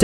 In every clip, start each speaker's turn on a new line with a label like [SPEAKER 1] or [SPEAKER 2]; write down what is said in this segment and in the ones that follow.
[SPEAKER 1] จ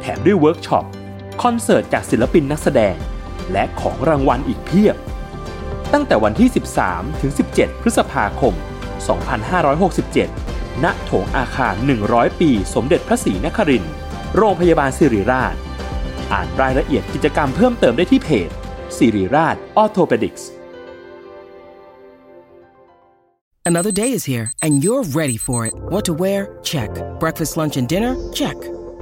[SPEAKER 1] แถมด้วยเวิร์กช็อป คอนเสิร์ตจากศิลปินนักแสดง และของรางวัลอีกเพียบ ตั้งแต่วันที่ 13 ถึง 17 พฤษภาคม 2567 ณ โถงอาคาร 100 ปี สมเด็จพระศรีนครินทร์ โรงพยาบาลสิริราช อ่านรายละเอียดกิจกรรมเพิ่มเติมได้ที่เพจสิริราชออโทเปดิกส์
[SPEAKER 2] Another day is here, and you're ready for it. What to wear? Check. Breakfast, lunch, and dinner? Check.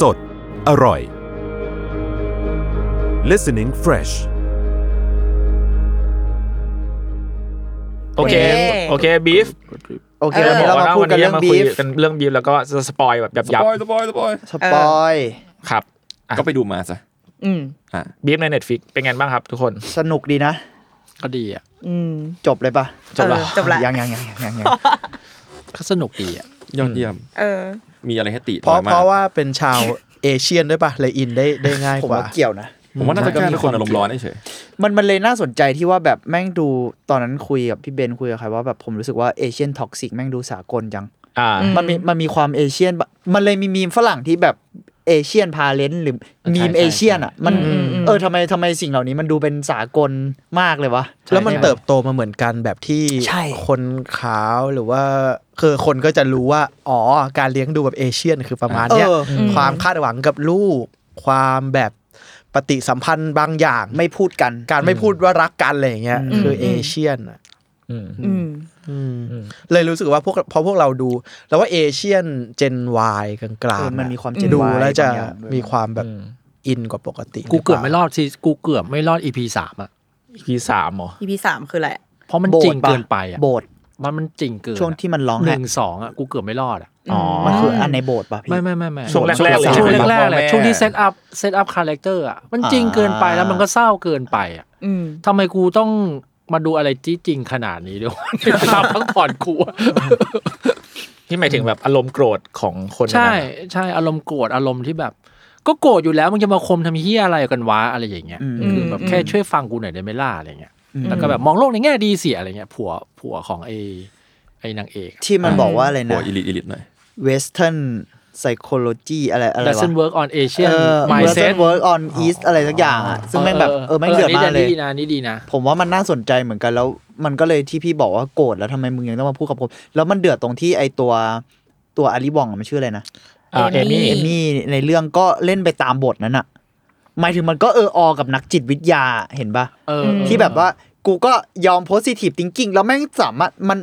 [SPEAKER 3] สด อร่อย listening fresh
[SPEAKER 4] โอเค โอเคบีฟ
[SPEAKER 5] โอเค
[SPEAKER 6] เออ
[SPEAKER 5] วันนี้เรามาพูดกันเรื่องบีฟ
[SPEAKER 4] กันเรื่องบีฟแล้วก็จะสปอยแบบหยับ
[SPEAKER 7] สปอยสปอย
[SPEAKER 5] สปอย
[SPEAKER 4] ๆครับอ่ะ
[SPEAKER 7] ก็ไปดูมาซะ
[SPEAKER 6] อืม
[SPEAKER 7] อ่ะ
[SPEAKER 4] บีฟใน Netflix เป็นไงบ้างครับทุกคน
[SPEAKER 5] สนุกดีนะ
[SPEAKER 8] ก็ดีอ่ะ
[SPEAKER 6] อืม
[SPEAKER 5] จบเลยปะ
[SPEAKER 4] จบแล้ว
[SPEAKER 6] เออจบละ
[SPEAKER 5] ยังยังยังยังยัง
[SPEAKER 8] ก็สนุกดีอ่ะ
[SPEAKER 7] ยอดเยี่ยม
[SPEAKER 6] เออ
[SPEAKER 7] มีอะไรให้ติ
[SPEAKER 9] เพราะ
[SPEAKER 7] น้อยมก
[SPEAKER 9] เพราะว่าเป็นชาวเอเชียนด้วยป่ะเลยอินได้ได้ง่าย
[SPEAKER 5] ผม
[SPEAKER 9] กว่า
[SPEAKER 5] ว่าเกี่ยวนะ
[SPEAKER 7] ผมว่าน่าจะแค่ทุกคนอารมณ์ร้อนเฉย
[SPEAKER 5] มันมันเลยน่าสนใจที่ว่าแบบแม่งดูตอนนั้นคุยกับพี่เบนคุยกับใครว่าแบบผมรู้สึกว่าเอเชียนท็อกซิกแม่งดูสากลจัง
[SPEAKER 4] อ่า
[SPEAKER 6] อืม
[SPEAKER 5] มันมีมันมีความเอเชียนบะมันเลยมีมีมฝรั่งที่แบบเอเชียนพาเลนหรือมีม
[SPEAKER 8] ใช่
[SPEAKER 5] เอเชียนอ่ะ มัน
[SPEAKER 6] อืมอืม
[SPEAKER 5] เออทำไมทำไมสิ่งเหล่านี้มันดูเป็นสากลมากเลยวะ
[SPEAKER 9] แล้วมันเติบโตมาเหมือนกันแบบที่
[SPEAKER 5] ใช่
[SPEAKER 9] คนขาวหรือว่าคือคนก็จะรู้ว่า อ๋อ การเลี้ยงดูแบบเอเชียนคือประมาณ
[SPEAKER 5] เอ
[SPEAKER 9] เนี้ย
[SPEAKER 5] อ
[SPEAKER 9] ความคาดหวังกับลูก ความแบบปฏิสัมพันธ์บางอย่าง
[SPEAKER 5] ไม่พูดกัน
[SPEAKER 9] การไม่พูดว่ารักกันอะไรอย่างเงี้ยคือเอเชียนอะ
[SPEAKER 4] อืม
[SPEAKER 6] อืม
[SPEAKER 9] เลยรู้สึกว่าพวกพอพวกเราดู แล้วว่าเอเชียนเจนวายกลาง
[SPEAKER 5] เออ
[SPEAKER 9] ๆ
[SPEAKER 5] มันมีความ Gen
[SPEAKER 9] ดู
[SPEAKER 5] Y
[SPEAKER 9] แล้วจะ
[SPEAKER 5] บางอย่างด้วย
[SPEAKER 9] มีความแบบอินกว่าปกติ
[SPEAKER 8] กูเกือบ
[SPEAKER 9] หปล่า
[SPEAKER 8] ไม่รอดสิกูเกือบไม่รอดอีพีสามอ่ะ
[SPEAKER 4] พีสามเหรอ
[SPEAKER 6] EP สามคืออะไรอะ
[SPEAKER 8] เพราะมัน
[SPEAKER 5] โบสถ์
[SPEAKER 8] จริงเกิน
[SPEAKER 5] ปะ
[SPEAKER 8] ไปอ่ะ
[SPEAKER 5] โบสถ์
[SPEAKER 8] มันมันจริงเกินอะ
[SPEAKER 5] ช่วงที่มันร้อง
[SPEAKER 8] ห
[SPEAKER 5] ไห้
[SPEAKER 8] นึ่งสองอ่ะกูเกือบไม่รอดอ่ะ
[SPEAKER 4] อ๋อ
[SPEAKER 5] มันคืออันในโบสถ์ปะพี่
[SPEAKER 8] ไม่ไม่ไม่ไม่
[SPEAKER 4] ช่วงแรกๆเลย
[SPEAKER 8] ช่วงแรกๆแห
[SPEAKER 7] พ่อ
[SPEAKER 8] ละ
[SPEAKER 7] แม่
[SPEAKER 8] ช่วงที่เซตอัพเซตอัพคาแรคเตอร์อ่ะมันจริงเกินไปแล้วมันก็เศร้าเกินไปอ่ะ
[SPEAKER 6] อืม
[SPEAKER 8] ทำไมกูต้องมาดูอะไรที่จริงขนาดนี้ ด้วยทำทั้งผ่อนกูอะ
[SPEAKER 4] ที่หมายถึงแบบอารมณ์โกรธของคนนั้น
[SPEAKER 8] ใช่
[SPEAKER 4] อะ
[SPEAKER 8] ใช่อารมณ์โกรธอารมณ์ที่แบบ ก็โกรธอยู่แล้วมึงจะมาคมทำเฮียอะไรกันวะอะไรอย่างเงี้ย
[SPEAKER 5] อืม
[SPEAKER 8] คือแบบแค่ช่วยฟังกูหน่อยได้ไหมล่ะอะไรเงี้ยแล้วก็แบบมองโลกในแง่ดีเสียอะไรเงี้ยผัวผัวของไอไอนางเอก
[SPEAKER 5] ที่มันบอกว่าอะไร
[SPEAKER 7] ๆ
[SPEAKER 5] นะ
[SPEAKER 7] โอ้ยอิลิทอิลิทหน่อย
[SPEAKER 5] Western Psychology อะไรอะไร
[SPEAKER 8] ดัซเซ
[SPEAKER 5] วะ
[SPEAKER 8] นเวิร์กออนเอเชียน
[SPEAKER 5] เออ
[SPEAKER 8] มายเซ็
[SPEAKER 5] Western Work on East อะไรสักอย่างอ่ะซึ่งแม่งแบบเออแม่งเดือดมากเลย
[SPEAKER 8] นี่ดีนะนี่ดีนะ
[SPEAKER 5] ผมว่ามันน่าสนใจเหมือนกันแล้ว มันก็เลยที่พี่บอกว่าโกรธแล้วทำไมมึงยังต้องมาพูดกับผม แล้วมันเดือดตรงที่ไอตัวตัวอาริบองอะมันชื่ออะไรนะ
[SPEAKER 4] อ่าเอมี่
[SPEAKER 5] เอมี่ในเรื่องก็เล่นไปตามบทนั้นอะหมายถึงมันก็เอออกับนักจิตวิทยาเห็นปะ
[SPEAKER 8] เออ
[SPEAKER 5] ที่แบบว่ากูก็ยอมโพสิทีฟทิงกิ้งแล้วแม่งสามารถมัน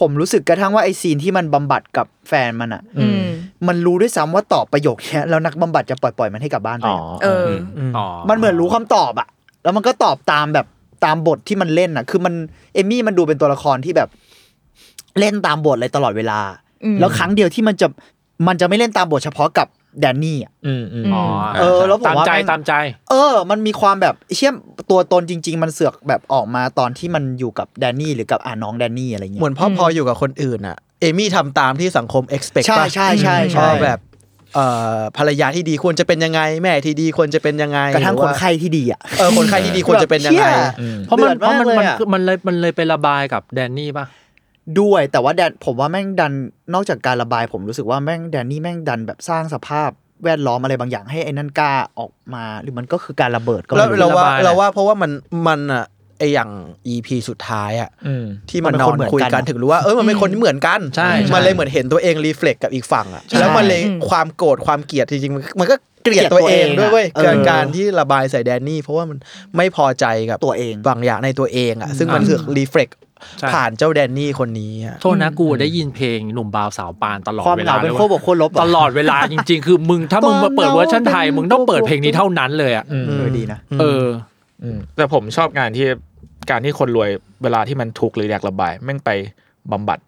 [SPEAKER 5] ผมรู้สึกกระทั่งว่าไอซีนที่มันบำบัดกับแฟนมันอะ
[SPEAKER 6] อืม
[SPEAKER 5] มันรู้ด้วยซ้ำว่าตอบประโยคเนี้ยแล้วนักบำบัดจะปล่อยปล่อยมันให้กลับบ้านไป
[SPEAKER 4] อ๋อ
[SPEAKER 5] อะ
[SPEAKER 6] เออ
[SPEAKER 8] อ๋อ
[SPEAKER 5] มันเหมือนรู้คำตอบอะแล้วมันก็ตอบตามแบบตามบทที่มันเล่นอะคือมันเอมมี่มันดูเป็นตัวละครที่แบบ เล่นตามบทเลยตลอดเวลา
[SPEAKER 6] อืม
[SPEAKER 5] แล้วครั้งเดียวที่มันจะมันจะไม่เล่นตามบทเฉพาะกับแดนนี่อะ
[SPEAKER 4] อืมอืม
[SPEAKER 8] อ๋อ
[SPEAKER 5] เออแล้วผม
[SPEAKER 8] ตาม
[SPEAKER 5] ว่า
[SPEAKER 8] ใจ
[SPEAKER 5] แม่ง
[SPEAKER 8] ตามใจ
[SPEAKER 5] เออ มันมีความแบบเชื่อมตัวตนจริง ๆ มันเสือกแบบออกมาตอนที่มันอยู่กับแดนนี่หรือกับอ่าน้องแดนนี่อะไรเงี้
[SPEAKER 9] เหมื
[SPEAKER 5] ย
[SPEAKER 9] อนพ่อพออยู่กับคนอื่นอ่ะ เอมี่ทำตามที่สังคม expect
[SPEAKER 5] ใช่
[SPEAKER 9] ปะ
[SPEAKER 5] ใช่ใช่ใช่
[SPEAKER 9] ว่าแบบเอ่อภรรยาที่ดีควรจะเป็นยังไง แม่ที่ดีควรจะเป็นยังไง
[SPEAKER 5] กระทั่ง
[SPEAKER 9] หอ
[SPEAKER 5] คน
[SPEAKER 9] ว่า
[SPEAKER 5] ไข้ที่ดีอะ
[SPEAKER 9] เออคนไข้ที่ดีควรจะเป็นยังไง
[SPEAKER 5] แบบเชี่ย
[SPEAKER 8] เพราะมัน
[SPEAKER 5] เดือด
[SPEAKER 8] เพราะ
[SPEAKER 5] มาก
[SPEAKER 8] มัน
[SPEAKER 5] เลย
[SPEAKER 8] มัน
[SPEAKER 5] อะ
[SPEAKER 8] คือมันเลยมันเลยไประบายกับแดนนี่ป่ะ
[SPEAKER 5] ด้วย แต่ว่าแดนผมว่าแม่งดันนอกจากการระบายผมรู้สึกว่าแม่งแดนนี่แม่งดันแบบสร้างสภาพแวดล้อมอะไรบางอย่างให้ไอ้นั่นกล้าออกมา หรือมันก็คือการระเบิดก็
[SPEAKER 9] แล้
[SPEAKER 5] ไม่
[SPEAKER 9] ว
[SPEAKER 5] รู้
[SPEAKER 9] เราว่า
[SPEAKER 8] ระบายแหละ
[SPEAKER 9] เราว่าเพราะว่ามันมันอ่ะไอ อ้อย่าง EP สุดท้ายอะ
[SPEAKER 5] อืม
[SPEAKER 9] ที่มัน
[SPEAKER 5] มัน
[SPEAKER 9] นอน
[SPEAKER 5] เป็นคนเหมือน
[SPEAKER 9] คุย
[SPEAKER 5] กั
[SPEAKER 9] กัน นถึงรู้ว่าเออมันเป็นคนที่เหมือนกัน
[SPEAKER 4] ใช่ใช่
[SPEAKER 9] มันเลยเหมือนเห็นตัวเองรีเฟล็กกับอีกฝั่งอะ
[SPEAKER 5] ใช่
[SPEAKER 9] แล้วมันเลยความโกรธความเกลียดจริงๆมันมันก็เกลียดตัวเองด้วยเว้ย
[SPEAKER 5] เกลี
[SPEAKER 9] เกิด
[SPEAKER 5] ยดตัวเองอะ
[SPEAKER 9] การที่ระบายใส่แดนนี่ เพราะว่ามันไม่พอใจกับ
[SPEAKER 5] ตัวเอง
[SPEAKER 9] บางอย่างในตัวเองอะซึ่งมันเสือกรีเฟล็ก
[SPEAKER 4] ใช่
[SPEAKER 9] ผ่านเจ้าแดนนี่คนนี้อะ
[SPEAKER 8] โทษนะกูได้ยินเพลงหนุ่มบ่าวสาวปานตลอด
[SPEAKER 5] ความ
[SPEAKER 8] เวลาง
[SPEAKER 5] เหาเป็น
[SPEAKER 8] เลย
[SPEAKER 5] โค้บวกโค้ลบเหร
[SPEAKER 8] ตลอดเวลาจริง ๆ คือ มึงถ้ามึงมาเปิดเวอร์ชันไทยมึงต้องเปิดเพลงนี้เท่านั้นเลยอ่ะ
[SPEAKER 5] อืมเออดีนะ
[SPEAKER 8] เออ
[SPEAKER 4] แต่ผมชอบงานที่การที่คนรวยเวลาที่มันทุกข์หรืออยากระบายแม่งไปบำบัด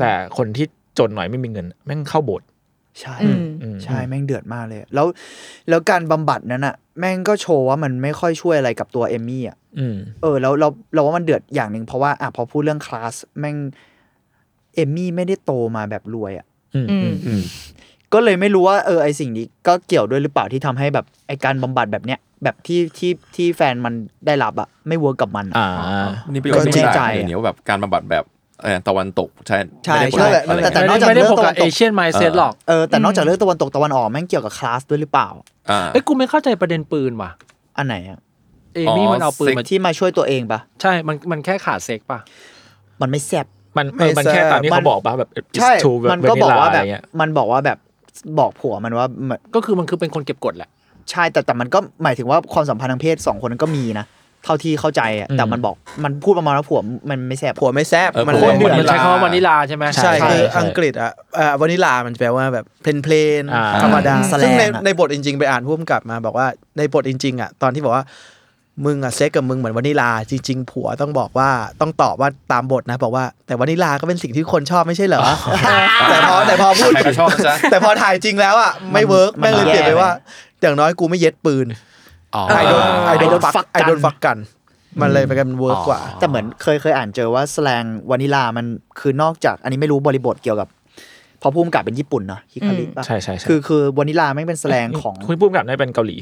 [SPEAKER 4] แต่คนที่จนหน่อยไม่มีเงิน แม่งเข้าโบสถ์
[SPEAKER 5] ใช่
[SPEAKER 6] อืม
[SPEAKER 4] อืม
[SPEAKER 5] ใช่แม่งเดือดมากเลย แล้วแล้วการบำบัดนั้นอะแม่งก็โชว์ว่ามันไม่ค่อยช่วยอะไรกับตัวเอมมี่อะ
[SPEAKER 4] อืม
[SPEAKER 5] เออแล้วเราเราว่ามันเดือดอย่างหนึ่งเพราะว่าอ่ะพอพูดเรื่องคลาสแม่งเอมมี่ไม่ได้โตมาแบบรวยอะ
[SPEAKER 6] อืม
[SPEAKER 7] อืม
[SPEAKER 5] ก็เลยไม่รู้ว่าเออไอสิ่งนี้ก็เกี่ยวด้วยหรือเปล่าที่ทำให้แบบไอการบำบัดแบบเนี้ยแบบที่ที่ที่แฟนมันได้รับอะไม่เวิร์กกับมันอะ
[SPEAKER 4] อ่า
[SPEAKER 7] นี่ประโยชน์
[SPEAKER 5] ก็
[SPEAKER 7] ที่
[SPEAKER 5] แน่
[SPEAKER 7] ได้
[SPEAKER 5] ใจ
[SPEAKER 7] เนี่ยว่าแบบการบำบัดแบบเอ่อตะวันตกใช่
[SPEAKER 5] ใช่
[SPEAKER 7] ไม่ได้ผล
[SPEAKER 5] ใช่
[SPEAKER 7] อะไร
[SPEAKER 5] แต่แต่
[SPEAKER 7] เงี้ย
[SPEAKER 5] นอกจาก
[SPEAKER 8] ไม่ได้
[SPEAKER 5] เรื่อง
[SPEAKER 8] พบ
[SPEAKER 5] ตะ
[SPEAKER 8] กั
[SPEAKER 5] วั
[SPEAKER 8] บ
[SPEAKER 5] นต
[SPEAKER 8] เอก เชียนไมเซ็ตหรอก
[SPEAKER 5] เออแต่นอกจากเรื่องตะวันตกตะวันออกแม่งเกี่ยวกับคลาสด้วยหรือเปล่า
[SPEAKER 7] อ่า
[SPEAKER 8] เอ้ยกูไม่เข้าใจประเด็นปืนว่ะ
[SPEAKER 5] อันไหนอะ
[SPEAKER 8] เอมี่มันเอาปืนมา
[SPEAKER 5] ที่มาช่วยตัวเองปะ
[SPEAKER 8] ใช่มันมันแค่ขาดเซ็กป่ะ
[SPEAKER 5] มันไม่แซบ
[SPEAKER 4] มันเออมันแค่ตามที่เขาบอกป่ะแบบ it's
[SPEAKER 5] ใช่
[SPEAKER 4] too
[SPEAKER 5] มันก็บอกว่า
[SPEAKER 4] vanilla ะ
[SPEAKER 5] แบ
[SPEAKER 4] ไร
[SPEAKER 5] บ
[SPEAKER 4] เงี้ย
[SPEAKER 5] มันบอกว่าแบบบอกผัวมันว่ามัน
[SPEAKER 8] ก็คือมันคือเป็นคนเก็บกดแหละ
[SPEAKER 5] ใช่แต่แต่มันก็หมายถึงว่าความสัมพันธ์ทางเพศสองคนนั้นก็มีนะ เท่าที่เข้าใจอะแต่มันบอกมันพูดประมาณว่าผัวมันไม่แสบ
[SPEAKER 9] ผัวไม่แซบ
[SPEAKER 7] เออ
[SPEAKER 9] มัน
[SPEAKER 7] ผั
[SPEAKER 9] เล่
[SPEAKER 7] ว
[SPEAKER 9] นเดือด
[SPEAKER 8] มันใช้คำว่าวานิลาใช่ไหม
[SPEAKER 9] ใช่
[SPEAKER 5] ใช่
[SPEAKER 9] คือ
[SPEAKER 5] ใช่
[SPEAKER 9] อังกฤษอ่ะเอ่อวานิลามันแปลว่าแบบเพลนเพลนๆ
[SPEAKER 4] อ่า
[SPEAKER 9] ธรรมดา
[SPEAKER 5] แสลง
[SPEAKER 9] ซึ่งใน
[SPEAKER 5] อะ
[SPEAKER 9] ในบทจริง ๆ ไปอ่านพุ่มกลับมา บอกว่าในบทจริง ๆ อ่ะ ตอนที่บอกว่า มึงอ่ะเซ็กกับมึงเหมือนวานิลาจริง ๆ ผัวต้องบอกว่าต้องตอบว่าตามบทนะ บอกว่าแต่วานิลาก็เป็นสิ่งที่คนชอบไม่ใช่เหรอแต่พอแต่พอพูด
[SPEAKER 7] ใครก็ชอบนะจ๊ะ
[SPEAKER 9] แต่พอถ่ายจริงแล้วอ่ะไม่เวิร์กแม่งเลยเปลี่ยนไปว่า อย่างน้อยกูไม่เย็ดปืนไอโดนไอโดน
[SPEAKER 5] don't
[SPEAKER 9] ฟัก
[SPEAKER 5] fuck
[SPEAKER 9] ไอโดนฟักกัน มันเลยไปกันเวิร์กกว่า
[SPEAKER 5] แต่เหมือนเคยเคยอ่านเจอว่าแสลงวานิลามันคือนอกจาก อันนี้ไม่รู้บริบทเกี่ยวกับ พอพุ่มกับเป็นญี่ปุ่นเนาะฮิคาริปะ
[SPEAKER 4] ใช่ใช่ใช่
[SPEAKER 5] คือคือวานิลาไม่งเป็นแสลงของ
[SPEAKER 4] คุณพุ่มกับน่าจะเป็นเกาหลี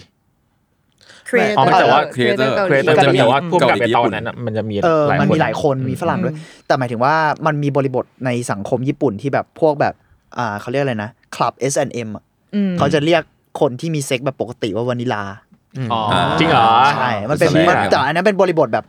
[SPEAKER 6] creator
[SPEAKER 4] อ๋อแต่ว่า
[SPEAKER 7] creator
[SPEAKER 6] กาห
[SPEAKER 4] ครีเอเตอร์
[SPEAKER 7] มันจะ
[SPEAKER 4] จะ
[SPEAKER 7] มี
[SPEAKER 4] มีแต่ว่าพุ่มกับ
[SPEAKER 7] เกาห
[SPEAKER 4] ในตอน
[SPEAKER 7] ลีญี่ปุ่น
[SPEAKER 4] นั้นน่ะมันจะมี
[SPEAKER 5] เออ
[SPEAKER 4] หลาย
[SPEAKER 5] มัน
[SPEAKER 4] คน
[SPEAKER 5] มีหลายคน มีฝรั่งด้วย แต่หมายถึงว่ามันมีบริบทในสังคมญี่ปุ่นที่แบบพวกแบบ อ่าเขาเรียกอะไรนะ คลับ S&M อะ
[SPEAKER 6] อืม
[SPEAKER 5] เขาจะเรียกคนที่มีเซ็กแบบปกติว่าวานิลา
[SPEAKER 8] อ๋อ
[SPEAKER 4] จริงเหรอ
[SPEAKER 5] ใช่ มันเป็น
[SPEAKER 7] แสลง
[SPEAKER 5] มันแต่อันนั้นเป็นบริบทแบบ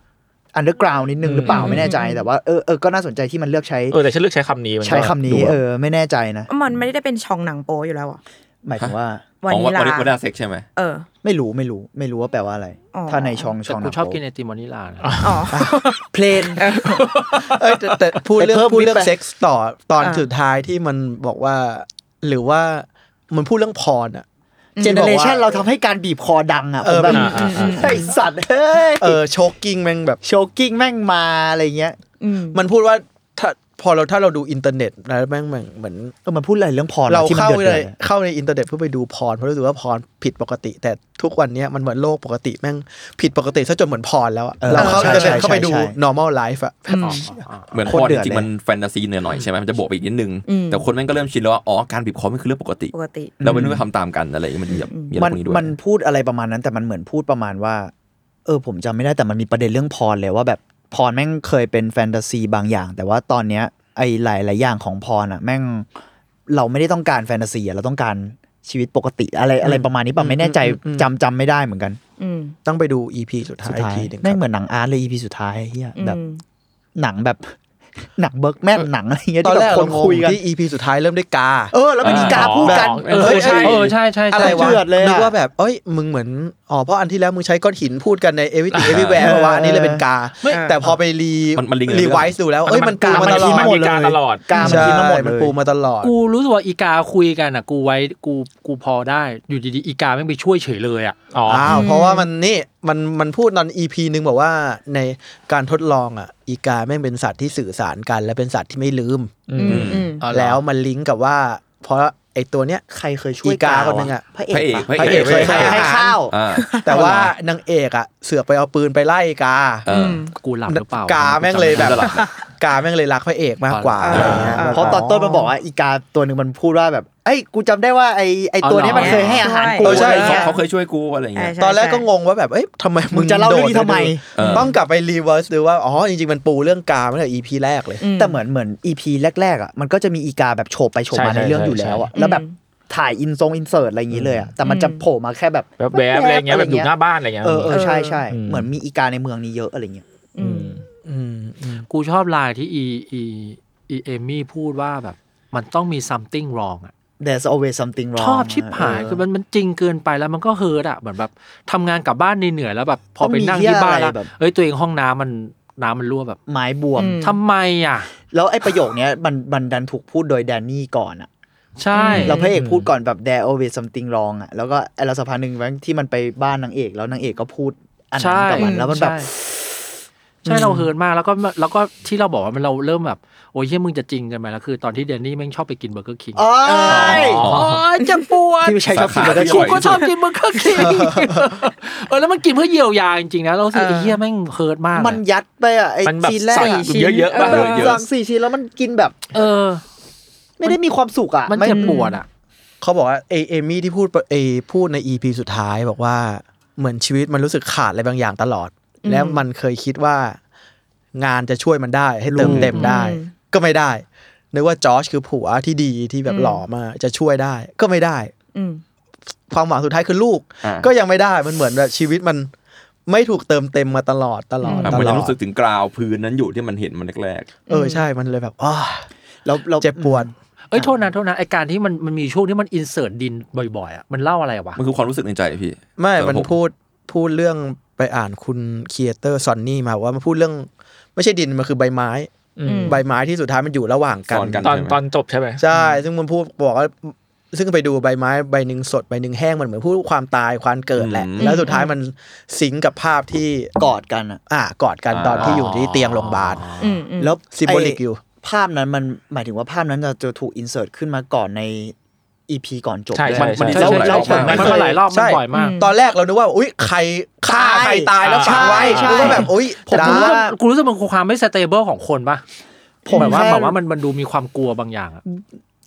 [SPEAKER 5] อันเดอร์กราวนิดนึงหรือเปล่าไม่แน่ใจ แต่ว่าเออเออก็น่าสนใจที่มันเลือกใช้
[SPEAKER 4] เออแต่ฉันเลือกใช้คำนี้มัก็
[SPEAKER 5] ใช้คำนี้
[SPEAKER 4] ดูแบบ
[SPEAKER 5] เออ ไม่แน่ใจนะ
[SPEAKER 6] มันไม่ได้เป็นช่องหนังโปอยู่แล้วอ่ะ
[SPEAKER 5] หมายถึงว่า
[SPEAKER 6] วัน
[SPEAKER 7] อ๋อ
[SPEAKER 6] นี้
[SPEAKER 7] ว่าวันนี้วัน
[SPEAKER 6] ลา
[SPEAKER 7] ดาเซ็กใช่ไหม
[SPEAKER 6] เออ
[SPEAKER 5] ไม่รู้ไม่รู้ไม่รู้ว่าแปลว่าอะไร
[SPEAKER 6] อ๋อ
[SPEAKER 5] ถ้าในช่องช่
[SPEAKER 8] แต่
[SPEAKER 5] อง
[SPEAKER 8] กูชอบกิน
[SPEAKER 5] ห
[SPEAKER 8] ไอติมวานิลานะ
[SPEAKER 6] อ๋อ
[SPEAKER 5] เพลน
[SPEAKER 9] เอ้ยแต่แต่พูดเรื่อ
[SPEAKER 5] ไปเพิ่ม
[SPEAKER 9] งพูดเรื่อง
[SPEAKER 5] วิปไป
[SPEAKER 9] เซ็กส์ต่อตอน
[SPEAKER 6] อ่า
[SPEAKER 9] สุดท้ายที่มันบอกว่า หรือว่ามันพูดเรื่องพรอ่ะ
[SPEAKER 5] เจเนเรชัน
[SPEAKER 9] บอกว่า
[SPEAKER 5] เราทำให้การบีบคอดังอ่ะ
[SPEAKER 9] เออ
[SPEAKER 5] ผมแบบ
[SPEAKER 4] อ่าอ่า
[SPEAKER 5] ไอสัตว์เฮ้ย
[SPEAKER 9] เออโชกกิ้งแม่งแบบ
[SPEAKER 5] โชว์กิ้งแม่งมาอะไรเงี้ย
[SPEAKER 6] อืม
[SPEAKER 9] มันพูดว่าถ้าพอเราถ้าเราดูอินเทอร์เน็ตแล้วแม่งเหมือนเหมือน
[SPEAKER 5] เออมันพูดอะไรเรื่องพร
[SPEAKER 9] เรา
[SPEAKER 5] ที่มัน
[SPEAKER 9] เข้า
[SPEAKER 5] ดื
[SPEAKER 9] ใน
[SPEAKER 5] อดดือดอะ
[SPEAKER 9] เข้าในอินเทอร์เน็ตเพื่อไปดูพรเพราะรู้สึกว่าพรผิดปกติ แต่ทุกวันเนี้ยมันเหมือนโลกปกติแม่งผิดปกติซะจนเหมือนพรแล้วอะเราเข้า
[SPEAKER 5] ใช่
[SPEAKER 9] อินเทอร์เน็ต
[SPEAKER 5] ใช่
[SPEAKER 9] เข้าไปดู
[SPEAKER 5] ใช่ใช่
[SPEAKER 9] normal life อะแบบ
[SPEAKER 7] เหมือน
[SPEAKER 5] โค
[SPEAKER 7] พ
[SPEAKER 5] ตร
[SPEAKER 7] อ
[SPEAKER 5] เดื
[SPEAKER 7] จ
[SPEAKER 5] อด
[SPEAKER 7] ริง
[SPEAKER 5] เลย
[SPEAKER 7] ๆมันแฟนตาซีเหนือหน่อยใช่ไหมมันจะบวกไปอีกนิดนึง
[SPEAKER 6] อืม
[SPEAKER 7] แต่คนแม่งก็เริ่มชินแล้วว่าอ๋อการบีบคอมันคือเรื่องปกติ
[SPEAKER 6] ปกติ
[SPEAKER 7] เราไม่รู้ว่าทำตามกันอะไรอย่างเงี้ยมันมีแบบมีอะไร
[SPEAKER 5] มัน
[SPEAKER 7] พวกนี้ด้วย
[SPEAKER 5] มันพูดอะไรประมาณนั้นแต่มันเหมือนพูดประมาณว่า เออผมจำไม่ได้แต่มันมีประเด็นเรื่องพรเลยว่าแบบพรแม่งเคยเป็นแฟนตาซีบางอย่าง แต่ว่าตอนเนี้ยไอ้หลายหลายๆอย่างของพรอ่ะ แม่งเราไม่ได้ต้องการแฟนตาซีอะเราต้องการชีวิตปกติอะไรอะไรประมาณนี้ป่ะไม่แน่ใจจำจำไม่ได้เหมือนกัน
[SPEAKER 6] อืม
[SPEAKER 9] ต้องไปดู EP สุด
[SPEAKER 5] สุด
[SPEAKER 9] ท้าย
[SPEAKER 5] ท้าย
[SPEAKER 9] ทีหนึงค
[SPEAKER 5] แม่
[SPEAKER 9] รั
[SPEAKER 5] ง
[SPEAKER 9] บ
[SPEAKER 5] เหมือนหนังอาร์ตเลยอีพีสุดท้ายเฮียแบบ
[SPEAKER 6] อืม
[SPEAKER 5] หนังแบบ หนังเบิร์กแม่นหนังอะไรเงี้ย
[SPEAKER 9] ตอน
[SPEAKER 5] ที่
[SPEAKER 9] แร
[SPEAKER 5] แบ
[SPEAKER 9] ก
[SPEAKER 5] บค
[SPEAKER 9] เรา
[SPEAKER 5] น
[SPEAKER 9] งง
[SPEAKER 5] คุยกัน
[SPEAKER 9] ที่ EP สุดท้ายเริ่มด้วยกา
[SPEAKER 5] เออ แล้วมันมีการพูดกัน
[SPEAKER 8] เออใช่เออใช่ใช่
[SPEAKER 9] อะไร
[SPEAKER 8] ใช่
[SPEAKER 9] วะ
[SPEAKER 5] เชื่อดเลยอะ
[SPEAKER 9] นึกว่าแบบ เอ้ย มึงเหมือน อ๋อ เพราะอันที่แล้วมึงใช้ก้อนหินพูดกันใน everything everywhere เพราะว่าอันนี้เลยเป็นกา แต่พอไปรี
[SPEAKER 7] มันมันลิงก์กัน
[SPEAKER 9] รีไวซ์ดูแล้ว เอ้ย มันปูมาตลอด
[SPEAKER 4] มันมีการตลอด
[SPEAKER 5] กามัน
[SPEAKER 9] ใช่
[SPEAKER 5] คิดมาหมดเล
[SPEAKER 9] มัน
[SPEAKER 5] ย
[SPEAKER 9] ปูมาตลอด
[SPEAKER 8] กูรู้สึกว่าอีกาคุยกันอ่ะ กูไว้กูกูพอได้อยู่ดีๆอีกาไม่งไปช่วยเฉยเลยอ่ะ
[SPEAKER 4] อ๋อ
[SPEAKER 9] อ้าว เพราะว่ามันนี่ มัน มันพูดตอน EP หนึ่งบอกว่าในการทดลองอ่ะ อีกาแม่งเป็นสัตว์ที่สื่อสารกัน และเป็นสัตว์ที่ไม่ลืม
[SPEAKER 6] อืมอืม
[SPEAKER 9] แล้วมันลิงก์กับว่า เพราะไอตัวเนี้ย
[SPEAKER 5] ใครเคยช่วย
[SPEAKER 9] อีกาคนหนึ่งอะ
[SPEAKER 5] พระเอกป
[SPEAKER 7] พระเอก
[SPEAKER 5] พ
[SPEAKER 7] พ
[SPEAKER 5] ระ
[SPEAKER 7] ระ
[SPEAKER 5] เอเคย
[SPEAKER 7] เอก ก
[SPEAKER 9] ให้
[SPEAKER 5] ให้
[SPEAKER 9] อาหาร
[SPEAKER 5] ข้าว
[SPEAKER 7] อ่า
[SPEAKER 9] แต่ว่านางเอกอ่ะ เสือกไปเอาปืนไปไล่กา
[SPEAKER 7] เออ
[SPEAKER 8] กูหลับหรือเปล่าก
[SPEAKER 9] าแม่งเลยแบบ
[SPEAKER 7] จำไม่ได้หรอก
[SPEAKER 9] กาแม่งเลยรักพระเอกมากกว่า
[SPEAKER 6] อ่า
[SPEAKER 9] อะไรเงี้ย
[SPEAKER 5] เพราะตอนต้นมันบอกว่าอีกาตัวหนึ่งมันพูดว่าแบบเอ้ยกูจำได้ว่าไอไอตัวเนี้ยมันเคยให้อาหารกู
[SPEAKER 9] เออใช่
[SPEAKER 5] อะไร
[SPEAKER 7] เขา
[SPEAKER 5] เงี้ย
[SPEAKER 7] เขาเคยช่วยกูอะไรอย่าง
[SPEAKER 6] ใช่
[SPEAKER 7] เงี้ย
[SPEAKER 6] ใช่
[SPEAKER 9] ตอนแรกก็
[SPEAKER 6] ใช่
[SPEAKER 9] งงว่าแบบเอ้ยทำไม
[SPEAKER 5] มึงจะเล่าเรื่องนี้ทำไม
[SPEAKER 7] เออ
[SPEAKER 9] ต้องกลับไปรีเวิร์สดูว่าอ๋อจริงๆมันปูเรื่องกามาตั้งแต่ EP แรกเลย
[SPEAKER 5] แต่เหมือนเหมือนอีพีแรกๆอ่ะมันก็จะมีอีกาแบบโฉบไปโฉบมา
[SPEAKER 4] ใช่
[SPEAKER 5] ในเรื่องอยู่
[SPEAKER 4] ใช่
[SPEAKER 5] แล้วอ่ะแล้วแบบถ่ายอินทรงอินเสิร์ตอะไรอย่างงี้เลยอ่ะแต่มันจะโผล่มาแค่แบบ
[SPEAKER 4] แบบแบบๆอะไรเงี้ยแบบอยู่หน้าบ้านอะไรเงี้ย
[SPEAKER 5] เออเออใช่ใช่
[SPEAKER 4] อืม
[SPEAKER 5] เหมือนมีอีกาในเมืองนี้เยอะอะไรเงี้ย
[SPEAKER 8] กูชอบไลายที่อีอีอีเอมี่พูดว่าแบบมันต้องมี something wrong อะ
[SPEAKER 5] there's always something wrong
[SPEAKER 8] ชอบชิบหาย
[SPEAKER 5] เ
[SPEAKER 8] คือมันมันจริงเกินไปแล้วมันก็เฮิร์ตอะเหมือนแบบทำงานกลับบ้านเหนื่อยๆแล้วแบบ พอไปนั่งที่บ้านแล้ว
[SPEAKER 5] ต้องมีเหี้ยอะไรแบบ
[SPEAKER 8] เอ้ยตัวเองห้องน้ำมันน้ำมันรั่วแบบ
[SPEAKER 5] ไม้บวม
[SPEAKER 6] อืม
[SPEAKER 8] ทำไมอะ
[SPEAKER 5] แล้วไอ้ประโยคเนี้ยมันมันดันถูกพูดโดยแดนนี่ก่อนอะ
[SPEAKER 8] ใช่
[SPEAKER 5] เราพระเอกพูดก่อนแบบ there always something wrong อะแล้วก็ไอ้เราสักพักหนึ่งแม่งที่มันไปบ้านนางเอก แล้วนางเอกก็พูดอันนั้น
[SPEAKER 8] ใช่
[SPEAKER 5] กับมันแล้วมันแบบ
[SPEAKER 8] ใช่ใช่เราเฮิร์ตมากแล้วก็แล้วก็ที่เราบอกว่ามันเราเริ่มแบบ โอ้ยเฮียมึงจะจริงกันไหมแล้วคือตอนที่แดนนี่แม่งชอบไปกินเบอร์เกอร์คิง
[SPEAKER 5] โอ้ย
[SPEAKER 7] อ๋อ
[SPEAKER 8] ยจะปวด
[SPEAKER 5] ที่ไม่ใช่ชอบกิน
[SPEAKER 7] สาขา
[SPEAKER 5] แล้วก็
[SPEAKER 7] อ
[SPEAKER 5] ช
[SPEAKER 8] กู
[SPEAKER 5] อ
[SPEAKER 7] ร่อย
[SPEAKER 5] บ
[SPEAKER 8] ก็ชอบกินเบอร์เกอร์คิง เออแล้วมันกินเพื่อเยียวยาจริงๆนะเราสึกไอ้เหี้ยแม่งเฮิร์ตมากเลย
[SPEAKER 5] มันยัดไปอะไอ้
[SPEAKER 4] มันแบบ
[SPEAKER 5] ซีนแรก
[SPEAKER 4] สั่ง
[SPEAKER 5] อะ
[SPEAKER 4] เยอะๆป่ะ
[SPEAKER 5] เออ
[SPEAKER 7] เยอะๆ
[SPEAKER 5] สั่งสี่ชิ้นแล้วมันกินแบบ
[SPEAKER 8] เออ
[SPEAKER 5] ไม่ได้มีความสุขอะ
[SPEAKER 8] มัน
[SPEAKER 5] ไ
[SPEAKER 8] เจ็บปวดอ่ะ
[SPEAKER 9] เขาบอกว่าเอเอมี่ที่พูดเอพูดในอีพีสุดท้ายบอกว่าเหมือนชีวิตมันรู้สึกขาดอะไรบางอย่างตลอด แล้วมันเคยคิดว่า งานจะช่วยมันได้ให้เติมเต็มได้
[SPEAKER 6] อืม
[SPEAKER 9] ก็ไม่ได้นึกว่าจอร์จคือผัวที่ดีที่แบบหล่อมากจะช่วยได้ ก็ไม่ได้
[SPEAKER 6] อืม
[SPEAKER 9] ความหวังสุดท้ายคือลูก
[SPEAKER 7] อ่า
[SPEAKER 9] ก็ยังไม่ได้มันเหมือนแบบชีวิตมันไม่ถูกเติมเต็มมาตลอดตลอด
[SPEAKER 7] แบบ
[SPEAKER 9] ต
[SPEAKER 7] มัน
[SPEAKER 9] ล
[SPEAKER 7] ยัง
[SPEAKER 9] อด
[SPEAKER 7] รู้สึกถึงกราวพื้นนั้นอยู่ที่มันเห็นมันแรก
[SPEAKER 9] เออใช่มันเลยแบบอ้า
[SPEAKER 5] แล้วเรา
[SPEAKER 9] เจ็บปวด
[SPEAKER 8] เอ้ยโทษนะโทษนะไอการที่มันมันมีช่วงที่มันอินเสิร์ตดินบ่อยๆอ่ะมันเล่าอะไรวะ
[SPEAKER 7] ๆมันคือความรู้สึกในใจพี่
[SPEAKER 9] ไม่
[SPEAKER 7] ครับ
[SPEAKER 9] มัน
[SPEAKER 7] ผม
[SPEAKER 9] พูดพูดเรื่องไปอ่านคุณครีเอเตอร์ซอนนี่มาว่ามันพูดเรื่องไม่ใช่ดินมันคือใบไม้
[SPEAKER 4] อืม
[SPEAKER 9] ใบไม้ที่สุดท้ายมันอยู่ระหว่างกั
[SPEAKER 7] ซ้อนกัน
[SPEAKER 4] ตอน
[SPEAKER 7] ใช่ไหม
[SPEAKER 4] ตอนจบใช่ไหม
[SPEAKER 9] ใช่ซึ่งมันพูดบอกว่าซึ่งไปดูใบไม้ใบหนึ่งสดใบหนึ่งแห้งมันเหมือนพูดความตายความเกิดแหละ แล้วสุดท้ายมันซิงก์กับภาพที่
[SPEAKER 5] กอดกันอะ
[SPEAKER 9] อ่ากอดกันตอนที่อยู่ที่เตียงโรงพยาบาล
[SPEAKER 6] อืมอืม
[SPEAKER 5] แล้ว
[SPEAKER 9] symbolic อยู่
[SPEAKER 5] ภาพนั้นมันหมายถึงว่าภาพนั้นจะจะถูกอินเสิร์ตขึ้นมาก่อนในอีพีก่อนจบ
[SPEAKER 4] ใช่
[SPEAKER 5] ด้วย
[SPEAKER 4] ใช่
[SPEAKER 7] มัน
[SPEAKER 4] ใช่
[SPEAKER 7] ดี
[SPEAKER 4] ใช่
[SPEAKER 7] เท่าไห
[SPEAKER 4] ใช่ใช่
[SPEAKER 8] มันมาห
[SPEAKER 7] ร่
[SPEAKER 8] ลายรอบมันบ่อยมาก
[SPEAKER 9] ตอนแรกเรานึกว่าอุ้ยใครฆ่าใครตายแล้วฝังไว้
[SPEAKER 5] ใช่
[SPEAKER 9] กูก็แบบอุ้ย
[SPEAKER 8] ผม
[SPEAKER 9] ดา
[SPEAKER 8] รู้ว่ากูรู้สึกมันคือความไม่สเตเบิลของคนปะ
[SPEAKER 5] ผม
[SPEAKER 8] แบบว่า
[SPEAKER 5] แค่
[SPEAKER 8] แบบว่ามันมันดูมีความกลัวบางอย่างอ่ะ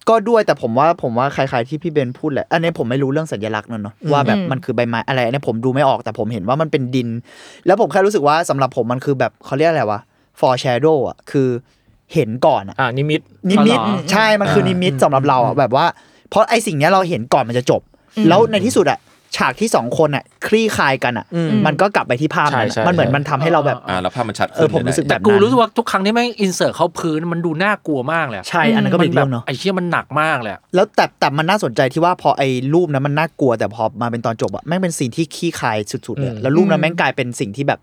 [SPEAKER 5] ก็ด้วยแต่ผมว่าผมว่าคล้ายๆที่พี่เบนพูดแหละอันนี้ผมไม่รู้เรื่องสัญลักษณ์นั่นเนาะว่าแบบมันคือใบไม้อะไรอันนี้ผมดูไม่ออกแต่ผมเห็นว่ามันเป็นดิน แล้วผมแค่รู้สึกว่าสำหรับผมมันคือแบบเขาเรียกอะไรวะ for shadow อ่ะคือเห็นก่อนอะ
[SPEAKER 4] อ่านิมิต
[SPEAKER 5] นิมิต
[SPEAKER 4] อ๋อเหรอ
[SPEAKER 5] ใช่มันคือนิมิตสำหรับเราอะแบบว่า เพราะไอสิ่งเนี้ยเราเห็นก่อนมันจะจบ แล้วในที่สุดอะฉากที่สองคนอะคลี่คลายกันอะมันก็กลับไปที่ภาพนั้นอะมันเหมือนมันทำให้เราแบบ
[SPEAKER 7] อ่าแล้วภาพมันชัด
[SPEAKER 5] เอ
[SPEAKER 7] ขึ้
[SPEAKER 5] อน ผมรู้สึก
[SPEAKER 7] ได้
[SPEAKER 5] แบบ
[SPEAKER 8] กู
[SPEAKER 5] นั้น
[SPEAKER 8] รู้สึกว่าทุกครั้งที่แม่งอินเสิร์ตเข้าพื้นมันดูน่ากลัวมากเลยอะ
[SPEAKER 5] ใช่อันนั้นก็เป็นอีก
[SPEAKER 8] แบ
[SPEAKER 5] เรื่
[SPEAKER 8] บ
[SPEAKER 5] องเนาะ
[SPEAKER 8] ไอ้เหี้ยมันหนักมากเลยอะ
[SPEAKER 5] แล้วแต่แต่มันน่าสนใจที่ว่าพอไอ้รูปนั้นมันน่ากลัวแต่พอมาเป็นตอนจบอะแม่งเป็นสิ่งที่ขี้คายสุดๆเลยแล้วรูปนั้นแม่งกลายเป็นสิ่งที่แบบ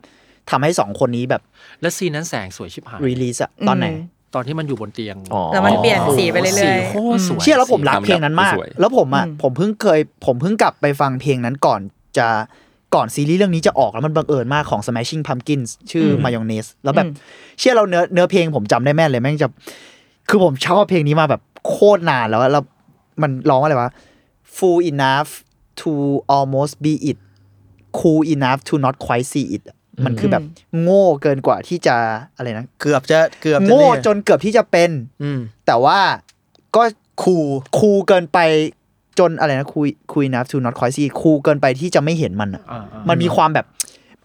[SPEAKER 5] ทำให้สองคนนี้แบบ
[SPEAKER 8] แล้วซีนนั้นแสงสวยชิบหาย
[SPEAKER 5] รีลีสอะตอนไหน
[SPEAKER 8] ตอนที่มันอยู่บนเตียง
[SPEAKER 6] แล้วมันเปลี่ยนสีไปเรื่
[SPEAKER 8] สี
[SPEAKER 6] อย
[SPEAKER 8] โค
[SPEAKER 6] ๆ
[SPEAKER 8] ตรสวย
[SPEAKER 5] เชื่อแล้วผมรัก
[SPEAKER 7] สีดำ
[SPEAKER 5] เพลงนั้นมาก
[SPEAKER 7] สวย
[SPEAKER 5] แล้วผมอ่ะผมเพิ่งเคย ผมเพิ่งกลับไปฟังเพลงนั้นก่อนจะก่อนซีรีส์เรื่องนี้จะออกแล้วมันบังเอิญมากของ Smashing Pumpkins ชื่อ Mayonnaise แล้วแบบ เชื่อเราเนื้อเนื้อเพลงผมจำได้แม่นเลยแม่งจะคือผมชอบเพลงนี้มาแบบโคตรนานแล้วแล้วมันร้องว่าอะไรวะ Full enough to almost be it cool enough to not quite see it อะมันคือแบบโง่เกินกว่าที่จะอะไรนะ
[SPEAKER 9] เกือบจะเกือบจะ
[SPEAKER 5] โง่
[SPEAKER 9] เนี่ย
[SPEAKER 5] จนเกือบที่จะเป็น
[SPEAKER 9] อืม
[SPEAKER 5] แต่ว่าก็คูลคูลเกินไปจนอะไรนะคุยคุยนะ to not quite see คูลเกินไปที่จะไม่เห็นมันอะมันมีความแบบ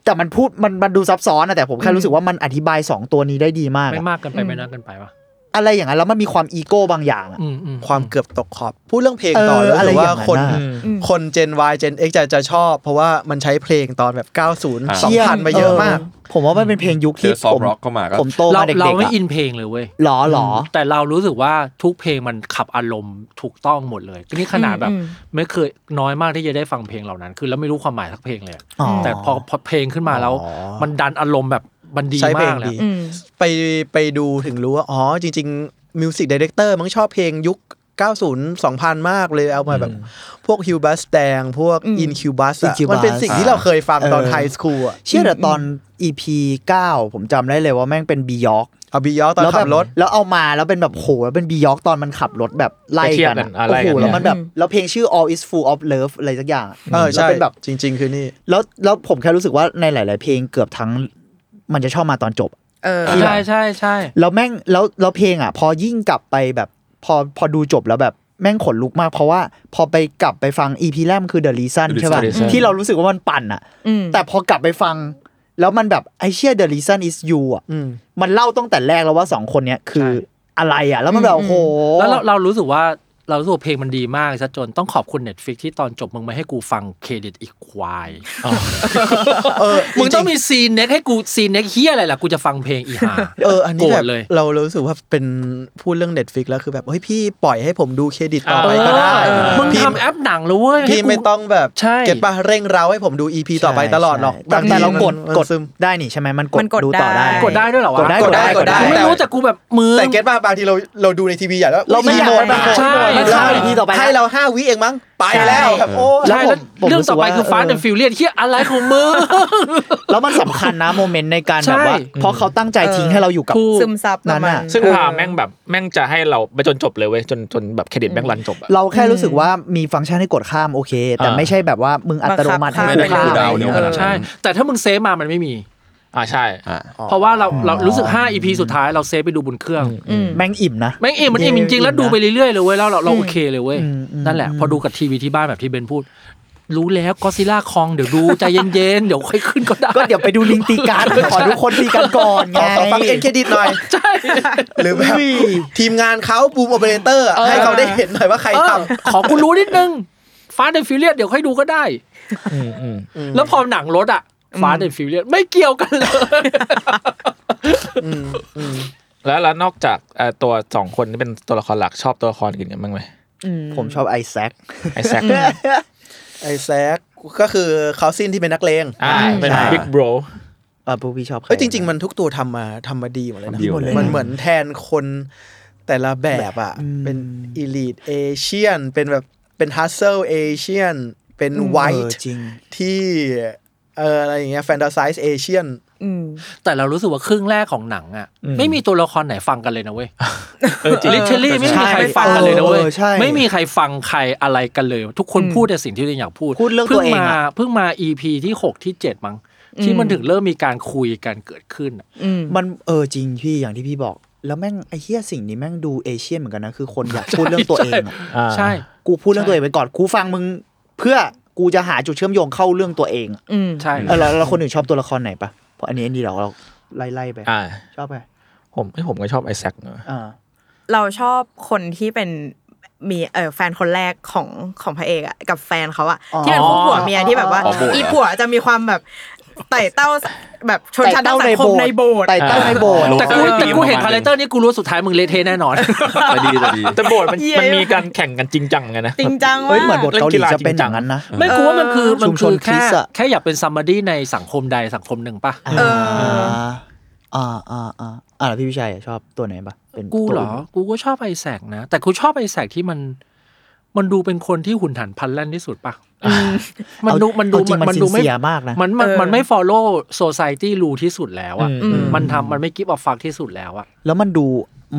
[SPEAKER 5] แต่มันพูดมันมันดูซับซ้อนนะแต่ผมแค่รู้สึกว่ามันอธิบายสองตัวนี้ได้ดีมาก
[SPEAKER 8] ไม่
[SPEAKER 5] อะ
[SPEAKER 8] มากเกินไปไม่น้อยเกินไปวะ
[SPEAKER 5] อะไรอย่างนั้นแล้วมันมีความอีโก้บางอย่างอะ
[SPEAKER 8] อืมอืม
[SPEAKER 9] ความเกือบตกขอบ พูดเรื่องเพลง
[SPEAKER 5] เออ
[SPEAKER 9] ต่อเลย
[SPEAKER 5] อะไร
[SPEAKER 9] รู้สึก
[SPEAKER 5] อย่า
[SPEAKER 9] ว่างคน
[SPEAKER 5] นั้นน่ะ
[SPEAKER 9] คนเจน Y เจน X จะจะชอบ เพราะว่ามันใช้เพลงตอนแบบ 90
[SPEAKER 7] อ่า
[SPEAKER 9] 2000 มาเยอะมาก
[SPEAKER 5] ผมว่ามันเป็นเพลงยุคที่
[SPEAKER 7] เจอ soft
[SPEAKER 5] ผม
[SPEAKER 7] rock เข้ามาก็
[SPEAKER 5] ผมโต
[SPEAKER 8] เรา
[SPEAKER 5] มาเด็กๆ
[SPEAKER 8] เราไม่
[SPEAKER 5] อะ
[SPEAKER 8] อินเพลงเลยเว้ย
[SPEAKER 5] หรอหรอ
[SPEAKER 8] แต่เรารู้สึกว่าทุกเพลงมันขับอารมณ์ถูกต้องหมดเลยนี่ขนาดแบบ
[SPEAKER 6] อืม
[SPEAKER 8] ไม่เคยน้อยมากที่จะได้ฟังเพลงเหล่านั้น คือแล้วไม่รู้ความหมายสักเพลงเลยอะ
[SPEAKER 5] อ๋อ
[SPEAKER 8] แต่พอพอเพลงขึ้นมาแล้ว มันดันอารมณ์แบบมันดี
[SPEAKER 9] ใช้เพล
[SPEAKER 8] มาง กเลย
[SPEAKER 9] ดี
[SPEAKER 8] อะ
[SPEAKER 6] อืม
[SPEAKER 9] ไปไปดูถึงรู้ว่า อ๋อ จริง ๆ มิวสิกดีเรคเตอร์มันชอบเพลงยุค 90 2000 มากเลยเอามาแบบ พวกฮิวบัสแดง พวกอินคิวบัส
[SPEAKER 5] Incubus
[SPEAKER 9] มันเป็นสิ่งที่เราเคยฟังตอน
[SPEAKER 5] เออ
[SPEAKER 9] ไฮสคูลอะ
[SPEAKER 5] เชื่อแต่ตอน EP 9 ผมจำได้เลยว่าแม่งเป็นบียอก
[SPEAKER 9] เอาบิยอตอน
[SPEAKER 5] แล้วแบ
[SPEAKER 9] ขั
[SPEAKER 5] บบ
[SPEAKER 9] รถ
[SPEAKER 5] แล้วเอามาแล้วเป็นแบบโหแล้วเป็นบียอกตอนมันขับรถแบบไล่
[SPEAKER 4] ไปเทียบ
[SPEAKER 5] กัน
[SPEAKER 4] กัน
[SPEAKER 5] อะ
[SPEAKER 4] อะไร
[SPEAKER 5] โอ้โห
[SPEAKER 4] กัน
[SPEAKER 5] แล้
[SPEAKER 4] เนี่
[SPEAKER 5] วย มันแบบแล้วเพลงชื่อ all is full of love อะไรสักอย่างะ
[SPEAKER 9] เออ
[SPEAKER 5] แล้ว
[SPEAKER 9] ใช่
[SPEAKER 5] เป็นแบบ
[SPEAKER 9] จริง ๆ คือนี่
[SPEAKER 5] แล้วแล้วผมแค่รู้สึกว่าในหลาย ๆ เพลงเกือบทั้งมันจะชอบมาตอนจบ
[SPEAKER 6] เออ
[SPEAKER 8] ใช่ใช่ใช่
[SPEAKER 5] แล้วแม่งแล้วแล้วเพลงอ่ะ พอยิ่งกลับไปแบบ พอพอดูจบแล้วแบบแม่งขนลุกมาก เพราะว่าพอไปกลับไปฟัง EP แรกมันคือ The Reason
[SPEAKER 7] The
[SPEAKER 5] ใช่ป่ะ
[SPEAKER 4] Reason Reason
[SPEAKER 5] ที่เรารู้สึกว่ามันปั่นอ่ะ
[SPEAKER 6] อืม
[SPEAKER 5] แต่พอกลับไปฟัง แล้วมันแบบไอเชีย The Reason is you อ่ะมันเล่าตั้งแต่แรกแล้วว่าสองคนเนี้ยคืออะไรอ่ะ แล้วมันแบบโอ้โห
[SPEAKER 8] แล้วเราเรารู้สึกว่า เรารู้สึกว่าเพลงมันดีมากซะจนต้องขอบคุณ Netflix ที่ตอนจบมึงไม่ให้กูฟังเครดิตอีกควาย
[SPEAKER 9] เออ
[SPEAKER 8] มึงต้องมีซีนเน็กให้กูซีนเน็กเฮียอะไรล่ะกูจะฟังเพลงอีห่า
[SPEAKER 9] เอออัน
[SPEAKER 8] โก
[SPEAKER 9] นี้
[SPEAKER 8] ร
[SPEAKER 9] แบ
[SPEAKER 8] ธ
[SPEAKER 9] บ
[SPEAKER 8] เลย
[SPEAKER 9] เรารู้สึกว่าเป็นพูดเรื่องเน็ตฟิกแล้วคือแบบเฮ้ยพี่ปล่อยให้ผมดูเครดิตต่อไป
[SPEAKER 8] เออ
[SPEAKER 9] ก็ได้
[SPEAKER 8] เออมึง
[SPEAKER 9] พี่
[SPEAKER 8] ทำแอปหนังเลยเว้ย
[SPEAKER 9] พี่
[SPEAKER 8] ให้กู
[SPEAKER 9] ไม่ต้องแบบ
[SPEAKER 8] ใช่
[SPEAKER 9] เก็ตปะเร่งเร้าให้ผมดูอีพีต่อไปตลอดหรอก
[SPEAKER 5] ใช่แต่
[SPEAKER 9] บงที
[SPEAKER 5] แต่เรากด
[SPEAKER 9] มัน
[SPEAKER 5] กด
[SPEAKER 9] ซึม
[SPEAKER 5] ได้นี่ใช่ไหมมันก
[SPEAKER 6] มั
[SPEAKER 5] ด
[SPEAKER 6] นกด
[SPEAKER 5] ดูต่อ
[SPEAKER 6] ได้
[SPEAKER 5] ได้
[SPEAKER 8] กดได้ด้วยเหรอวะ
[SPEAKER 5] กดได้กดได้กดได้
[SPEAKER 8] กูไม่รู้แต่กูแบบมือ
[SPEAKER 9] แต่เก็ตป่ะบางทีเราเราดูในทีวีอย่างแล้ว
[SPEAKER 5] เราไม่อยาก
[SPEAKER 9] โหด
[SPEAKER 5] ไปบางคน
[SPEAKER 8] ใช่
[SPEAKER 5] มันข้ามอีพีต่อไปนะ
[SPEAKER 9] ให้เราห้าวิเองมั้งไปแล้วครับโอ้ย
[SPEAKER 5] แล้
[SPEAKER 8] ใช่
[SPEAKER 5] ว
[SPEAKER 8] แล้ว
[SPEAKER 5] ผม
[SPEAKER 8] เรื่อง
[SPEAKER 5] รู้สึ
[SPEAKER 8] ต่อกไป
[SPEAKER 5] ว่า
[SPEAKER 8] คือ Fast
[SPEAKER 5] เออ
[SPEAKER 8] and Furious เฮียอะไรของมึง
[SPEAKER 5] แล้วมันสำคัญนะโมเมนต์ในการแบบว่า
[SPEAKER 8] ใช่
[SPEAKER 5] เพราะเขาตั้งใจทิ้งให้เราอยู่กับ
[SPEAKER 8] ถูก
[SPEAKER 6] ซึมซับประมาณ
[SPEAKER 5] นั่นน่ะ
[SPEAKER 4] ซึ่งพาแม่งแบบแม่งจะให้เราไปจนจบเลยเว้ยจนจนแบบเครดิตแม่งรันจบอะ
[SPEAKER 5] เราแค่รู้สึกว่ามีฟังก์ชันให้กดข้ามโอเค แต่
[SPEAKER 4] อ่า
[SPEAKER 5] ไม่ใช่แบบว่ามึงอัตโนมัติให้
[SPEAKER 6] บั
[SPEAKER 5] กู
[SPEAKER 6] งคับ
[SPEAKER 5] ข้า
[SPEAKER 6] ข้าม
[SPEAKER 5] ม
[SPEAKER 6] ไป
[SPEAKER 7] ดาวเดียวขนาดนั้น
[SPEAKER 8] ใช่ แต่ถ้ามึงเซฟมามันไม่มี
[SPEAKER 4] อ่าใช่
[SPEAKER 7] อ่ะ
[SPEAKER 8] เพราะว่าเราเรารู้สึก 5 EP สุดท้ายเราเซฟไปดูบนเครื่อง
[SPEAKER 6] อืม
[SPEAKER 5] แม่งอิ่มนะ
[SPEAKER 8] แม่งเอ็มมันเอ็มจริงๆ แล้วดูไปเรื่อยๆเลยเว้ยแล้วเราเรา
[SPEAKER 6] อืม
[SPEAKER 8] โอเคเลยเว้ย
[SPEAKER 5] อืมอืม
[SPEAKER 8] นั่นแหละ พอดูกับทีวีที่บ้านแบบที่เบนพูด รู้แล้วก็ซิล่าคองเดี๋ยวดูใจเย็นๆ เดี๋ยวค่อยขึ้นก็ได้
[SPEAKER 5] ก็เดี๋ยวไปดูลิงตีการขอทุกคนตีกันก่อน
[SPEAKER 9] ข
[SPEAKER 5] ไง
[SPEAKER 9] อขอฟังเอ็นเครดิตหน่อย ใช่ หรือแบบทีมงานเขาบูมโอเปอเรเตอร์
[SPEAKER 8] เออ
[SPEAKER 9] ให้เขาได้เห็นหน่อยว่าใคร
[SPEAKER 8] เอ
[SPEAKER 9] ท
[SPEAKER 8] อขอกูรู้นิดนึงฟา s เดนฟิ r เลียสเดี๋ยวค่อยดูก็ได้ แล้วพอหนังรถอะฟา s เดนฟิ r เลียสไม่เกี่ยวกันเลย
[SPEAKER 4] แล้วแล้วนอกจากเอ่อตัวสองคนที่เป็นตัวละครหลักชอบตัวละครอื่นกันบ้างไหม
[SPEAKER 5] ผมชอบไอแซค
[SPEAKER 4] ไอแซค
[SPEAKER 9] ำไอแซคก็คือเขาสิ้นที่เป็นนักเลง
[SPEAKER 4] อ่าเป็น
[SPEAKER 5] ใช่
[SPEAKER 4] บิ๊กบร
[SPEAKER 5] เออพวกพี่ชอบใค
[SPEAKER 9] เอ้ยจริง ๆ มันทุกตัวทำมาทำมาดีหมดเลยนะ
[SPEAKER 7] ดีหมดเลย
[SPEAKER 9] มันเหมือนแทนคนแต่ละแบบอ่ะ เป็นอ l ลีทเอเชียนเป็นแบบเป็นฮัสเซลเอเชียนเป็นไว
[SPEAKER 5] เออ
[SPEAKER 9] ท์
[SPEAKER 5] จริง
[SPEAKER 9] ที่เอออะไรอย่างเงี้ยแฟนตาไซส์เอเชียน
[SPEAKER 6] อืม
[SPEAKER 8] แต่เรารู้สึกว่าครึ่งแรกของหนังอ่ะ ไม่มีตัวละครไหนฟังกันเลยนะเว้ยลิเทอรี่ไม่มีใครฟังกันเลยนะเว้ย
[SPEAKER 5] เออใช่
[SPEAKER 8] ไม่มีใครฟังใครอะไรกันเลย ทุกคนพูดแต่สิ่งที่ตัวเองอยากพูด
[SPEAKER 5] พูดเรื่องตัวเอง
[SPEAKER 8] มา
[SPEAKER 5] อะ
[SPEAKER 8] เพิ่งมา EP ที่หกที่เจ็ดมั้งที่มันถึงเริ่มมีการคุยกันเกิดขึ้นอะ
[SPEAKER 6] อืม
[SPEAKER 5] มันเออจริงพี่อย่างที่พี่บอก แล้วแม่งไอเฮียสิ่งนี้แม่งดูเอเชียนเหมือนกันนะคือคนอยากพูดเรื่องตัวเองอะ
[SPEAKER 8] ใช่
[SPEAKER 5] กูพูดเรื่องตัวเองไปก่อนกูฟังมึง เพื่อกูจะหาจุดเชื่อมโยงเข้าเรื่องตัวเองอะ
[SPEAKER 6] อืม
[SPEAKER 8] ใช่
[SPEAKER 5] เออแล้วแล้วคนอื่นชอบตัวละครไหนปะเพราะอันนี้อันนี้เราเราไล่ไล่ไป
[SPEAKER 4] อ่า
[SPEAKER 5] ชอบไป
[SPEAKER 4] ผมเอ้ยผมก็ชอบไอแซคเนอะ
[SPEAKER 5] อ่า
[SPEAKER 6] เราชอบคนที่เป็นมีเออแฟนคนแรกของของพระเอกอะกับแฟนเขาอะที่เป็นคู่ผัวเมียที่แบบว่า
[SPEAKER 7] อ๋อโบสถ์อะ
[SPEAKER 6] อีผัวจะมีความแบบไต่เต้าแบบชนชั้นทางสังคมในโบสถ์
[SPEAKER 5] ไต่เต้าในโบสถ์
[SPEAKER 8] แต่กูแต่กูเห็นคาแรคเตอร์นี้กูรู้ว่าสุดท้ายมึงเละเทะแน่นอน
[SPEAKER 7] แต่ดีแต่ดี
[SPEAKER 4] แต่โบทมันมันมีการแข่งกันจริงจังเหมือนกันนะ
[SPEAKER 6] จริงจัง
[SPEAKER 5] เฮ้
[SPEAKER 6] ว่าย
[SPEAKER 5] เหมือนบทเกาหลี
[SPEAKER 4] เล่นกีฬา
[SPEAKER 5] จะเป็นอย่างนั้นนะ
[SPEAKER 8] ไม่กูว่ามันคือมัน
[SPEAKER 5] ชุม
[SPEAKER 8] คื
[SPEAKER 5] ชน
[SPEAKER 8] อ
[SPEAKER 5] คริ
[SPEAKER 8] แค่
[SPEAKER 5] สต์อะ
[SPEAKER 8] แค่อยากเป็นซัมมาดี้ในสังคมใดสังคมหนึ่งปะ
[SPEAKER 5] อ่าอ่าอ่าอ่าอ่าแล้วพี่วิชัยอะชอบตัวไหนปะเป็น
[SPEAKER 8] กูเหรอ
[SPEAKER 5] ตัว
[SPEAKER 8] กูก็ชอบไอแสกนะ แต่กูชอบไอแสกที่มัน มันดูเป็นคนที่หุ่นหันพลันแล่นที่สุดปะมันดูมันดู
[SPEAKER 5] เอาจริงมัน
[SPEAKER 8] ดูไม่
[SPEAKER 5] sincere มากนะ
[SPEAKER 8] มันมันมันไม่ follow society rule ที่สุดแล้วอ่ะมันทำมันไม่ give a fuck ที่สุดแล้วอ่ะ
[SPEAKER 5] แล้วมันดู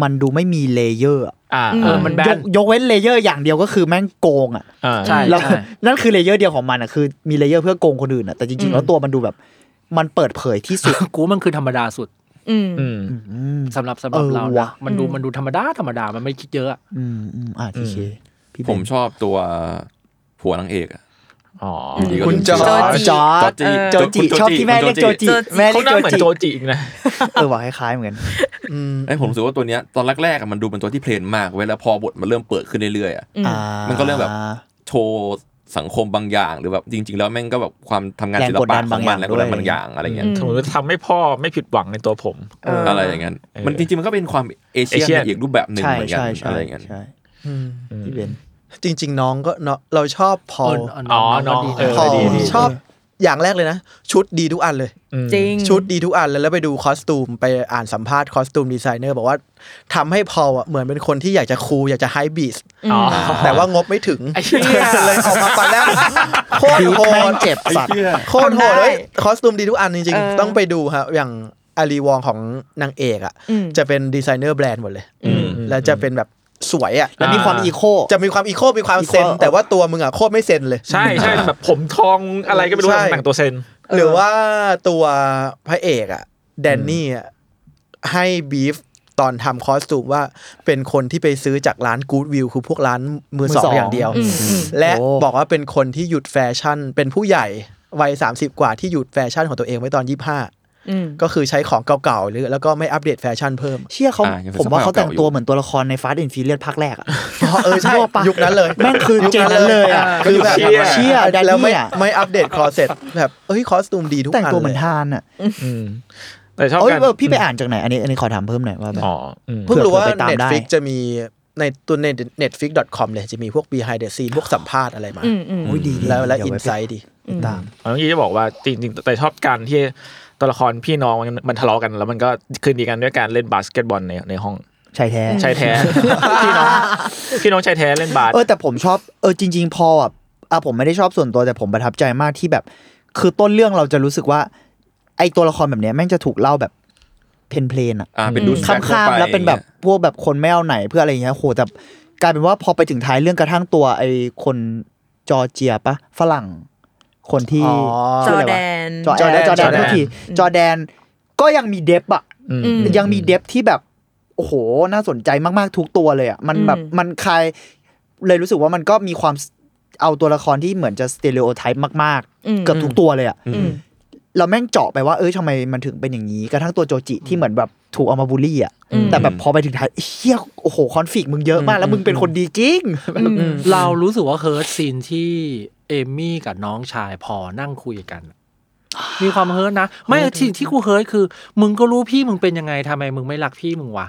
[SPEAKER 5] มันดูไม่มีเลเยอร์อะ
[SPEAKER 4] อ่า
[SPEAKER 8] เออมันแบ
[SPEAKER 5] ยก
[SPEAKER 8] น
[SPEAKER 5] ยกเว้นเลเยอร์อย่างเดียวก็คือแม่งโกงอ่ะ
[SPEAKER 4] อ่า
[SPEAKER 8] ใช่
[SPEAKER 5] แล้วนั่นคือเลเยอร์เดียวของมันอ่ะคือมีเลเยอร์เพื่อโกงคนอื่นอ่ะแต่จริงๆแล้วตัวมันดูแบบ มันเปิดเผยที่สุด
[SPEAKER 8] กูว่ามันคือธรรมดาสุด
[SPEAKER 6] อืม
[SPEAKER 4] อืม
[SPEAKER 8] สำหรับสำหรับ
[SPEAKER 5] เออ
[SPEAKER 8] เรา
[SPEAKER 5] ว่ะ
[SPEAKER 8] นะมันดูมันดูธรรมดาธรรมดามันไม่คิดเยอะอะ
[SPEAKER 5] อืมอืมอ่าทีเคพี่ เบน
[SPEAKER 7] ผมชอบตัวผัวนางเอกอะ
[SPEAKER 4] อ๋อ
[SPEAKER 7] ดีก็
[SPEAKER 9] คุณจอร์จ
[SPEAKER 5] จอร์จ
[SPEAKER 7] จี
[SPEAKER 5] โจจิ
[SPEAKER 7] คุณ
[SPEAKER 5] ชอบที่แม่เรียกโจจิแม่
[SPEAKER 4] เขา
[SPEAKER 5] เรียก
[SPEAKER 4] หน้าเหมือ
[SPEAKER 5] โจ
[SPEAKER 4] น
[SPEAKER 5] จิ
[SPEAKER 4] โจจิอีกนะ
[SPEAKER 5] เออว่ะคล้ายๆเหมือนกัน
[SPEAKER 7] ไอ้ยผมรู้สึกว่าตัวเนี้ยตอนแรกๆอะมันดูเป็นตัวที่เพลนมากเว้ยแล้วพอบทมันเริ่มเปิดขึ้นเรื่อยๆอะ
[SPEAKER 6] อืม
[SPEAKER 5] อ่า
[SPEAKER 7] มันก็เรื่องแบบ โชว์สังคมบางอย่าง หรือแบบจริง ๆ แล้วแม่งก็แบบความทำงาน
[SPEAKER 5] แรง
[SPEAKER 7] ศิล
[SPEAKER 5] กดดั
[SPEAKER 7] ปะ
[SPEAKER 5] น
[SPEAKER 7] ของมันแรงกดดัน
[SPEAKER 5] บา
[SPEAKER 7] บาง งอย่
[SPEAKER 5] อา
[SPEAKER 7] ย่าง งอะไรเงี้ย
[SPEAKER 4] สมมติว่าทำให้พ่อไม่ผิดหวังในตัวผม
[SPEAKER 6] เอออ
[SPEAKER 7] อะไรอย่างเงี้ยมันจริงๆมันก็เป็นความเอเชี
[SPEAKER 4] เอ
[SPEAKER 7] ย
[SPEAKER 4] เชียน
[SPEAKER 7] ในอีกรูปแบบหนึ่ง
[SPEAKER 5] ใช่
[SPEAKER 7] เหมือนกัน
[SPEAKER 5] ใช่ใช่
[SPEAKER 7] อะไรอย่างเงี้ย
[SPEAKER 5] ใช่
[SPEAKER 9] อืม
[SPEAKER 5] พี่เบน
[SPEAKER 9] จริง ๆ น้องก็เนาะเราชอบพอล
[SPEAKER 4] อ๋อ
[SPEAKER 8] ก็
[SPEAKER 4] น้อง
[SPEAKER 8] ดี
[SPEAKER 4] เออ
[SPEAKER 9] พอ
[SPEAKER 4] ดีดี
[SPEAKER 9] ชอบอย่างแรกเลยนะ ชุดดีทุกอันเลย
[SPEAKER 6] จริง
[SPEAKER 9] ชุดดีทุกอันเลยแล้วไปดูคอสตูม ไปอ่านสัมภาษณ์คอสตูมดีไซเนอร์บอกว่าทำให้พอลอะเหมือนเป็นคนที่อยากจะคูลอยากจะไฮบีส
[SPEAKER 4] อ๋อ
[SPEAKER 9] แต่ว่างบไม่ถึง
[SPEAKER 4] ไอ้เหี้ย
[SPEAKER 9] เลยออกมาตอนแรกโคตรโห
[SPEAKER 5] แม่
[SPEAKER 9] ด
[SPEAKER 5] งเจ็บสัตว์
[SPEAKER 9] โคตรโหดเลยคอสตูมดีทุกอันจริง
[SPEAKER 6] เออ
[SPEAKER 9] ๆ ต้องไปดูครับอย่างอารีวองของนางเอกอ่ะ
[SPEAKER 6] อืม
[SPEAKER 9] จะเป็นดีไซเนอร์แบรนด์หมดเลย
[SPEAKER 7] อืม
[SPEAKER 9] แล้วจะเป็นแบบสวยอ่ะ
[SPEAKER 5] แล้วมีความอีโค
[SPEAKER 9] จะมีความอีโคมีความเซน
[SPEAKER 5] อีโค
[SPEAKER 9] แต่ว่าตัวมึงอ่ะโคตรไม่เซนเลย
[SPEAKER 4] ใช่ใช่แบบผมทองอะไรก็ไม่รู้
[SPEAKER 9] ใช่
[SPEAKER 4] แต่งตัวเซน
[SPEAKER 9] หรือว่าตัวพระเอกอะแดนนี่อะให้บีฟตอนทำคอสตูมว่าเป็นคนที่ไปซื้อจากร้านกู๊ดวิวคือพวกร้านมือสอง
[SPEAKER 5] มือสอง
[SPEAKER 9] อย่างเดียว
[SPEAKER 6] อืมอืม
[SPEAKER 9] และ
[SPEAKER 5] โอ้
[SPEAKER 9] บอกว่าเป็นคนที่หยุดแฟชั่น เป็นผู้ใหญ่วัย 30 กว่าที่หยุดแฟชั่นของตัวเองไว้ตอน 25
[SPEAKER 6] อืม
[SPEAKER 5] ก็คือใช้ของเก่าๆหรือแล้วก็ไม่อัปเดตแฟชั่นเพิ่ม
[SPEAKER 9] เชี่ยเขา
[SPEAKER 7] อ่ายังเป็น
[SPEAKER 9] ผมว่าเขาแต่ง
[SPEAKER 7] สภาพเก่าอยู่
[SPEAKER 9] ตัวเหมือนตัวละครในฟาสต์ n อนฟิเลียนภาคแรกอะ
[SPEAKER 5] เออใช่
[SPEAKER 9] ทั่วไป
[SPEAKER 5] ยุคนั้นเลย
[SPEAKER 9] แม่งคือเจนนั้นเลยอะ
[SPEAKER 5] ยุคนั้น
[SPEAKER 9] คือ
[SPEAKER 5] เลย
[SPEAKER 9] แบบ
[SPEAKER 5] อะ
[SPEAKER 9] เชี่ยแดนนี่อะ
[SPEAKER 5] แล้วไม่ไม่อัปเดตคอ เซ็ตแบบเอ้ยคอสตูมดีทุกอัน
[SPEAKER 9] แต่งตัวเหมือน
[SPEAKER 5] เลย
[SPEAKER 9] ทานอะ
[SPEAKER 4] อืมแต่ชอบ
[SPEAKER 9] เอ้ย
[SPEAKER 4] การ
[SPEAKER 9] เออพี่ไปอ่านจากไหนอันนี้อันนี้ขอถามเพิ่มหน่อยว่าแบบ
[SPEAKER 4] อ๋ออืม
[SPEAKER 5] เพิ่งรู้ว่า
[SPEAKER 9] เผื่อไปตามได้
[SPEAKER 5] Netflix จะมีในตัวใน netflix.com เลยจะมีพวก behind the scene พวกสัมภาษณ์อะไรมา
[SPEAKER 6] อืมอืม
[SPEAKER 9] โอ้ยดีดี
[SPEAKER 5] แล้วและ
[SPEAKER 9] เดี๋
[SPEAKER 5] อิ
[SPEAKER 9] ย
[SPEAKER 5] น
[SPEAKER 9] ไว้
[SPEAKER 5] ไซด์ดี
[SPEAKER 9] ตาม
[SPEAKER 4] เมื่อกี้จะบอกว่าจริงๆแต่ชอบการที่ตัวละครพี่น้องมันมันทะเลาะกัน แล้วมันก็คืนดีกันด้วยการเล่นบาสเกตบอลในในห้อง
[SPEAKER 9] ชายแท้
[SPEAKER 4] ชายแท้ พี่น้องพี่น้องชายแท้เล่นบาส
[SPEAKER 9] เออแต่ผมชอบเออจริง ๆ พออ่ะอ่ะผมไม่ได้ชอบส่วนตัวแต่ผมประทับใจมากที่แบบ คือต้นเรื่องเราจะรู้สึกว่า ไอตัวละครแบบเนี้ยแม่งจะถูกเล่าแบบเพนเพลนๆอ่ะ
[SPEAKER 7] อ่าเป็นดูสแฟกต์
[SPEAKER 9] ข้าม
[SPEAKER 7] ไป
[SPEAKER 9] ๆแล้วเป็นแบบพวกแบบคนไม่เอาไหนเพื่ออะไรอย่างเงี้ยโหแต่กลายเป็นว่าพอไปถึงท้ายเรื่องกระทั่งตัว ไอคนจอร์เจียปะฝรั่ง คนที่
[SPEAKER 5] อ๋อ
[SPEAKER 9] ชื่ะไรวะ
[SPEAKER 6] จอร์แดน
[SPEAKER 9] จอร์แดนจอร์แดน
[SPEAKER 4] จอร์แดน
[SPEAKER 9] โทษทีจอร์แดนก็ยังมีเดฟอ่ะ
[SPEAKER 4] อืม
[SPEAKER 6] อืม
[SPEAKER 9] ยังมีเดฟที่แบบโอ้โหน่าสนใจมากๆทุกตัวเลยอ่ะมัน
[SPEAKER 6] อืม
[SPEAKER 9] แบบมันคลายเลยรู้สึกว่ามันก็มีความเอาตัวละครที่เหมือนจะสเต r ร o โอไทป์มากๆ เกือบทุกตัวเลยอ่ะ
[SPEAKER 6] อืม
[SPEAKER 9] เราแม่งเจาะไปว่าเอ้ยทำไมมันถึงเป็นอย่างนี้ กระทั่งตัวโจจิที่เหมือนแบบถูกเอามาบูลลี่อ่ะ
[SPEAKER 6] อืม
[SPEAKER 9] แต่แบบพอไปถึงท้ายเฮียโอ้โหคอนฟ lict มึงเยอะมากแล้วมึงเป็นคนดีจริง
[SPEAKER 8] เรารู้สึกว่าเฮิร์ตซีนที่เอมี่กับน้องชายพอนั่งคุยกัน มีความเฮิร์ตนะ ไม่ที่ที่กูเฮิร์ตคือ มึงก็รู้พี่มึงเป็นยังไงทำไมมึงไม่รักพี่มึงวะ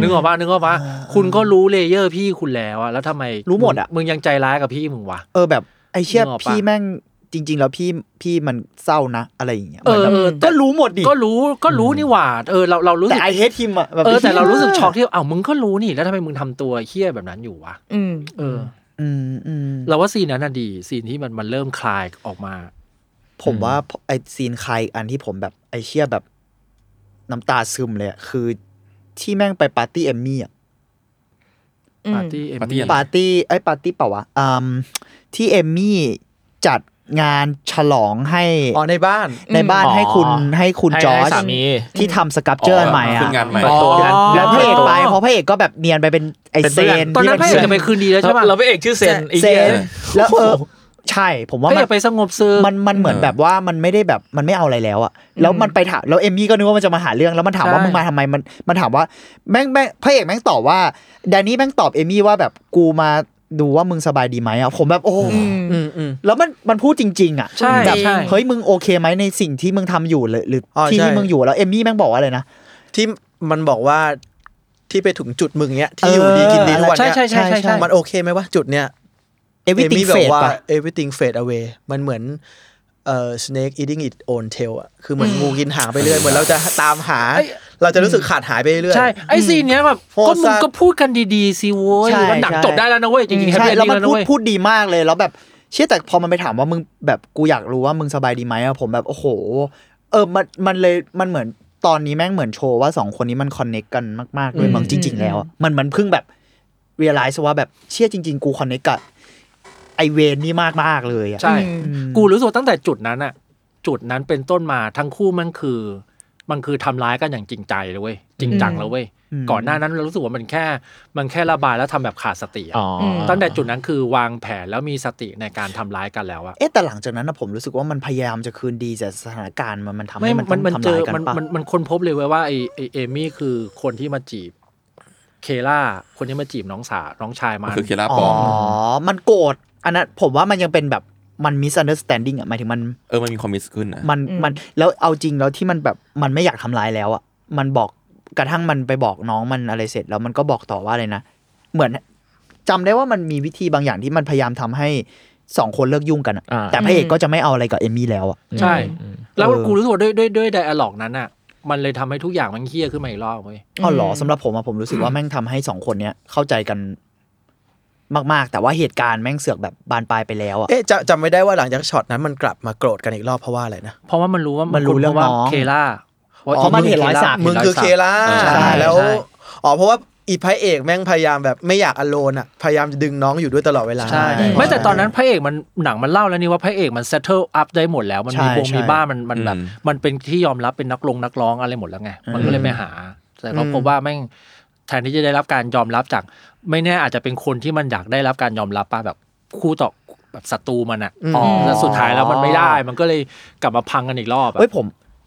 [SPEAKER 8] นึกออกปะนึกออกปะคุณก็รู้เลเยอร์พี่คุณแล้วอะแล้วทำไม
[SPEAKER 9] รู้หมดอะ
[SPEAKER 8] มึงยังใจร้ายกับพี่มึงวะ
[SPEAKER 9] เออแบบไอ้เชี่ย
[SPEAKER 8] นึกออกปะ
[SPEAKER 9] พี่แม่งจริง ๆ แล้วพี่พี่มันเศร้านะ อะไรอย่างเงี้ย
[SPEAKER 8] เออ
[SPEAKER 9] แบบ
[SPEAKER 8] เออแต่
[SPEAKER 9] ก็รู้หมดดิ
[SPEAKER 8] ก็รู้ก็รู้นี่หว่าเออเราเรารู้
[SPEAKER 9] แต่
[SPEAKER 8] สึก
[SPEAKER 9] ไอเฮทิมอ่ะแบบ
[SPEAKER 8] เออแต่เรารู้สึกช็อกที่เอ้ามึงก็รู้นี่แล้วทำไมมึงทำตัวเฮี้ยแบบนั้นอยู่วะ
[SPEAKER 6] อืม
[SPEAKER 8] เออ
[SPEAKER 9] อืมอืม
[SPEAKER 8] เราว่าซีนนั้นน่ะดีซีนที่มันมันเริ่มคลายออกมา
[SPEAKER 9] ผมว่าไอซีนใครอันที่ผมแบบไอเชี่ยแบบน้ำตาซึมเลยอะคือที่แม่งไปปาร์ตี้เอมมี่อะ
[SPEAKER 6] อืม
[SPEAKER 8] ปาร์ตี้เอ็ม
[SPEAKER 7] ปาร์ตี้อะไร
[SPEAKER 9] ปาร์ตี้ไอยปาร์ตี้เปล่าวะอืมที่เอมมี่จัดงานฉลองให้
[SPEAKER 5] อ๋อในบ้าน
[SPEAKER 9] ในบ้าน
[SPEAKER 4] อ๋อ
[SPEAKER 9] ให้คุณให้คุณ
[SPEAKER 4] ให้
[SPEAKER 9] จอ
[SPEAKER 4] ให้
[SPEAKER 9] ร์จ
[SPEAKER 4] สามี
[SPEAKER 9] ที่ทำสกับเจอร์ใหม่
[SPEAKER 7] ขึ้
[SPEAKER 9] อ่ะ
[SPEAKER 7] นงานใหม่
[SPEAKER 4] เปิดตัวกัน
[SPEAKER 9] แล้วพระเอกไป
[SPEAKER 4] เปิดตัว
[SPEAKER 9] เพราะพระเอกก็แบบเนียนไปเป็นไอ
[SPEAKER 4] เป็น
[SPEAKER 9] เซ
[SPEAKER 4] เพื่อน
[SPEAKER 9] น
[SPEAKER 8] ตอนนั้นพระ
[SPEAKER 9] ที่
[SPEAKER 8] เอก
[SPEAKER 9] มั
[SPEAKER 8] จะไปคืนดีแล้วใช่ปะ
[SPEAKER 4] เราไปเอกชื่อเซนไอ้
[SPEAKER 9] เซ
[SPEAKER 4] เหี้ย
[SPEAKER 9] นแล้วเออใช่ผมว่า
[SPEAKER 8] พ
[SPEAKER 9] มั
[SPEAKER 8] ระเอน กไปสงบซึม
[SPEAKER 9] มันมันเหมือนแบบว่ามันไม่ได้แบบมันไม่เอาอะไรแล้วอะแล้วมันไปถามแล้วเอมมี่ก็นึกว่ามันจะมาหาเรื่องแล้วมันถามว่ามึงมาทำไมมันมันถามว่าแม่งแม่งพระเอกแม่งตอบว่าแดนนี่แม่งตอบเอมมี่ว่าแบบกูมาดูว่ามึงสบายดีไหมอะผมแบบโอ้
[SPEAKER 5] อืมอืม
[SPEAKER 9] แล้วมันมันพูดจริง ๆอะ
[SPEAKER 8] ใช่
[SPEAKER 9] แบบ
[SPEAKER 8] ใช่
[SPEAKER 9] เฮ้ยมึงโอเคไหมในสิ่งที่มึงทำอยู่หรือหรือ
[SPEAKER 5] อ
[SPEAKER 9] ที่
[SPEAKER 5] ใช่
[SPEAKER 9] ที่มึงอยู่แล้วเอมมี่แม่งบอกว่าอะไรนะ
[SPEAKER 5] ที่มันบอกว่าที่ไปถึงจุดมึงเนี้ยที่อยู่ดีกินดีทุกวัน
[SPEAKER 8] ใช่
[SPEAKER 5] เนี้ย
[SPEAKER 8] ใช่ใช่ใช่ใช่
[SPEAKER 5] มันโอเคไหมว่าจุดเนี้ย
[SPEAKER 9] everything
[SPEAKER 5] เอมี่
[SPEAKER 9] f a d
[SPEAKER 5] บอ
[SPEAKER 9] e
[SPEAKER 5] กว่า
[SPEAKER 9] ปะ
[SPEAKER 5] everything fade away มันเหมือนเอ่อ snake eating its own tail อ่ะ คือเหมือนงูกินหางไปเรื่อย เหมือนเราจะตามหา เราจะรู้สึกขาดหายไปเรื่อย
[SPEAKER 8] ใช่ไอซีนเนี้ยแบบ
[SPEAKER 5] โหด
[SPEAKER 8] ก็มึ
[SPEAKER 5] สั
[SPEAKER 8] ง
[SPEAKER 5] ตว์
[SPEAKER 8] ก็พูดกันดีๆสิโว้ย
[SPEAKER 9] ใช่
[SPEAKER 8] มันหนัง
[SPEAKER 9] ใช่
[SPEAKER 8] จบได้แล้วนะเว้ยจริงๆแฮป
[SPEAKER 9] ใช่
[SPEAKER 8] ปี้
[SPEAKER 9] แล้ว
[SPEAKER 8] แล้
[SPEAKER 9] มันพูด
[SPEAKER 8] วนะเว้ย
[SPEAKER 9] พูดดีมากเลยแล้วแบบเชื่อแต่พอมันไปถามว่ามึงแบบกูอยากรู้ว่ามึงสบายดีไหมอะผมแบบโอ้โห เออมันมันเลยมันเหมือนตอนนี้แม่งเหมือนโชว์ว่าสองคนนี้มันคอนเน็กกันมากๆเลย
[SPEAKER 6] อืม
[SPEAKER 9] มั้งจริง
[SPEAKER 6] อื
[SPEAKER 9] ๆ
[SPEAKER 6] ม
[SPEAKER 9] แล้วอะมันมันเพิ่งแบบเรียลไลซ์ว่าแบบเชื่อจริง ๆ กูคอนเน็กกับไอเวนนี่มากๆเลยอะ
[SPEAKER 8] ใช่ กูรู้สึกว่าตั้งแต่จุดนั้นอะจุดนั้นเป็นต้นมาทั้งคู่มันคือ มันคือทำร้ายกันอย่างจริงใจเลยเว้ยจริงจังเลยเว้ยก่อนหน้านั้นเรารู้สึกว่ามันแค่ มันแค่ระบายแล้วทำแบบขาดสติอะ
[SPEAKER 4] อ๋ออ
[SPEAKER 6] ม
[SPEAKER 8] ตั้งแต่จุดนั้นคือวางแผนแล้วมีสติในการทำร้ายกันแล้วอะ
[SPEAKER 9] เอ๊ะแต่หลังจากนั้นนะผมรู้สึกว่ามันพยายามจะคืนดีแต่สถานการณ์มันมันทำ
[SPEAKER 8] ไม่
[SPEAKER 9] ให้มัน
[SPEAKER 8] มั
[SPEAKER 9] ต้อ
[SPEAKER 8] น
[SPEAKER 9] ง
[SPEAKER 8] มัน
[SPEAKER 9] ทำ
[SPEAKER 8] เจ
[SPEAKER 9] ลา
[SPEAKER 8] อย
[SPEAKER 9] กัน
[SPEAKER 8] มัน
[SPEAKER 9] ปะ
[SPEAKER 8] มันมันคนพบเลยเว้ยว่าไอไอเอมี่คือคนที่มาจีบ เคล่า คนที่มาจีบน้องสาวน้องชายมัน
[SPEAKER 7] คือเคล่า
[SPEAKER 9] อ๋
[SPEAKER 7] ป
[SPEAKER 9] อ
[SPEAKER 7] อม
[SPEAKER 9] มันโกรธอันนั้นผมว่ามันยังเป็นแบบมัน misunderstanding อะหมายถึงมัน
[SPEAKER 7] เออมันมีความมิสขึ้นนะ
[SPEAKER 9] มัน
[SPEAKER 6] อืม
[SPEAKER 9] มันแล้วเอาจริงแล้วที่มันแบบมันไม่อยากทำร้ายแล้วอ่ะมันบอกกระทั่งมันไปบอกน้องมันอะไรเสร็จแล้วมันก็บอกต่อว่าอะไรนะ เหมือนจำได้ว่ามันมีวิธีบางอย่างที่มันพยายามทำให้สองคนเลิกยุ่งกันอะ
[SPEAKER 4] อ่า
[SPEAKER 9] แต่พระเอกก็จะไม่เอาอะไรกับเอมมี่แล้วอ่ะ
[SPEAKER 8] ใช่
[SPEAKER 4] อืม
[SPEAKER 8] แล้ว
[SPEAKER 9] เออ
[SPEAKER 8] กูรู้สึกว่าด้วยด้วยด้วยไดอะล็อกนั้นอ่ะ มันเลยทำให้ทุกอย่างมันเฮี้ยขึ้นมาอีกรอบเว้ย
[SPEAKER 9] อ๋อเหรอสำหรับผมอะผมรู้สึก ว่าแม่งทำให้สองคนเนี้ยเข้าใจกันมาก ๆ แต่ว่าเหตุการณ์แม่งเสือกแบบบานปลายไปแล้วอ่ะ
[SPEAKER 5] เอ๊ะจะจำไม่ได้ว่าหลังจากช็อตนั้นมันกลับมาโกรธกันอีกรอบเพราะว่าอะไรนะ
[SPEAKER 8] เพราะว่ามันรู้ว่า
[SPEAKER 9] มันรู้เรื่อง
[SPEAKER 8] ว่า
[SPEAKER 9] น้อง
[SPEAKER 8] เคล่าว่า
[SPEAKER 9] อ๋อมันเห็นรอยสัก
[SPEAKER 5] มึงคือเคล่า
[SPEAKER 9] ใช่
[SPEAKER 5] แล้ว
[SPEAKER 8] ใช่
[SPEAKER 5] อ๋อเพราะว่าอีพระเอกแม่งพยายามแบบไม่อยากอโลนอ่ะ พยายามจะดึงน้องอยู่ด้วยตลอดเวลา
[SPEAKER 8] ใช่
[SPEAKER 9] ใช่
[SPEAKER 8] ไม่แต่ตอนนั้นพระเอกมันหนังมันเล่าแล้วนี่ว่าพระเอกมัน settle up ได้หมดแล้วมันมี
[SPEAKER 9] ใช่
[SPEAKER 8] วง
[SPEAKER 9] ใช่
[SPEAKER 8] มีบ้านมันมันแบบมันเป็นที่ยอมรับเป็นนักลงนักร้องอะไรหมดแล้วไงมันก็เลยไปหา แต่ก็พบว่าแม่งแทนที่จะได้รับการยอมรับจาก ไม่แน่อาจจะเป็นคนที่มันอยากได้รับการยอมรับป่ะแบบคู่ต่อแบบศัตรูมันอ่ะ
[SPEAKER 5] อืม
[SPEAKER 8] แล้วสุดท้ายแล้วมันไม่ได้ มันก็เลยกลับมาพังกันอีกรอบอะ
[SPEAKER 9] เอ้ยผม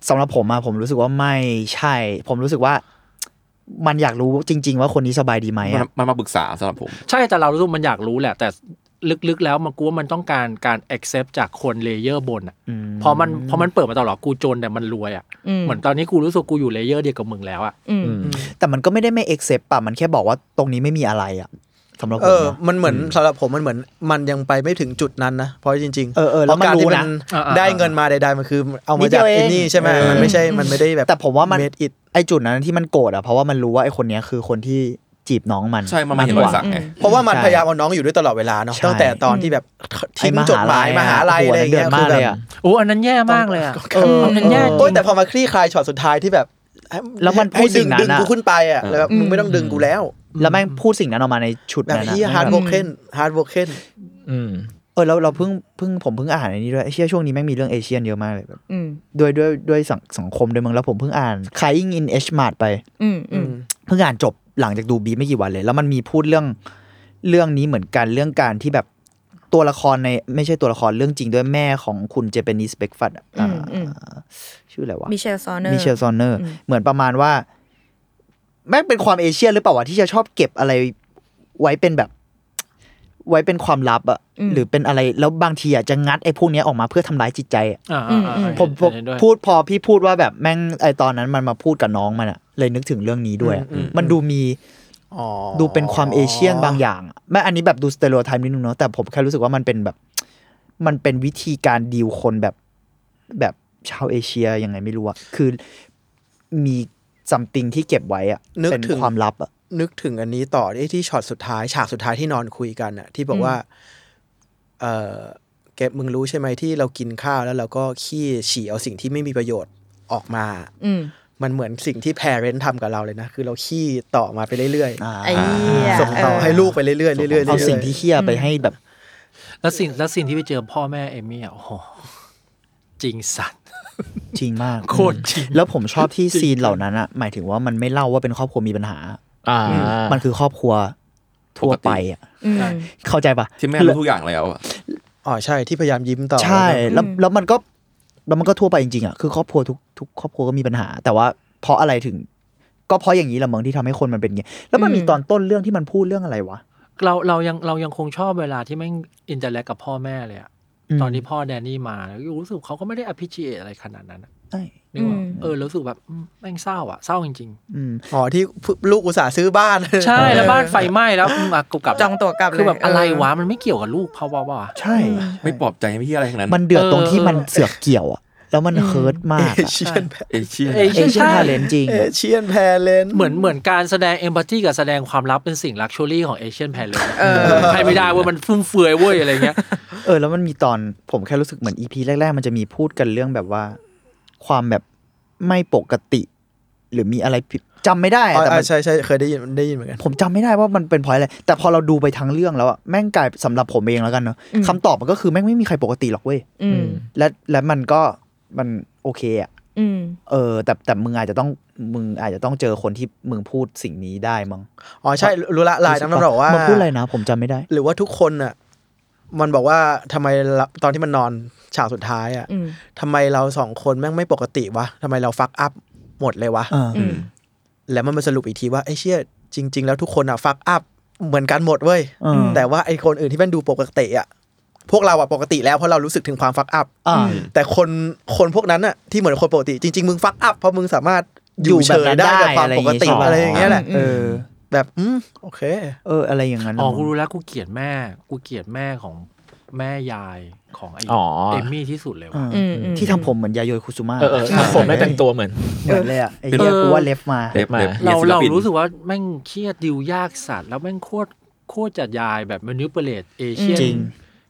[SPEAKER 9] สำหรับผมอะผมรู้สึกว่าไม่ใช่ ผมรู้สึกว่า มันอยากรู้จริง ๆ ว่าคนนี้สบายดีไหม
[SPEAKER 7] มัน
[SPEAKER 9] อะ
[SPEAKER 7] มันมาปรึกษาสำหรับผม
[SPEAKER 8] ใช่แต่เรารู้สึกมันอยากรู้แหละ แต่ลึกๆแล้วมันกูว่ามันต้องการการ accept จากคนเลเยอร์บนอ่ะพอมันพอมันเปิดมาตลอดกูจนแต่มันรวยอ่ะ
[SPEAKER 6] อืม
[SPEAKER 8] เหมือนตอนนี้กูรู้สึกกูอยู่เลเยอร์เดียวกับมึงแล้วอ่ะ
[SPEAKER 6] อืม
[SPEAKER 9] แต่มันก็ไม่ได้ไม่เอ็กเซปปะมันแค่บอกว่าตรงนี้ไม่มีอะไรอะสำหรับผ
[SPEAKER 5] เอ
[SPEAKER 9] ม
[SPEAKER 5] อ
[SPEAKER 9] นะ
[SPEAKER 5] มันเหมือนสำหรับผมมันเหมือนมันยังไปไม่ถึงจุดนั้นนะเพราะจริงๆ
[SPEAKER 9] เออเออแล้วมัน
[SPEAKER 5] พาการที่
[SPEAKER 9] รู้
[SPEAKER 5] มั
[SPEAKER 9] นะ
[SPEAKER 5] ได้เงินมาใดๆมันคือ เอา
[SPEAKER 9] นิ
[SPEAKER 5] มา
[SPEAKER 9] ดเดี
[SPEAKER 5] จายก
[SPEAKER 9] วเอง
[SPEAKER 5] อินนี่ใช่ไหม
[SPEAKER 9] เออ
[SPEAKER 5] มันไม่ใช่มันไม่ได้แบบ
[SPEAKER 9] แต่ผมว่ามัน
[SPEAKER 5] made it
[SPEAKER 9] ไอจุดนั้นที่มันโกรธอะเพราะว่ามันรู้ว่าไอคนเนี้ยคือคนที่จีบน้องมัน
[SPEAKER 7] ใช่มันมาเห็นร
[SPEAKER 9] ก
[SPEAKER 7] อย
[SPEAKER 9] กว่
[SPEAKER 7] สักไง
[SPEAKER 5] เพราะว่ามัน
[SPEAKER 9] ใช่
[SPEAKER 5] พยายามเอาน้องอยู่ด้วยตลอดเวลาเนาะ
[SPEAKER 9] ใช่
[SPEAKER 5] ตั้งแต่ตอนที่แบบทิ้งจดหมายมหาลัยอะไรอย่าง
[SPEAKER 9] เดือ
[SPEAKER 5] เงี้
[SPEAKER 9] ย ด
[SPEAKER 5] คื
[SPEAKER 9] มาก
[SPEAKER 5] อแบ
[SPEAKER 9] เลย
[SPEAKER 5] บ
[SPEAKER 9] อะ
[SPEAKER 8] โอ้อันนั้นแย่มากเลยอ่ะ
[SPEAKER 9] เออ
[SPEAKER 8] นนั้นแย่จ
[SPEAKER 5] โอ้ย
[SPEAKER 8] ริง
[SPEAKER 5] แต่พอมาคลี่คลายช็อตสุดท้ายที่แบบ
[SPEAKER 9] แล้วมันพู
[SPEAKER 5] ให้
[SPEAKER 9] ดสิ่
[SPEAKER 5] ดึง
[SPEAKER 9] งนั้น
[SPEAKER 5] ดึง
[SPEAKER 9] อะ
[SPEAKER 5] กูขึ้นไปอ่ะแล้วแบบมึงไม่ต้องดึงกูแล้ว
[SPEAKER 9] แล้วแม่งพูดสิ่งนั้นออกมาในชุด
[SPEAKER 5] แบบ
[SPEAKER 9] นั้นอะ
[SPEAKER 5] ที่ฮาร์ด
[SPEAKER 9] แม่ง
[SPEAKER 5] โว
[SPEAKER 9] แบบ
[SPEAKER 5] เ n นฮาร์ดโวเ n น
[SPEAKER 4] อืม
[SPEAKER 9] เออเราเราเพิ่งเพิ่งผมเพิ่งอ่านอันนี้ด้วยไอ้เชี่ยช่วงนี้แม่งมีเรื่องเอเชียนเยอะมากเลยแบบ
[SPEAKER 6] อืม
[SPEAKER 9] ด้วยด้วยด้วยสังสังคมด้วยมึงแล้วผมเพิ่งอ่าน Crying in H Mart ไป
[SPEAKER 6] อืมอืม
[SPEAKER 9] เพิ่งอ่านจบหลังจากดูบีไม่กี่วันเลย แล้วมันมีพูดเรื่องเรื่องนี้เหมือนกันเรื่องการที่แบบตัวละครในไม่ใช่ตัวละครเรื่องจริงด้วยแม่ของคุณเจเปนิสเบกฟัต
[SPEAKER 6] อืมอืม
[SPEAKER 9] ชื่ออะไรวะ
[SPEAKER 6] มิเชลซอนเนอร์
[SPEAKER 9] มิเชลซอนเนอร์
[SPEAKER 6] อืม
[SPEAKER 9] เหมือนประมาณว่า แม่งเป็นความเอเชียหรือเปล่าวะที่จะชอบเก็บอะไรไว้เป็นแบบ ไว้เป็นความลับอะหรือเป็นอะไรแล้วบางทีอะจะงัดไอ้พวกเนี้ยออกมาเพื่อทำร้ายจิตใจอะ
[SPEAKER 8] อ่า
[SPEAKER 6] อืม
[SPEAKER 8] อ่าอ่า
[SPEAKER 9] ผมผม
[SPEAKER 8] เห็นด้วย
[SPEAKER 9] พูดพอพี่พูดว่าแบบแม่งไอตอนนั้นมันมาพูดกับน้องมันอะเลยนึกถึงเรื่องนี้ด้วยอะมันดูมี
[SPEAKER 5] อ๋อ
[SPEAKER 9] ดูเป็นความเอเชียนบางอย่างอะแม่อันนี้แบบดูสเตอริโอไทป์นิดนึงเนาะแต่ผมแค่รู้สึกว่ามันเป็นแบบ มันเป็นวิธีการดีลคนแบบแบบชาวเอเชียยังไงไม่รู้อะคือมีซัมติงที่เก็บไว้อะ
[SPEAKER 5] นึก
[SPEAKER 9] เป็น
[SPEAKER 5] ถึง
[SPEAKER 9] ความลับอะ
[SPEAKER 5] นึกถึงอันนี้ต่อไอ้ที่ช็อตสุดท้าย ฉากสุดท้ายที่นอนคุยกันอะที่บอกว่า เออเก็บมึงรู้ใช่ไหมที่เรากินข้าวแล้วเราก็ขี้ฉี่เอาสิ่งที่ไม่มีประโยชน์ออกมา
[SPEAKER 6] อืม
[SPEAKER 5] มันเหมือนสิ่งที่ p a เรน t ทำกับเราเลยนะ คือเราขี้ต่อมาไปเรื่อย
[SPEAKER 9] อ่า
[SPEAKER 6] ไอ้เหี้ย
[SPEAKER 5] ๆ ส่งต่อ
[SPEAKER 6] เ
[SPEAKER 5] ให้ลูกไปเรื่อยๆเรื่อยๆเรื่อยๆ
[SPEAKER 9] เอาสิ่งที่เฮี้ยไปให้แบบ
[SPEAKER 8] แล้วสิ่งแล้วสิ่งที่ไปเจอพ่อแม่เอมี่อ่ะโอ้โหจริงสัตว์
[SPEAKER 9] จริงมาก
[SPEAKER 8] โคตรจริง
[SPEAKER 9] แล้วผมชอบที่ซีนเหล่านั้นอะหมายถึงว่ามันไม่เล่าว่าเป็นครอบครัวมีปัญหา
[SPEAKER 4] อ่า
[SPEAKER 9] มันคือครอบครัวทั่วไปอะ
[SPEAKER 6] อืม
[SPEAKER 9] เข้าใจปะ
[SPEAKER 7] ที่แม่รู้ทุกอย่างแล้วอะ
[SPEAKER 5] อ๋อใช่ที่พยายามยิ้มต่อ
[SPEAKER 9] ใช่แล้วแล้วมันก็แล้วมันก็ทั่วไปจริงๆอะคือครอบครัวทุกทุกครอบครัวก็มีปัญหา แต่ว่าเพราะอะไรถึง ก็เพราะอย่างนี้ละมั้งที่ทำให้คนมันเป็นอย่างงี้แล้วมันมีตอนต้นเรื่องที่มันพูดเรื่องอะไรวะ
[SPEAKER 8] เราเรายังเรายังคงชอบเวลาที่แม่งอินเตอร์แลกกับพ่อแม่เลยอ่ะ
[SPEAKER 9] อืม
[SPEAKER 8] ตอนที่พ่อแดนนี่มาแล้วรู้สึกเขาก็ไม่ได้อภิเชษอะไรขนาดนั้นอะ
[SPEAKER 9] ใช่
[SPEAKER 8] นึกว่าเออรู้สึกแบบอืมแม่งเศร้าอ่ะเศร้าจริง ๆ
[SPEAKER 5] อ๋อที่ลูกอุตส่าห์ซื้อบ้าน
[SPEAKER 8] ใช่แล้วบ้านไฟไหม้แล้วอืมอ่ะกูกลับ
[SPEAKER 6] จองตั๋วกลับเลย
[SPEAKER 8] คือแบบอะไร
[SPEAKER 6] เออ
[SPEAKER 8] วะมันไม่เกี่ยวกับลูกเพราะว่าว่า
[SPEAKER 9] ใช่
[SPEAKER 7] ไม่ปลอบใจไม่ที่อะไรทั้งนั้น
[SPEAKER 9] มันเดือด
[SPEAKER 8] เออ
[SPEAKER 9] ตรงที่ มันเสือกเกี่ยวอะแล้วมันเฮิ ร์ตมาก
[SPEAKER 5] เอ
[SPEAKER 9] อะ
[SPEAKER 5] เชียน
[SPEAKER 7] เอเชีย
[SPEAKER 8] เอ
[SPEAKER 9] เอ
[SPEAKER 8] เชีย
[SPEAKER 9] เชียน
[SPEAKER 8] ใช่
[SPEAKER 9] ทาเลนจริง
[SPEAKER 5] เอ
[SPEAKER 9] อะ
[SPEAKER 5] เชียนแพเรน
[SPEAKER 8] เหมือนเหมือนการแสดงเอมพัตตีกับแสดงความลับเป็นสิ่งลักชัวรี่ของเอเชียนแพนเลยใครไม่ได้เว่ามันฟุ่มเฟือยเว้ยอะไรเงี้ย
[SPEAKER 9] เออ แล้วมันมีตอนผมแค่รู้สึกเหมือนอีพีแรก ๆ มันจะมีพูดกันเรื่องแบบว่า ความแบบไม่ปกติ หรือมีอะไรผิดจำไม่ได้อะ
[SPEAKER 5] อ๋อ
[SPEAKER 9] แต่
[SPEAKER 5] อ่า
[SPEAKER 9] มัน
[SPEAKER 5] ใช่ใช่เคยได้ยินได้ยินเหมือนกัน
[SPEAKER 9] ผมจำไม่ได้ว่ามันเป็นเพราะอะไรแต่พอเราดูไปทั้งเรื่องแล้วอะแม่งกลายสำหรับผมเองแล้วกันเนอะคำตอบมันก็คือแม่งไม่มีใครปกติหรอกเว้ย
[SPEAKER 6] อืม
[SPEAKER 9] และและมันก็มันโอเคอะ
[SPEAKER 6] อืม
[SPEAKER 9] เออแต่แต่มึงอาจจะต้องมึงอาจจะต้องเจอคนที่มึงพูดสิ่งนี้ได้มั้ง
[SPEAKER 5] อ๋อใช่รู้ละลายน้ำน้ำบอกว่า
[SPEAKER 9] มั
[SPEAKER 5] มัน
[SPEAKER 9] พูดอะไรนะ ผมจำไม่ได้
[SPEAKER 5] หรือว่าทุกคนอ่ะมันบอกว่าทำไมเราตอนที่มันนอนฉากสุดท้ายอ่ะ
[SPEAKER 6] อืม
[SPEAKER 5] ทำไมเราสองคนแม่งไม่ปกติวะทำไมเราฟักอัพหมดเลยวะ
[SPEAKER 9] เอออ
[SPEAKER 5] แล้วมันมาสรุปอีกทีว่าไอ้เชี่ยจริง ๆ แล้วทุกคนอ่ะฟักอัพเหมือนกันหมดเว้ยแต่ว่าไอ้คนอื่นที่แม่งดูปกติอ่ะพวกเราอ่ะปกติแล้วเพราะเรารู้สึกถึงความฟักอัพ
[SPEAKER 9] อ่า
[SPEAKER 5] แต่คนคนพวกนั้นอ่ะที่เหมือนคนปกติ จริง ๆ มึงฟักอัพเพราะมึงสามารถอ
[SPEAKER 9] อยู่
[SPEAKER 5] ยู่
[SPEAKER 9] แบ
[SPEAKER 5] เฉ
[SPEAKER 9] บ
[SPEAKER 5] ย
[SPEAKER 9] นั้น
[SPEAKER 5] ได้กับ
[SPEAKER 9] ได้
[SPEAKER 5] ความปกติ
[SPEAKER 9] อะ
[SPEAKER 5] อะไร ไรอย่
[SPEAKER 9] อา
[SPEAKER 5] ย่าง ง
[SPEAKER 9] เงี้
[SPEAKER 5] เงี้
[SPEAKER 9] ย
[SPEAKER 5] ยแหละ
[SPEAKER 9] เออ
[SPEAKER 5] แบบอืมโอเค
[SPEAKER 9] เออ อะไรอย่างนั้น
[SPEAKER 8] อ๋อ
[SPEAKER 9] มั้ง
[SPEAKER 8] กูรู้แล้วกูเกลียดแม่ กูเกลียดแม่ของแม่ยายของไอ
[SPEAKER 4] อ๋อ
[SPEAKER 8] เอมมี่ที่สุดเลย
[SPEAKER 9] เอ
[SPEAKER 8] ว่ะ
[SPEAKER 9] ออ
[SPEAKER 6] มอืม
[SPEAKER 9] ที่ทำผมเหมือนยาโยคุซุมะ
[SPEAKER 4] เออเออถ้าผมได้แต่งตัวเหมือน
[SPEAKER 9] เหมือนเลยอ่ะไอ้เหี้ยกูว่าเล็บมา
[SPEAKER 7] เล็บ
[SPEAKER 4] มา
[SPEAKER 7] เล็บ
[SPEAKER 8] เรา
[SPEAKER 7] ศิล
[SPEAKER 8] เรา
[SPEAKER 7] ปิน
[SPEAKER 8] รู้สึกว่าแม่งเครียดดิวยากสัตว์แล้วแม่งโคตรโคตรจัดยายแบบมนิวเปเลตเอเชีย
[SPEAKER 9] จริง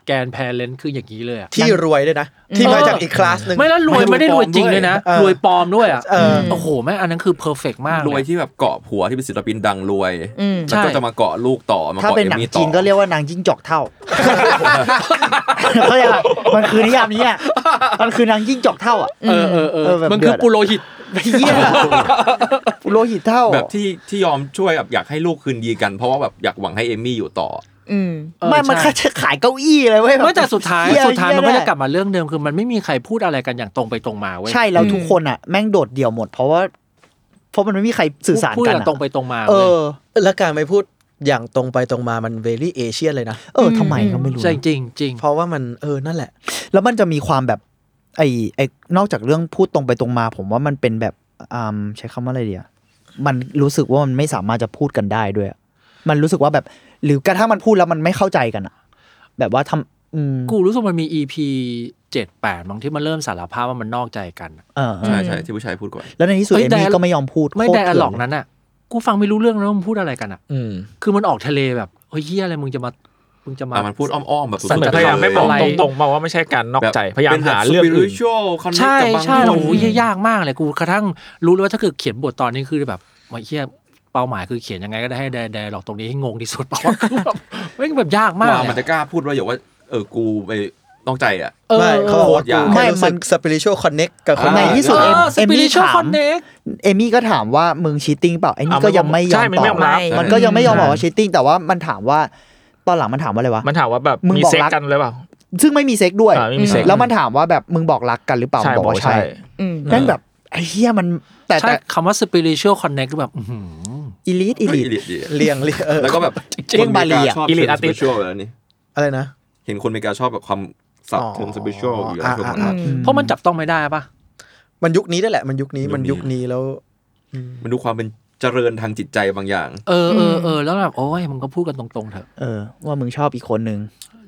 [SPEAKER 8] แกนแพนเลนคืออย่างนี้เลยอะ
[SPEAKER 5] ที่รวยด้วยนะ ที่มาจากอีกคลาสหนึ่ง
[SPEAKER 8] ไม่แล้วรวยไม่ได้รวยจริงด้วยนะ
[SPEAKER 5] เออ
[SPEAKER 8] รวยปลอมด้วยอ่ะ
[SPEAKER 5] เออ
[SPEAKER 8] โอ้โหแม่งอันนั้นคือเพอร์เฟกมากเล
[SPEAKER 7] รวย
[SPEAKER 8] ย
[SPEAKER 7] ที่แบบเกาะผัวที่เป็นศิลปินดังรวย
[SPEAKER 6] อืม
[SPEAKER 7] แล้วก็
[SPEAKER 8] ใช่
[SPEAKER 7] จะมาเกาะลูกต่อมา
[SPEAKER 9] ถ้า
[SPEAKER 7] เกาะ
[SPEAKER 9] เป็น
[SPEAKER 7] เอ
[SPEAKER 9] หนัง
[SPEAKER 7] มี่ต่
[SPEAKER 9] จี
[SPEAKER 7] อน
[SPEAKER 9] ก็เรียกว่านางจิ้งจอกเท่า เขาใจปะมันคือนิยามนี้อ่ะมันคือนางจิ้งจอกเท่าอ่ะ
[SPEAKER 8] เออเออเอ
[SPEAKER 9] เอ
[SPEAKER 8] อ
[SPEAKER 9] อแบบ
[SPEAKER 8] มัน
[SPEAKER 9] เดื
[SPEAKER 8] คือ
[SPEAKER 9] อดอะ
[SPEAKER 8] ปุโรหิต
[SPEAKER 9] ไอ้เหี้ยปุโรหิตเท่า
[SPEAKER 7] แบบที่ที่ยอมช่วยแบบอยากให้ลูกคืนดีกัน เพราะว่าแบบอยากหวังให้เอมี่อยู่ต่อ
[SPEAKER 6] อืม
[SPEAKER 8] เออ
[SPEAKER 5] ไม่มัน
[SPEAKER 8] ใช่
[SPEAKER 5] แค่จะขายเก้าอี้เลยเว้ยบบ
[SPEAKER 8] ไม่แต่สุดท้าย
[SPEAKER 5] เหี้
[SPEAKER 8] สุดท้ายมันก็
[SPEAKER 5] เหี้
[SPEAKER 8] จะกลับมาเรื่องเดิมคือมันไม่มีใครพูดอะไรกันอย่างตรงไปตรงมาเว้ย
[SPEAKER 5] ใช่แล้ว
[SPEAKER 6] อืม
[SPEAKER 5] ทุกคนอ่ะ แม่งโดดเดี่ยวหมด เพราะว่าเพราะมันไม่มีใครสื่อสาร
[SPEAKER 8] พูด
[SPEAKER 5] กัน
[SPEAKER 8] อย่าง
[SPEAKER 5] อะ
[SPEAKER 8] ตรงไปตรงมา
[SPEAKER 5] เอ
[SPEAKER 8] เว้ย
[SPEAKER 5] อ
[SPEAKER 9] แล้วการไม่พูดอย่างตรงไปตรงมามันเวลี่เอเชียนเลยนะ
[SPEAKER 5] เออทำไมก็ไม่รู้
[SPEAKER 8] ใช่จริงจริง
[SPEAKER 9] เพราะว่ามันเออนั่นแหละ
[SPEAKER 5] แล้วมันจะมีความแบบไอ้ไอ้นอกจากเรื่องพูดตรงไปตรงมา ผมว่ามันเป็นแบบอืมใช้คำว่าอะไรเดียมันรู้สึกว่ามันไม่สามารถจะพูดกันได้ด้วยอะมันรู้สึกว่าแบบ หรือกระทั่งมันพูดแล้วมันไม่เข้าใจกันอะแบบว่าทำอืม
[SPEAKER 8] กูรู้สึกมันมี EP เจ็ดแปดบางที่มันเริ่มสารภาพว่ามันนอกใจกันอะ
[SPEAKER 5] เออเอ
[SPEAKER 7] ใช่
[SPEAKER 5] อ
[SPEAKER 7] ใช่ที่ผู้ชายพูดก่อน
[SPEAKER 5] แล้วในที่สุด
[SPEAKER 8] เอ้ย
[SPEAKER 5] เอมี่
[SPEAKER 8] dialogue
[SPEAKER 5] ก็ไม่ยอมพูด
[SPEAKER 8] ไม่
[SPEAKER 5] โคต
[SPEAKER 8] ได้
[SPEAKER 5] ร
[SPEAKER 8] อะ
[SPEAKER 5] เถื่น
[SPEAKER 8] หลอกนั้นอ่ะ กูฟังไม่รู้เรื่องแล้วมันพูดอะไรกันอ่ะ
[SPEAKER 9] อืม
[SPEAKER 8] คือมันออกทะเลแบบเฮ้ยเฮียอะไรมึงจะมามึงจะมา
[SPEAKER 7] อ่ะมันพูดอ้อมๆแบบ
[SPEAKER 4] เหมือนพยายามไม่บอกตรงๆมาว่าไม่ใช่การนอกใจพยายามหาเรื่องอื่น
[SPEAKER 7] น
[SPEAKER 8] ใช่
[SPEAKER 7] กับบาง
[SPEAKER 8] ใช่
[SPEAKER 7] คน
[SPEAKER 8] โอ้โหเหี้ยยากมากเลยกูกระทั่งรู้เลยว่าถ้าเกิดเขียนบทตอนนี้คือแบบไอ้เฮียเป้าหมายคือเขียนยังไงก็ได้ให้แดแดหลอกตรงนี้ให้งงที่สุดเพรา ะว่าคือแบบแม่งแบบยากมาก
[SPEAKER 7] ว่ามัน
[SPEAKER 8] เลย
[SPEAKER 7] จะกล้าพูดว่าอย่างว่า เออกูไปต้องใจอ่ะ
[SPEAKER 8] เออ
[SPEAKER 9] ไม่เขาบอกว่า
[SPEAKER 7] โคตรยาก
[SPEAKER 9] กูไม่มันสปิริชวลคอนเน็กกับคน
[SPEAKER 7] อ่า
[SPEAKER 5] ใน
[SPEAKER 9] อื่น
[SPEAKER 5] ที่สุด
[SPEAKER 8] เอ
[SPEAKER 5] เอม
[SPEAKER 8] อส
[SPEAKER 5] เอ
[SPEAKER 8] ปิริ
[SPEAKER 5] มี่
[SPEAKER 8] ชวล
[SPEAKER 5] ถา
[SPEAKER 8] คอ
[SPEAKER 5] ม
[SPEAKER 8] นเน็ก
[SPEAKER 5] เอมี่ก็ถามว่ามึงชีตติ้งเปล่าไอ้นี่
[SPEAKER 4] อ่ะ
[SPEAKER 5] ก็ยังไม่ยอ
[SPEAKER 4] ใช่
[SPEAKER 5] ม
[SPEAKER 4] มัน
[SPEAKER 5] ต
[SPEAKER 4] ไม่ยอ
[SPEAKER 5] อบ
[SPEAKER 4] มรับ
[SPEAKER 5] มันก็ยังไม่ยอมบอกว่า
[SPEAKER 4] ใช่
[SPEAKER 5] ชีตติ้งแต่ว่ามันถามว่าตอนหลังมันถามว่าอะไรวะ
[SPEAKER 4] มันถามว่าแบบ
[SPEAKER 5] มึง
[SPEAKER 4] มี
[SPEAKER 5] บอก
[SPEAKER 4] เซ็ก
[SPEAKER 5] รัก
[SPEAKER 4] กันหรือเปล่า
[SPEAKER 5] ซึ่งไม่มีเซ็กด้วย
[SPEAKER 4] อ่าไม่มีเซ็ก
[SPEAKER 5] แล้วมันถามว่าแบบมึงบอกรักกันหรือเปล่า
[SPEAKER 4] ใช่
[SPEAKER 5] บบ อ
[SPEAKER 4] อกก
[SPEAKER 5] ว่า
[SPEAKER 4] ว่า
[SPEAKER 5] ใช่
[SPEAKER 4] ใช่
[SPEAKER 6] อืม
[SPEAKER 5] นั่นแบบไอ้เหี้ยมันแต่
[SPEAKER 8] ใช่
[SPEAKER 5] แต่
[SPEAKER 8] คำว่า spiritual connect คือแบบอื้อหือ
[SPEAKER 5] อีลิทอี
[SPEAKER 7] เฮ้ย
[SPEAKER 5] ลิท
[SPEAKER 7] อีลิตดี
[SPEAKER 9] เรียงเรียงเออ
[SPEAKER 7] แล้วก็แบบ
[SPEAKER 5] เรื่องบาลีอะ
[SPEAKER 7] ชอบ
[SPEAKER 4] อีลิต
[SPEAKER 7] อา
[SPEAKER 4] artist
[SPEAKER 7] ชั่วแล้วนี่
[SPEAKER 9] อะไรนะ
[SPEAKER 7] เห็นคนอเมริกาชอบแบบความสับ
[SPEAKER 9] อ๋อ
[SPEAKER 7] เชิงสเปเชียลอยู่แล้ว
[SPEAKER 9] อ่า
[SPEAKER 7] ช่วง
[SPEAKER 9] อ่า
[SPEAKER 7] นั้น
[SPEAKER 8] เพราะมันจับต้องไม่ได้ปะ
[SPEAKER 9] มันยุคนี้ได้แหละ มันยุคนี้
[SPEAKER 7] ยุคนี้
[SPEAKER 9] มันยุคนี้แล้ว
[SPEAKER 7] มันดูความเป็นเจริญทางจิตใจบางอย่าง
[SPEAKER 8] เออเออ
[SPEAKER 6] ม
[SPEAKER 8] เออแล้วแบบโอ้ยมึงก็พูดกันตรงๆเถอะ
[SPEAKER 5] เออ ว่ามึงชอบอีกคนนึง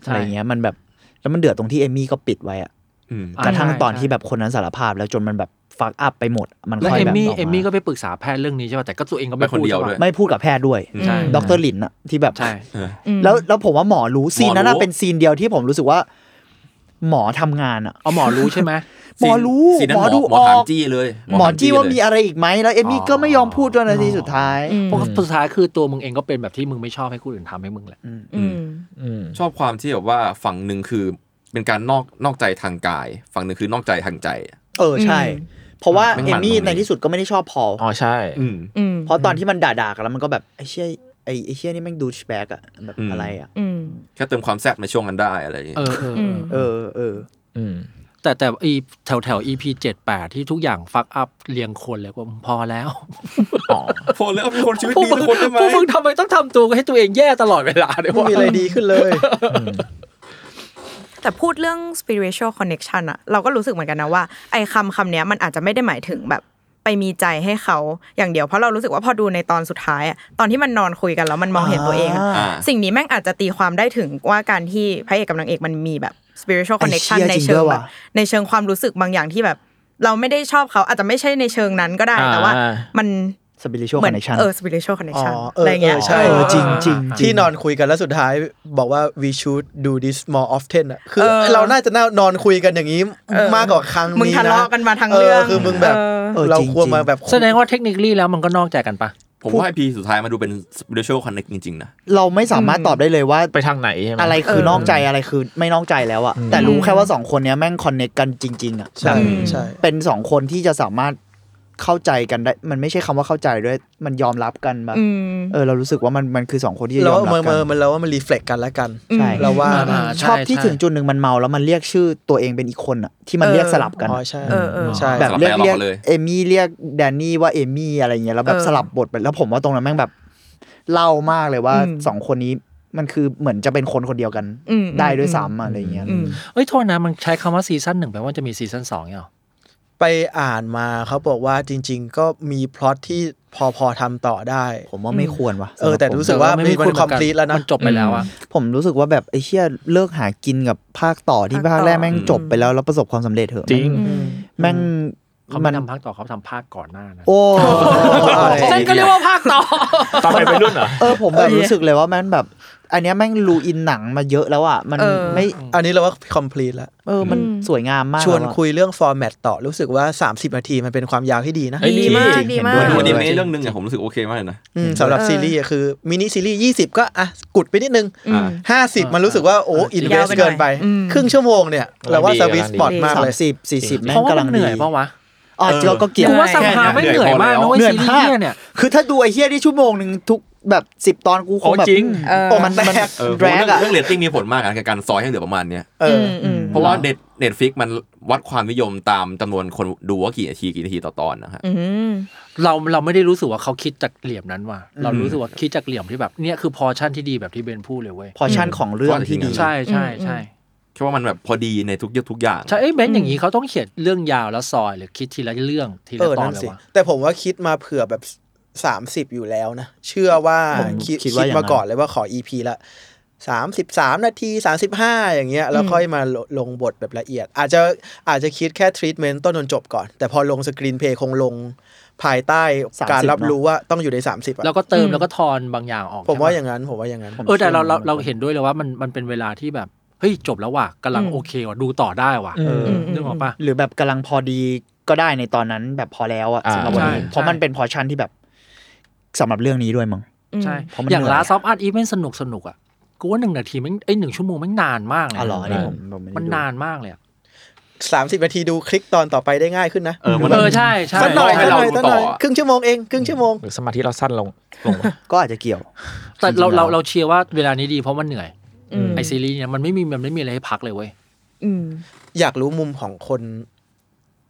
[SPEAKER 8] ใช่
[SPEAKER 5] อะไรเงี้ยมันแบบแล้วมันเดือดตรงที่เอมมี่ก็ปิดไว้อะ
[SPEAKER 7] อืม
[SPEAKER 8] อ่าก
[SPEAKER 5] ระทั่ง
[SPEAKER 8] ใช่
[SPEAKER 5] ตอน
[SPEAKER 8] ใช่
[SPEAKER 5] ที่แบบคนนั้นสารภาพแล้วจนมันแบบฟักอัพไปหมด มัน
[SPEAKER 8] แล้ว
[SPEAKER 5] ค่อย
[SPEAKER 8] เอม
[SPEAKER 5] แบบอ
[SPEAKER 8] มี่
[SPEAKER 5] อก
[SPEAKER 8] เอมมี่ก็
[SPEAKER 5] มา
[SPEAKER 8] ไปปรึกษาแพทย์เรื่องนี้ใช่ป่ะแต่ก็ตัวเองก็ไม่
[SPEAKER 7] ไปคน
[SPEAKER 8] พูด
[SPEAKER 7] เดียว
[SPEAKER 8] ใช่
[SPEAKER 7] ด้ว
[SPEAKER 8] ปะ
[SPEAKER 7] ย
[SPEAKER 5] ไม่พูดกับแพทย์ด้วย
[SPEAKER 6] ใช่
[SPEAKER 5] ดอกเตอรหลินอะที่แบบ
[SPEAKER 8] ใช่
[SPEAKER 7] เออ
[SPEAKER 6] อืม
[SPEAKER 5] แล้วแล้วผมว่าหมอรู้ซีนนั้นอะ
[SPEAKER 7] หมอรู้
[SPEAKER 5] เป็นซีนเดียวที่ผมรู้สึกว่า หมอทำงานอะ
[SPEAKER 8] เอาหมอรู้ใช่ไหม
[SPEAKER 5] หมอรู้
[SPEAKER 7] สีนั้นหมอ
[SPEAKER 5] ดู
[SPEAKER 7] หมอ
[SPEAKER 5] อ
[SPEAKER 7] ถาม
[SPEAKER 5] อก
[SPEAKER 7] จี้เลย
[SPEAKER 5] หมอ
[SPEAKER 7] ถ
[SPEAKER 5] จี้ว่ามี
[SPEAKER 7] เลย
[SPEAKER 5] อะไรอีกไหมแล้วเอมมี่ก็ไม่ยอมพูดจนนาทีสุดท้าย
[SPEAKER 6] อืม
[SPEAKER 8] เพราะสุดท้ายคือตัวมึงเองก็เป็นแบบที่มึงไม่ชอบให้คนอื่นทำให้มึงแหละ
[SPEAKER 6] อืม
[SPEAKER 4] อืม
[SPEAKER 7] ชอบความที่แบบว่าฝั่งหนึ่งคือเป็นการนอกนอกใจทางกาย ฝั่งหนึ่งคือนอกใจทางใจ
[SPEAKER 5] เออใช่
[SPEAKER 6] อืม
[SPEAKER 5] เพราะว่า
[SPEAKER 7] ไม่
[SPEAKER 5] เอ
[SPEAKER 7] หวั่
[SPEAKER 5] ม
[SPEAKER 7] น
[SPEAKER 5] มี่
[SPEAKER 7] ตรงนี้
[SPEAKER 5] ในที่สุดก็ไม่ได้ชอบพอล
[SPEAKER 4] อ๋อใช่
[SPEAKER 7] อืม
[SPEAKER 6] อืม
[SPEAKER 5] เพราะตอนที่มันด่าๆกันแล้วมันก็แบบไอ้เชี่ยไอ้ไอ้เชี่ยนี่แม่งดูชแบกอะแบบ
[SPEAKER 7] อืม
[SPEAKER 5] อะไรอะ
[SPEAKER 6] อืม
[SPEAKER 7] แค่เติมความแซ่บในช่วงนั้นได้อะไรอย่างเงี้ย
[SPEAKER 8] เออเออ
[SPEAKER 6] อื
[SPEAKER 8] เอ
[SPEAKER 6] ม
[SPEAKER 8] อ
[SPEAKER 5] เออเออ
[SPEAKER 4] อืม
[SPEAKER 8] แต่แต่อีแถวแถว EP เจ็ดแปดที่ทุกอย่างฟักอัพเรียงคนเลยว่าพอ แล้ว
[SPEAKER 7] พอแล้วมีคนชีวิต
[SPEAKER 8] พวก
[SPEAKER 7] ดี
[SPEAKER 8] มึง
[SPEAKER 7] ทุกคนได้ไหม
[SPEAKER 8] พวกมึงทำไมต้องทำตัวให้ตัวเองแย่ตลอดเวลาเนี่ย
[SPEAKER 9] ไม่
[SPEAKER 8] วะ
[SPEAKER 9] มีอะไรดีขึ้นเลย
[SPEAKER 6] แต่พูดเรื่อง spiritual connection อะเราก็รู้สึกเหมือนกันนะว่าไอ้คำคำเนี้ยมันอาจจะไม่ได้หมายถึงแบบไปมีใจให้เขาอย่างเดียวเพราะเรารู้สึกว่าพอดูในตอนสุดท้ายอะตอนที่มันนอนคุยกันแล้วมันมองเห็นตัวเองอะ
[SPEAKER 7] อ่า
[SPEAKER 6] สิ่งนี้แม่งอาจจะตีความได้ถึงว่าการที่พระเอกกับนางเอกมันมีแบบ spiritual
[SPEAKER 5] ไอ้
[SPEAKER 6] connection
[SPEAKER 5] เชี่ย
[SPEAKER 6] ใน
[SPEAKER 5] จริง
[SPEAKER 6] เชิ
[SPEAKER 5] ด้
[SPEAKER 6] ง
[SPEAKER 5] วย
[SPEAKER 6] แบ
[SPEAKER 5] ว่ะ
[SPEAKER 6] บในเชิงความรู้สึกบางอย่างที่แบบ เราไม่ได้ชอบเขาอาจจะไม่ใช่ในเชิงนั้นก็ได้แต่ว่า
[SPEAKER 4] อ่า
[SPEAKER 6] มัน
[SPEAKER 5] สปิริชัล
[SPEAKER 6] เห
[SPEAKER 5] ค
[SPEAKER 6] มื
[SPEAKER 5] อน นเนคชั่น
[SPEAKER 6] เออ spiritual connection
[SPEAKER 9] อ๋อเออ
[SPEAKER 6] อะไรเงี้ย
[SPEAKER 9] เออใช่
[SPEAKER 5] เออจริงจริงจริง
[SPEAKER 9] ที่นอนคุยกันแล้วสุดท้ายบอกว่า we should do this more often อะคือเราน่าจะนอนคุยกันอย่างนี้มากกว่าครั้งนี้น
[SPEAKER 6] มึงทะเลาะกันมาทั้งเรื่อง
[SPEAKER 9] คือมึงแบบ
[SPEAKER 6] เออ
[SPEAKER 5] ออ
[SPEAKER 9] เรา
[SPEAKER 5] จง
[SPEAKER 9] ควรมาแบบ
[SPEAKER 8] แสดงว่าเทคนิคลี่แล้วมันก็นอกใจกันปะ
[SPEAKER 7] ผมว่าไอพีสุดท้ายมาดูเป็น spiritual connect จริงๆนะ
[SPEAKER 5] เราไม่สามารถตอบได้เลยว่า
[SPEAKER 4] ไปทางไหนใช่ไหม
[SPEAKER 5] อะไรคือนอกใจอะไรคือไม่นอกใจแล้วอะแต่รู้แค่ว่าสองคนเนี้ยแม่งคอนเนคกันจริงๆอะ
[SPEAKER 9] ใช่
[SPEAKER 5] แบบ
[SPEAKER 9] ใช่
[SPEAKER 5] เป็นสองคนที่จะสามารถเข้าใจกันได้ มันไม่ใช่คำว่าเข้าใจด้วย มันยอมรับกันแบบ
[SPEAKER 6] อืม
[SPEAKER 5] เออเรารู้สึกว่ามันมันคือสองคนที่จะย
[SPEAKER 9] เรา
[SPEAKER 5] อม
[SPEAKER 9] ว่า
[SPEAKER 5] รับ
[SPEAKER 9] มัน
[SPEAKER 5] กั
[SPEAKER 9] มัน
[SPEAKER 5] น
[SPEAKER 9] มันเราว่ามันรีเฟล็กกันแล้วกัน
[SPEAKER 5] ใช่
[SPEAKER 9] เราว่า
[SPEAKER 8] อ่า
[SPEAKER 9] นะ
[SPEAKER 8] อ่า
[SPEAKER 5] ชอบ
[SPEAKER 8] ใ
[SPEAKER 5] ที่ถึงจุดหนึ่งมันเมาแล้วมันเรียกชื่อตัวเองเป็นอีกคนอ่ะที่มัน
[SPEAKER 6] เออ
[SPEAKER 5] เรียกสลับกัน
[SPEAKER 9] อ๋อ
[SPEAKER 5] อะ
[SPEAKER 9] ใช่
[SPEAKER 6] เออเออ
[SPEAKER 9] ใช่
[SPEAKER 5] แบบ
[SPEAKER 7] สลับ
[SPEAKER 5] เรียก
[SPEAKER 7] ไป
[SPEAKER 5] เรียก
[SPEAKER 7] สลับมาเลย
[SPEAKER 5] เอมี่เรียกแดนนี่ว่าเอมี่อะไรเงี้ยแล้วแบบ
[SPEAKER 6] เออ
[SPEAKER 5] สลับบทไปแล้วผมว่าตรงนั้นแม่งแบบเล่ามากเลยว่า
[SPEAKER 6] อืม
[SPEAKER 5] สองคนนี้มันคือเหมือนจะเป็นคนคนเดียวกัน
[SPEAKER 6] อืม
[SPEAKER 5] ได้ด้วยซ้ำอะไรเงี้ย
[SPEAKER 6] อืม
[SPEAKER 8] เอ้ยโทษนะมันใช้คำว่าซีซั่นหนึ่งแปลว่าจะมีซีซั่นสองเนี่ยเหรอ
[SPEAKER 9] ไปอ่านมาเขาบอกว่าจริง ๆ ก็มีพล็อตที่พอพอๆทำต่อได้
[SPEAKER 5] ผมว่าไม่ควรว่ะ
[SPEAKER 9] เออ
[SPEAKER 5] สำหรับ
[SPEAKER 9] แต่รู้
[SPEAKER 5] ผม
[SPEAKER 9] สึกว่า
[SPEAKER 8] ไม่
[SPEAKER 9] มีมัน
[SPEAKER 8] เหกั
[SPEAKER 9] complete แล้วนะ
[SPEAKER 8] มันจบไปแล้วอะ
[SPEAKER 5] ผมรู้สึกว่าแบบไอ้เชี่ยเลิกหากินกับภาคต่อที่ภา
[SPEAKER 6] ภาค
[SPEAKER 5] ค
[SPEAKER 6] ต่อ
[SPEAKER 5] แรกแม่งจบไปแล้วแล้วประสบความสำเร็จเถอะ
[SPEAKER 4] จริง
[SPEAKER 5] แม่ง
[SPEAKER 8] เขา
[SPEAKER 5] มั
[SPEAKER 8] ไม่
[SPEAKER 5] น
[SPEAKER 8] ทำภาคต่อเขาทำภาคก่อนหน้านะ
[SPEAKER 5] โอ้
[SPEAKER 8] ฉันก็เรียกว่าภาคต่อ
[SPEAKER 4] ตอนไปเป็นรุ่นเหรอ
[SPEAKER 5] เออผมแบบรู้สึกเลยว่าแม่งแบบ อันเนี้ยแม่งรูอินหนังมาเยอะแล้วอ่ะมัน
[SPEAKER 6] เออ
[SPEAKER 5] ไม่
[SPEAKER 9] อันนี้เราว่า complete แล้ว
[SPEAKER 5] เออมันสวยงามมาก
[SPEAKER 9] ชวน
[SPEAKER 5] แล้อะ
[SPEAKER 9] คุยเรื่องฟอร์แมตต่อรู้สึกว่า 30 นาทีมันเป็นความยาวที่ดีนะ
[SPEAKER 4] เอ้ย
[SPEAKER 6] ดีมากดีมาก
[SPEAKER 7] ดูอนิเมะเรื่องหนึ่งอะผมรู้สึกโอเคมากเลยนะ
[SPEAKER 9] อืมสำหรับ
[SPEAKER 6] เออ
[SPEAKER 9] ซีรีส์อะคือมินิซีรีส์20 ก็อ่ะกุดไปนิดนึง
[SPEAKER 6] อืม
[SPEAKER 9] 50 มันรู้สึกว่าโอ้อินเวส
[SPEAKER 6] ยาวไปหน่อย
[SPEAKER 9] เกินไป
[SPEAKER 6] อืม
[SPEAKER 9] ครึ่งชั่วโมงเนี่ย เราว่า
[SPEAKER 4] ดี
[SPEAKER 9] สวิสป
[SPEAKER 4] กำลังดี
[SPEAKER 9] อตมาก
[SPEAKER 5] สาม
[SPEAKER 9] เลย
[SPEAKER 5] สิบสี่สิบแม่
[SPEAKER 8] เพราะว่าก
[SPEAKER 5] งำลั
[SPEAKER 8] มั
[SPEAKER 5] ง
[SPEAKER 8] นเห
[SPEAKER 5] ดี
[SPEAKER 8] นื่อยปะวะ
[SPEAKER 5] อ๋อเจอก็เกี่ยว
[SPEAKER 8] กูว่าสัมภาระไม่เหนื่อยมากนะเว้ย
[SPEAKER 5] เหนื่อย
[SPEAKER 8] ซีรี
[SPEAKER 5] มาก
[SPEAKER 8] ส์เหี้ยเนี่ย
[SPEAKER 5] คือถ้าดูไอ้เฮี้ยที่ชั่วโมงหนึ่งทุก แบบสิบ10 ตอนกูค
[SPEAKER 4] โอ้
[SPEAKER 5] งแบบ
[SPEAKER 4] จริง
[SPEAKER 6] เออ
[SPEAKER 5] โอ้มันมัน
[SPEAKER 7] เออ
[SPEAKER 5] แดรก
[SPEAKER 7] เรื่อง
[SPEAKER 5] อะ
[SPEAKER 7] เรื่องเรตติ้งมีผลมากอะกับการซอยให้เหลือประมาณเนี้ย
[SPEAKER 5] เออ
[SPEAKER 6] อืม
[SPEAKER 7] เพราะว่าเน็ตเน็ตฟิกมันวัดความนิยมตามจำนวนคนดูว่ากี่นาทีกี่นาทีต่อตอนนะฮะ
[SPEAKER 6] อืม
[SPEAKER 8] เราเราไม่ได้รู้สึกว่าเขาคิดจากเหลี่ยมนั้นว่ะเรารู้สึกว่าคิดจากเหลี่ยมที่แบบเนี่ยคือพอชั่นที่ดีแบบที่เบนพูดเลยเว้ย
[SPEAKER 5] พอชั่นของเรื่องที่ดี
[SPEAKER 7] ม
[SPEAKER 8] ใช่ใช่ใช่
[SPEAKER 7] แค่ว่ามันแบบพอดีในทุกยุคทุกอย่าง
[SPEAKER 8] ใช่เอ้ยเบนอย่างนี้เขาต้องเขียนเรื่องยาวแล้วซอยหรือคิดทีละเรื่องที
[SPEAKER 9] เออ
[SPEAKER 8] ละตอ
[SPEAKER 9] นั่
[SPEAKER 8] น
[SPEAKER 9] น
[SPEAKER 8] เล
[SPEAKER 9] สิ
[SPEAKER 8] ยว่ะ
[SPEAKER 9] แต่ผมว่าคิดมาเผื่อแบบสามสิบ30 อยู่แล้วนะ เชื่อว่า
[SPEAKER 5] ผม
[SPEAKER 9] คิด
[SPEAKER 5] คิด
[SPEAKER 9] คิ
[SPEAKER 5] ว่า
[SPEAKER 9] ด
[SPEAKER 5] อย่างนั้
[SPEAKER 9] มาน ก่อนเลยว่าขออีพีละสามสิบสามนาทีสามสิบห้าอย่างเงี้ยแล้ว
[SPEAKER 6] อืม
[SPEAKER 9] ค่อยมาลลงบทแบบละเอียด อาจจะอาจจะคิดแค่ทรีทเมนต์ต้นจนจบก่อน แต่พอลงสกรีนเพลย์คงลงภายใต้
[SPEAKER 5] 30
[SPEAKER 9] การรับ
[SPEAKER 5] เนอะ
[SPEAKER 9] รู้ว่าต้องอยู่ใน 30อะ
[SPEAKER 8] แล้วก็เติม
[SPEAKER 6] อืม
[SPEAKER 8] แล้วก็ทอนบางอย่างออก
[SPEAKER 9] ผม
[SPEAKER 8] ใช่ปะ
[SPEAKER 9] ว่าอย่างนั้นผมว่าอย่างนั้น
[SPEAKER 8] เออแต่เราเราเราเห็นด้วยเลยว่ามันมันเป็นเวลาที่แบบเฮ้ยจบแล้วว่ะกำลัง
[SPEAKER 6] อืม
[SPEAKER 8] โอเคว่ะดูต่อได้ว่ะ
[SPEAKER 5] เออ
[SPEAKER 8] นึกออกปะ
[SPEAKER 5] หรือแบบกำลังพอดีก็ได้ในตอนนั้นแบบพอแล้วอะ
[SPEAKER 7] อ่า
[SPEAKER 5] สำหรับวันนี้
[SPEAKER 8] ใช่
[SPEAKER 5] เพราะมันเป็นพอชั่นที่แบบสำหรับเรื่องนี้ด้วยมั้ง
[SPEAKER 6] อืม
[SPEAKER 8] ใช่
[SPEAKER 5] เพราะมัน
[SPEAKER 8] อย่าง
[SPEAKER 5] เหนื่อย
[SPEAKER 8] ลาซอฟอาร์ตอีเวนสนุกสนุกอ่ะ กูว่าหนึ่งนาทีแมันไอยหนึ่งชั่วโมงแมันนานมากเลย
[SPEAKER 5] อ๋อเหรออันนี้
[SPEAKER 8] เออ
[SPEAKER 5] ผมผมไได้
[SPEAKER 8] มัน
[SPEAKER 5] ดู
[SPEAKER 8] นานมากเลยอะ
[SPEAKER 9] สามสิบนาทีดูคลิกตอนต่อไปได้ง่ายขึ้นนะ
[SPEAKER 7] เออมัน
[SPEAKER 8] เออใช่ใช่
[SPEAKER 9] สักหน่อย
[SPEAKER 7] ให้
[SPEAKER 9] สักห
[SPEAKER 7] เรา
[SPEAKER 9] น่อย
[SPEAKER 7] ดู
[SPEAKER 9] สัก
[SPEAKER 7] ต่
[SPEAKER 9] ห
[SPEAKER 7] อ
[SPEAKER 9] น่อยครึ่งชั่วโมงเองครึ่งชั่วโมง
[SPEAKER 4] หรือสมาธิเราสั้นลงลง
[SPEAKER 5] ก็อาจจะเกี่ยว
[SPEAKER 8] แต่เรา
[SPEAKER 5] จริงๆแล้ว
[SPEAKER 8] เราเราเชียร์ว่าเวลานี้ดีเพราะมันเหนื่อย
[SPEAKER 6] อืม
[SPEAKER 8] ไอซีรีส์เนี่ยมันไม่มีมันไม่มีอะไรให้พักเลยเว้ย
[SPEAKER 6] อืม
[SPEAKER 9] อยากรู้มุมของคน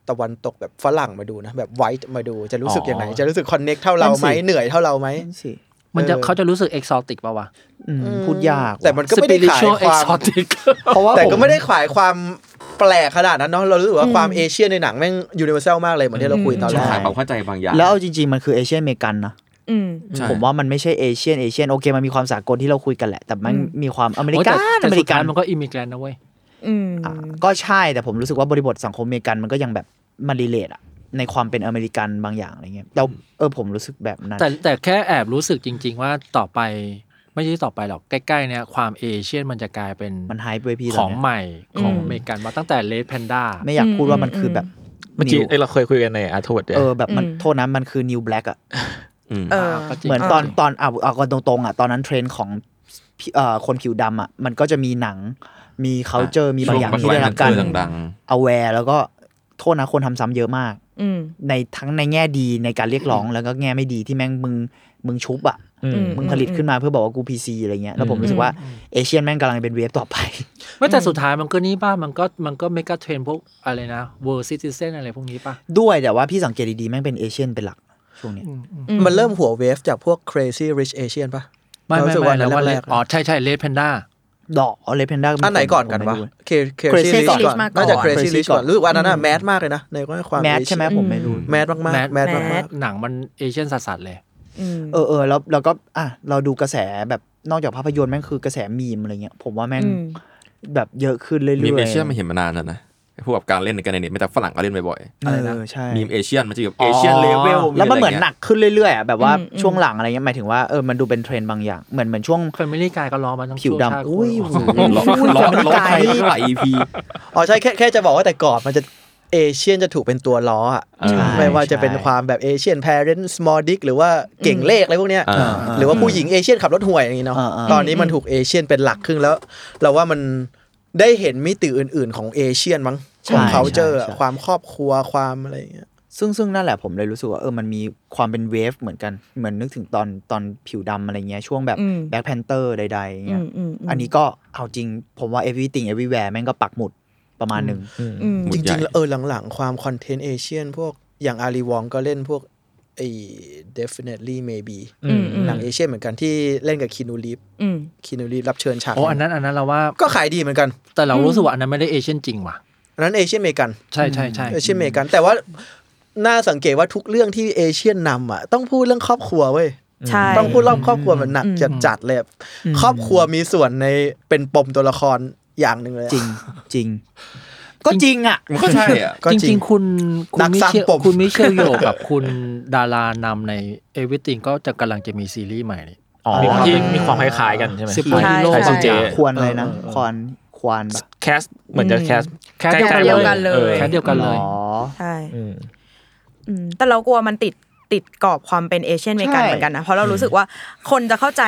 [SPEAKER 9] ตะวันตกแบบฝรั่งมาดูนะ แบบไวท์มาดูจะรู้สึก
[SPEAKER 8] อ๋อ
[SPEAKER 9] ยังไง จะรู้สึกคอนเน็กเท่าเราไหม
[SPEAKER 5] นั่นสิ
[SPEAKER 9] เหนื่อยเท่าเราไหม
[SPEAKER 5] นั่นสิ
[SPEAKER 8] มันจะ
[SPEAKER 9] เออ
[SPEAKER 8] เขาจะรู้สึกเอกซอติกป่าวะ
[SPEAKER 5] อืม
[SPEAKER 9] อื
[SPEAKER 5] พูดยาก
[SPEAKER 9] แต่มันก็ไม่ได้ขาย
[SPEAKER 8] เอก
[SPEAKER 9] ควา
[SPEAKER 8] ซอ
[SPEAKER 9] ม
[SPEAKER 8] ติก
[SPEAKER 5] เพราะว่า
[SPEAKER 9] แต่ก็
[SPEAKER 5] ผ
[SPEAKER 9] ไม่ได้ขายความแปลกขนาดนั้นเนาะเรารู้สึกว่าความเอเชียในหนังแม่งยูนิเวอร์แซลมากเลยเหมือนที่เราคุยตอนแร
[SPEAKER 7] ขาย
[SPEAKER 9] ก
[SPEAKER 7] ความเข้าใจบางอย่าง
[SPEAKER 5] แล้วเอาจริง ๆ มันคือเอเชียนเมกันนะ
[SPEAKER 6] อืม
[SPEAKER 7] ใช่
[SPEAKER 5] ผมว่ามันไม่ใช่เอเชียนเอเชียนโอเคมันมีความสากลที่เราคุยกันแหละ แต่มัน
[SPEAKER 6] อืม
[SPEAKER 5] มีความอเมริ
[SPEAKER 8] โอ้ย
[SPEAKER 5] กัน
[SPEAKER 8] แต่แต่
[SPEAKER 5] อเม
[SPEAKER 8] สุ
[SPEAKER 5] ริ
[SPEAKER 8] ด
[SPEAKER 5] กั
[SPEAKER 8] ท้าย
[SPEAKER 5] น
[SPEAKER 8] มันก็อิมิเกรนนะเว้ย
[SPEAKER 6] อืม
[SPEAKER 5] อ่ะก็ใช่แต่ผมรู้สึกว่าบริบทสังคมอเมริกันมันก็ยังแบบมันรีเลทอะในความเป็นอเมริกันบางอย่างอะไรเงี้ยแต่เออผมรู้สึกแบบนั้น
[SPEAKER 8] แต่แต่แค่แอบรู้สึกจริง ๆ ว่าต่อไปไม่ใช่ต่อไปหรอกใกล้ๆเนี่ยความเอเชียนมันจะกลายเป็น
[SPEAKER 5] มันหายไปพี่ต
[SPEAKER 8] ข
[SPEAKER 5] อ
[SPEAKER 8] อน ง
[SPEAKER 5] เนี้ย
[SPEAKER 8] ใหม่ของ
[SPEAKER 6] อืม
[SPEAKER 8] อเมริกันมาตั้งแต่เลดแพนด้า
[SPEAKER 5] ไม่อยากพูดว่ามันคือแบบ
[SPEAKER 4] เมื่อกี้
[SPEAKER 5] new
[SPEAKER 4] เอ้ยเราเคยคุยกันในอาร์ทวดเดีย
[SPEAKER 5] เออแบบมัน
[SPEAKER 6] อืม
[SPEAKER 5] โทษนะมันคือ new black อะ
[SPEAKER 7] อืม
[SPEAKER 6] เออ
[SPEAKER 5] เหมือนตอนตอนเอาเอากันตรงๆอะตอนนั้นเทรนด์ของพี่เอ่อคนผิวดำอะมันก็จะมีหนังมี culture มีบางอย่างที่ได้รับการ
[SPEAKER 7] ช่วงปัจจุบันมันคือดัง
[SPEAKER 5] aware แล้วก็โทษนะคนทำซ้ำเยอะมาก
[SPEAKER 6] อืม
[SPEAKER 5] ในทั้งในแง่ดีในการเรียกร้องแล้วก็แง่ไม่ดีที่แม่งมึงมึงชุบอ่ะมึงผลิตขึ้นมาเพื่อบอกว่ากูพีซีอะไรเงี้ยแล้วผมรู้สึกว่าเอเชียนแม่งกำลังเป็นเวฟต่อไป
[SPEAKER 8] ไม่แต่สุดท้ายมันก็นี่ป่ะ มันก็มันก็เมกะเทรนพวกอะไรนะเวอร์ซิติเซนอะไรพวกนี้ป่ะ
[SPEAKER 5] ด้วยแต่ว่าพี่สังเกตดีๆ แม่งเป็นเอเชียนเป็นหลักช่วงเนี้ย
[SPEAKER 9] มันเริ่มหัวเวฟจากพวก crazy rich Asian ปะ
[SPEAKER 8] ไม่
[SPEAKER 9] เรา
[SPEAKER 8] ไม่
[SPEAKER 9] รู้สึก
[SPEAKER 8] ไม่
[SPEAKER 9] ว่า
[SPEAKER 8] แล้วว่า
[SPEAKER 9] แร
[SPEAKER 8] เล
[SPEAKER 9] ก
[SPEAKER 8] อ๋อใช่ใช่เลดแพนด้า
[SPEAKER 5] ดอกเลเพนด้า
[SPEAKER 9] ๆอันไหนก่อนกันวะ crazy
[SPEAKER 5] Crazy
[SPEAKER 9] rich ก่อน
[SPEAKER 6] มาก่อน
[SPEAKER 9] น่าจะ crazy
[SPEAKER 5] Crazy
[SPEAKER 9] rich
[SPEAKER 5] ก่
[SPEAKER 9] ก่อ
[SPEAKER 5] อน น
[SPEAKER 9] รู้สึกว่าอันนั้นน่ะแมสมากเลยนะในความ
[SPEAKER 5] แมทใช่ไหมผมไม่รู้
[SPEAKER 9] แมสมากๆแมสมาก
[SPEAKER 6] แม
[SPEAKER 9] ๆ
[SPEAKER 6] ส
[SPEAKER 8] หนังมันเอเชียนสัสๆเลย
[SPEAKER 6] อืม
[SPEAKER 5] เออเออแล้วเราก็อ่ะเราดูกระแสแบบนอกจากภาพยนตร์แม่งคือกระแสมีมอะไรเงี้ยผมว่าแม่ง
[SPEAKER 6] อืม
[SPEAKER 5] แบบเยอะขึ้นเรื่อยๆ
[SPEAKER 7] มีมเอเชียนมาเห็นมานานแล้วนะไอ้พวกแบบการเล่นในการในเน็ตไม่แต่ฝรั่งก็เล่นบ่อย
[SPEAKER 5] อะไรนะใช่
[SPEAKER 7] ๆมีมเอเชียนมันจะแบบเอเชียนเลเวล
[SPEAKER 5] แล้วมันเหมือนหนักขึ้นเรื่อยๆอ่ะแบบว่า
[SPEAKER 6] อืมอืม
[SPEAKER 5] ช่วงหลังอะไรเงี้ยหมายถึงว่าเออมันดูเป็นเทรนด์บางอย่างเหมือนเหมือนช่วง
[SPEAKER 8] f ฟมิลี่กายก็ร้องมาทั้ง
[SPEAKER 5] ผิว
[SPEAKER 8] ชั่ชาติ
[SPEAKER 5] ดำอุ้ย
[SPEAKER 8] โโห
[SPEAKER 7] ร้อนร้อนร้อนไทยหลาย EP
[SPEAKER 9] อ๋อใช่แค่แค่จะบอกว่าแต่ก่อนมันจะเอเชียนจะถูกเป็นตัวล้ออะ
[SPEAKER 7] ใช่
[SPEAKER 9] ไม่ว่าจะ
[SPEAKER 5] ใช่
[SPEAKER 9] เป็นความแบบเอเชียน parent small dick หรือว่าเก่งเลขอะไรพวกเนี้ย
[SPEAKER 7] อ่า
[SPEAKER 9] หรือว่าผู้หญิงเอเชียนขับรถห่วยอย่างนี้เนาะ
[SPEAKER 5] อ่าอ่า
[SPEAKER 9] ตอนนี้มันถูกเอเชียนเป็นหลักครึ่งแล้ว เราว่ามันได้เห็นมิติอื่น ๆ ของเอเชียนมั้งของ culture อะ
[SPEAKER 5] ใช่ใช่
[SPEAKER 9] ความครอบครัวความอะไรอย่างเงี้ย
[SPEAKER 5] ซึ่งซึ่งนั่นแหละผมเลยรู้สึกว่าเออมันมีความเป็นเวฟเหมือนกันเหมือนนึกถึงตอนตอนผิวดำอะไรเงี้ยช่วงแบบ
[SPEAKER 6] อืม
[SPEAKER 5] แบล็คแพนเตอร์ใดๆ
[SPEAKER 6] อื
[SPEAKER 5] เงี้ย
[SPEAKER 6] มอืมม
[SPEAKER 5] อันนี้ก็เอาจริงผมว่า everything everywhere แม่งก็ปักหมุดประมาณหนึ่ง
[SPEAKER 6] อืม
[SPEAKER 7] หมุ
[SPEAKER 9] จ
[SPEAKER 7] ดใหญ่
[SPEAKER 9] ริงๆแล้วเออหลังๆ ความคอนเทนต์เอเชียนพวกอย่างอารีวองก็เล่นพวกไอ้ definitely maybe
[SPEAKER 6] อืมอืม
[SPEAKER 9] หนังเอเชียนเหมือนกันที่เล่นกับคีนูรีฟ
[SPEAKER 6] อืม
[SPEAKER 9] คีนูรีฟรับเชิญฉาก
[SPEAKER 8] โอ้อันนั้นอันนั้นเราว่า
[SPEAKER 9] ก็ขายดีเหมือนกัน
[SPEAKER 8] แต่เรารู้สึกว่าอันนั้นไม่ได้เอเชียนจริงว่ะ
[SPEAKER 9] อันนั้นเอเชียนเมกัน
[SPEAKER 8] ใช่ใช่ใช่
[SPEAKER 9] เอเชียนเมกันแต่ว่าน่าสังเกตว่าทุกเรื่องที่เอเชียนนำอ่ะต้องพูดเรื่องครอบครัวเว้ย
[SPEAKER 6] ใช่
[SPEAKER 9] ต้องพูดรอบครอบครัวมันหนัก
[SPEAKER 6] อืม
[SPEAKER 9] จัดจัดเลยอะครอบครัวมีส่วนในเป็นปมตัวละครอย่างหนึ่งเลยอะ
[SPEAKER 5] จริงจริง ก็จริงอ่ะ
[SPEAKER 7] มันก็ใช่อ่ะ
[SPEAKER 9] ก็จ
[SPEAKER 8] จ
[SPEAKER 9] ริง
[SPEAKER 8] ริง ๆ คุณคุ
[SPEAKER 9] นั
[SPEAKER 8] ณ
[SPEAKER 9] ก
[SPEAKER 8] มิ
[SPEAKER 9] สร้าง
[SPEAKER 8] เชล
[SPEAKER 9] ปม
[SPEAKER 8] คุณมิเชลโยกับคุณดารานำในเอวิติงก็จะกำลังจะมีซีรีส์ใหม่นี่
[SPEAKER 4] มีความที่มีความคล้ายๆกันใช่ไหม
[SPEAKER 8] สิบปี
[SPEAKER 6] โลก
[SPEAKER 4] ใช่ใช่
[SPEAKER 5] ควรอะไรนะควรควรปะ
[SPEAKER 4] แคสเหมือนจะแคส
[SPEAKER 8] แคสเดียวกัน
[SPEAKER 6] เดี
[SPEAKER 8] เลยยว
[SPEAKER 6] กันเล
[SPEAKER 4] ออ
[SPEAKER 6] ย
[SPEAKER 8] แคสเดียวกันเลย
[SPEAKER 5] อ๋อ
[SPEAKER 6] ใช่
[SPEAKER 4] อืม
[SPEAKER 6] อืมแต่เรากลัวมันติดติดกรอบความเป็นเอเชียนอเมริกัน
[SPEAKER 5] ใช่
[SPEAKER 6] เหมือนกันนะเพราะเรารู้สึกว่าคนจะเข้าใจ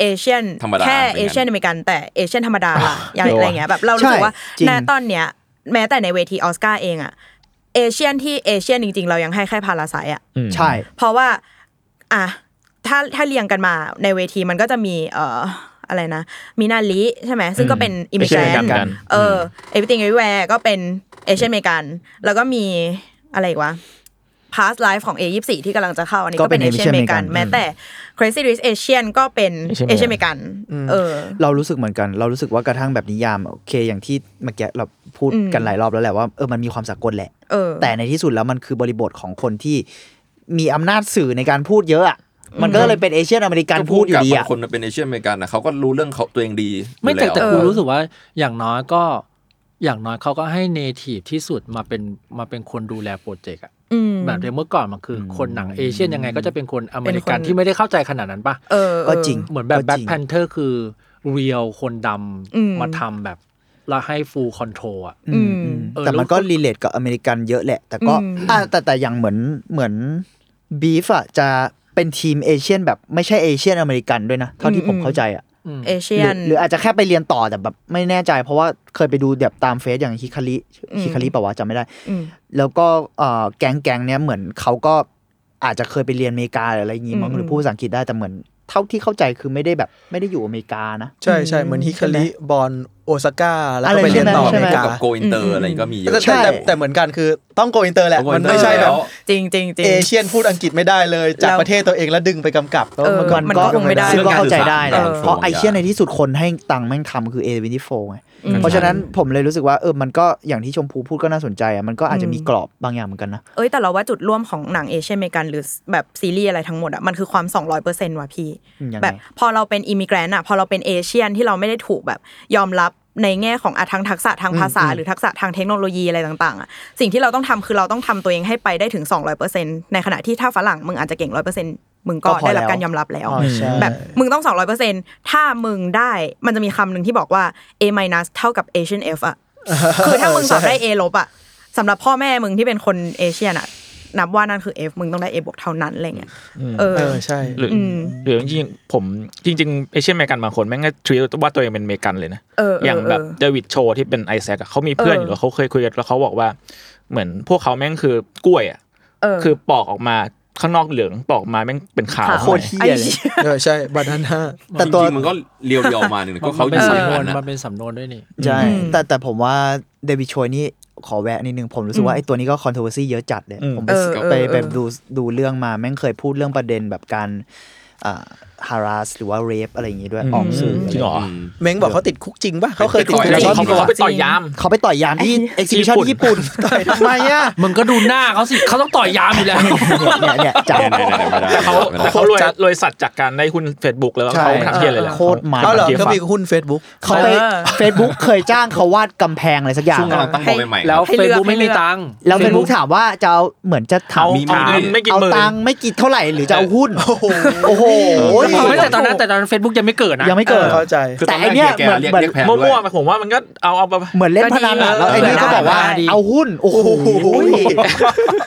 [SPEAKER 6] เอเชียน
[SPEAKER 7] ธรรมดา
[SPEAKER 6] แค่
[SPEAKER 7] เป็นไง
[SPEAKER 6] เอเชียนอเมริกันแต่เอเชียนธรรมดาล่ะอย่างอะไรอย่างเงี้ยแบบเรารู้สึกว่า
[SPEAKER 5] จริง
[SPEAKER 6] ณตอนเนี้ยแม้แต่ในเวทีออสการ์เองอะเอเชียนที่เอเชียนจริง ๆ เรายังให้แค่พาราไซอะ
[SPEAKER 5] ใช่
[SPEAKER 6] เพราะว่า อ่ะ ถ้ ถ้าถ้าเรียงกันมาในเวทีมันก็จะมีเอ่ออะไรนะ มีนาลิใช่ไหมซึ่งก็เป็นอิมเมชั
[SPEAKER 4] Asian American กัน
[SPEAKER 6] เออเอวิติงเอวิแวร์ก็เป็นเอเชียนเมกัน แล้วก็มีอะไรอีกวะ past life ของ A24 ที่กำลังจะเข้า อันนี้
[SPEAKER 5] ก็
[SPEAKER 6] ก็
[SPEAKER 5] เป็
[SPEAKER 6] เป็น นเอเชีย
[SPEAKER 5] Asian
[SPEAKER 6] นเม
[SPEAKER 5] American
[SPEAKER 6] กัน
[SPEAKER 5] อืม
[SPEAKER 6] แม้แต่ Crazy Rich Asian ก็เป็น
[SPEAKER 4] Asian
[SPEAKER 6] เอเชียนเมกันเออ
[SPEAKER 5] เรารู้สึกเหมือนกัน เรารู้สึกว่ากระทั่งแบบนิยามโอเคอย่างที่เมื่อกี้เราพูด
[SPEAKER 6] อืม
[SPEAKER 5] กันหลายรอบแล้วแหละว่าเออมันมีความสากลแหละ
[SPEAKER 6] เออ
[SPEAKER 5] แต่ในที่สุดแล้วมันคือบริบทของคนที่มีอำนาจสื่อในการพูดเยอะอะมันก็เลยเป็นเอเชียนอเมริกันพูดอยู่ดี
[SPEAKER 7] บา
[SPEAKER 5] อะ
[SPEAKER 7] งคนมันเป็นเอเชียนอเมริกันนะเขาก็รู้เรื่องเขาตัวเองดีอยู่
[SPEAKER 8] ไม่แต่แต่
[SPEAKER 7] ล้ว
[SPEAKER 6] เอ
[SPEAKER 8] กู
[SPEAKER 6] อ
[SPEAKER 8] รู้สึกว่าอย่างน้อยก็อย่างน้อยเขาก็ให้เนทีฟที่สุดมาเป็นมาเป็นคนดูแลโปรเจกต์อะ
[SPEAKER 6] อืม
[SPEAKER 8] แบบเดิมเมื่อก่อนมันคืออ
[SPEAKER 5] ม
[SPEAKER 8] คนหนังเอเชียนยังไงก็จะเป็นคนอเมริกัน
[SPEAKER 6] เป็นคน
[SPEAKER 8] ที่ไม่ได้เข้าใจขนาดนั้นปะ
[SPEAKER 6] เออ
[SPEAKER 5] ก็จริง
[SPEAKER 8] เหมือนแบบ
[SPEAKER 5] ก็
[SPEAKER 8] แบ็ค
[SPEAKER 5] จริง
[SPEAKER 8] แพนเทอร์คือเรียวคนดำ
[SPEAKER 6] อืม
[SPEAKER 8] มาทำแบบแล้วให้ฟูลคอนโทรลอ่ะ
[SPEAKER 5] อืม
[SPEAKER 6] อืม
[SPEAKER 8] เออ
[SPEAKER 5] แต่มันก็รีเลทกับอเมริกันเยอะแหละ แต่ก็
[SPEAKER 6] อืม
[SPEAKER 5] อ่ะแต่แต่อย่างเหมือนเหมือนบีฟอะจะเป็นทีมเอเชียนแบบไม่ใช่เอเชียนอเมริกันด้วยนะ เท่าที่ผมเข้าใจอะ
[SPEAKER 8] อืม
[SPEAKER 6] เอเชียน
[SPEAKER 5] หรือหรืออาจจะแค่ไปเรียนต่อแต่แบบไม่แน่ใจ เพราะว่าเคยไปดูแบบตามเฟซอย่างฮิคาริ
[SPEAKER 6] อืม
[SPEAKER 5] ฮิคาริป่าวะจำไม่ได้
[SPEAKER 6] อืม
[SPEAKER 5] แล้วก็เอ่อแก๊งแก๊งเนี้ยเหมือนเขาก็อาจจะเคยไปเรียนอเมริกาหรืออะไรอย่างงี้มั้ง
[SPEAKER 6] อืม
[SPEAKER 5] หรือพูดภาษาอังกฤษได้แต่เหมือนเท่าที่เข้าใจคือไม่ได้แบบไม่ได้อยู่อเมริกานะ
[SPEAKER 9] ใช่ใช่เหมือนฮิคาริบอลโอซาก้าแล้ว
[SPEAKER 5] อะไร
[SPEAKER 9] ก็ไปเรียนต่ออ
[SPEAKER 5] ใช่
[SPEAKER 9] เม
[SPEAKER 5] ไหม
[SPEAKER 9] ริกา
[SPEAKER 7] กับโกอินเตอร์อะไรอย่างงี้ก็มีเย
[SPEAKER 9] แต่
[SPEAKER 7] อะ
[SPEAKER 5] ใช่
[SPEAKER 9] แต่แต่แต่เหมือนกันคือต้องโกอินเตอร์แหละ
[SPEAKER 7] โกอิ
[SPEAKER 9] มัน
[SPEAKER 7] เตอร์
[SPEAKER 9] ไม่ใช่แบบ
[SPEAKER 7] ล้ว
[SPEAKER 6] จริงจริงจริง
[SPEAKER 9] เอเชียนพูดอังกฤษไม่ได้เลย จาก
[SPEAKER 6] แล้ว
[SPEAKER 9] ประเทศตัวเองแล้วดึงไปกำกับ
[SPEAKER 6] เออ
[SPEAKER 5] มันก็
[SPEAKER 6] คงไม่ได้
[SPEAKER 5] ซึ่งก็เข้าใจได้แหละ
[SPEAKER 7] เรื่องการสื่อสาร
[SPEAKER 5] เพราะไอเชีย
[SPEAKER 7] เออ
[SPEAKER 5] ในที่สุดคนให้ตังค์แม่งทำคือเอวินิโฟไง
[SPEAKER 6] อืม
[SPEAKER 5] เพราะฉะนั้นผมเลยรู้สึกว่าเออมันก็อย่างที่ชมพูพูดก็น่าสนใจอ่ะมันก็อาจจะมีกรอบบางอย่างเหมือนกันนะ
[SPEAKER 6] เอ้ยแต่เราว่าจุดร่วมของหนังเอเชียนเมกันหรือแบบซีรีส์อะไรทั้งหมดอะมันคือความ 200เปอร์เซ็นต์ว่ะพี่
[SPEAKER 5] อืมยังไง
[SPEAKER 6] แบบพอเราเป็นอิมิเกรนต์อะพอเราเป็นเอเชียนที่เราไม่ได้ถูกแบบยอมรับในแง่ของอะทั้งทักษะทางภาษา หรือทักษะทางเทคโนโลยีอะไรต่างๆอะสิ่งที่เราต้องทำคือเราต้องทำตัวเองให้ไปได้ถึง 200%ในขณะที่ถ้าฝรั่งมึงอาจจะเก่ง100%มึงก็
[SPEAKER 5] ก็พอ
[SPEAKER 6] ได้รับ
[SPEAKER 5] แล้ว
[SPEAKER 6] การยอมรับแล้ว
[SPEAKER 5] อ๋อใช่
[SPEAKER 6] แบบมึงต้อง 200%ถ้ามึงได้มันจะมีคำหนึ่งที่บอกว่า A minus เท่ากับ Asian F อะคือถ้ามึงสอบได้ A ลบอะสำหรับพ่อแม่มึงที่เป็นคนเอเชียน่ะ นับว่านั่นคือ F มึงต้องได้ A บวกเท่านั้นอะไรเงี้ยเออ
[SPEAKER 9] เออใช่
[SPEAKER 4] หรืออ
[SPEAKER 6] ม
[SPEAKER 4] หรือจริงๆผมจริงๆเอเชียนเมกันบางคนแม่งก็ทรีว่าตัวเองเป็นเมกันเลยนะ
[SPEAKER 6] เออ
[SPEAKER 4] อ
[SPEAKER 6] อย่าง
[SPEAKER 4] แบบเดวิดโชที่เป็นไอแซคอะเขามีเพื่อนอยู่แล้วเขาเคยคุยกันแล้วเขาบอกว่า เหมือนพวกเขาแม่งคือกล้วยอะ
[SPEAKER 6] เออ
[SPEAKER 4] คือปอกออกมาข้างนอกเหลืองปอกออกมาแม่งเป็นขาว
[SPEAKER 6] ขา
[SPEAKER 5] โคตรเหี้ยเลย
[SPEAKER 6] ไอ้หี้
[SPEAKER 9] เออใช่บานาน่า
[SPEAKER 5] แต่
[SPEAKER 7] จ
[SPEAKER 5] ตัว
[SPEAKER 7] ริงๆมันก็เรียวเดียวมาหนึ่งนะก็เขาอ
[SPEAKER 8] เป็น
[SPEAKER 7] ยู่
[SPEAKER 8] สำ
[SPEAKER 7] ย่าง
[SPEAKER 8] นวน
[SPEAKER 7] นั้นนะ
[SPEAKER 8] มันเป็นสำนวนด้วยนี่
[SPEAKER 5] ใช่แต่แต่ผมว่าเดวิดโชยนี่ขอแวะนิดนึง ผมรู้สึกว่าไอ้ตัวนี้ก็คอนเท o v e r s y เยอะจัดเลย ผมไปไปไปดูดูเรื่องมาแม่งเคยพูดเรื่องประเด็นแบบการอ่า harass หรือว่า rape อะไรอย่างงี้ด้วยออกสื่อ
[SPEAKER 4] จริงเหรอ
[SPEAKER 7] อืม
[SPEAKER 9] เม้งบอกเขาติดคุกจริงป่ะเขาเคยติดคุก
[SPEAKER 7] แล้
[SPEAKER 9] แล้ว ว
[SPEAKER 4] จริง
[SPEAKER 9] ก็มี
[SPEAKER 4] เขาบอกว่าไปต่อยยาม
[SPEAKER 5] เขาไปต่อยยามที่ exhibition ที่ญี่ปุ่นต่อยทำไมอ่ะ
[SPEAKER 8] มึงก็ดูหน้าเขาสิเขาต้องต่อยยามอยู่แล้ว
[SPEAKER 5] เนี่ยเนี่ยจัด
[SPEAKER 7] ไหนๆๆไม่ได้
[SPEAKER 4] แต่เขา
[SPEAKER 7] ไม่
[SPEAKER 4] แต่
[SPEAKER 7] ได้
[SPEAKER 4] เขารวยรวยสัตว์จากการได้หุ้น Facebook แล้วเขาทำเพี้ยอะไรแหละ
[SPEAKER 5] โคตรมัน
[SPEAKER 9] เอาเหรอ
[SPEAKER 4] เกีย
[SPEAKER 9] เขา
[SPEAKER 4] ร์ฟั
[SPEAKER 9] มี
[SPEAKER 4] ง
[SPEAKER 9] หุ้น Facebook
[SPEAKER 5] เขาไป Facebook เคยจ้างเขาวาดกำแพงอะไรสักอย่าง
[SPEAKER 7] ช่วงกำลังตั้งวงใหม่ๆ
[SPEAKER 8] แล้ว
[SPEAKER 6] ให้
[SPEAKER 8] เฟ
[SPEAKER 6] เลื
[SPEAKER 8] ซ
[SPEAKER 6] อก
[SPEAKER 8] บุ๊กไม่
[SPEAKER 6] ให้เลื
[SPEAKER 8] มี
[SPEAKER 6] อก
[SPEAKER 8] ตังค์
[SPEAKER 5] แล้ว Facebook
[SPEAKER 8] Facebook
[SPEAKER 5] ถามว่าจะเอาเหมือนจะถาม
[SPEAKER 4] เอาเอาเงินไม่กี่
[SPEAKER 5] เอา
[SPEAKER 4] หมื่น
[SPEAKER 5] ตังค์ไม่กี่เท่าไหร่หรือจะเอาหุ้นโอ้โห
[SPEAKER 8] ไม่แต่ตอนนั้นแต่ตอนนั้นเฟซบุ๊กยังไม่เกิดนะ
[SPEAKER 5] ยังไม่เกิด
[SPEAKER 9] เข้าใจ
[SPEAKER 7] คือตอนแร
[SPEAKER 5] แต่ไอ้
[SPEAKER 7] ก
[SPEAKER 5] เนี่ย
[SPEAKER 7] เฮียแกเรียก
[SPEAKER 5] เหมือน
[SPEAKER 7] เรียกแพนด้
[SPEAKER 4] มั่
[SPEAKER 7] ว
[SPEAKER 4] วย ๆไปผมว่ามันก็เอาเอาไป
[SPEAKER 5] เหมือนเล่นพนันอ่ะ
[SPEAKER 6] ก็ดี
[SPEAKER 5] แล้วไอ้นี่ก็บอกว่า
[SPEAKER 8] เออได้ได้
[SPEAKER 5] เอาหุ้น โอ้โห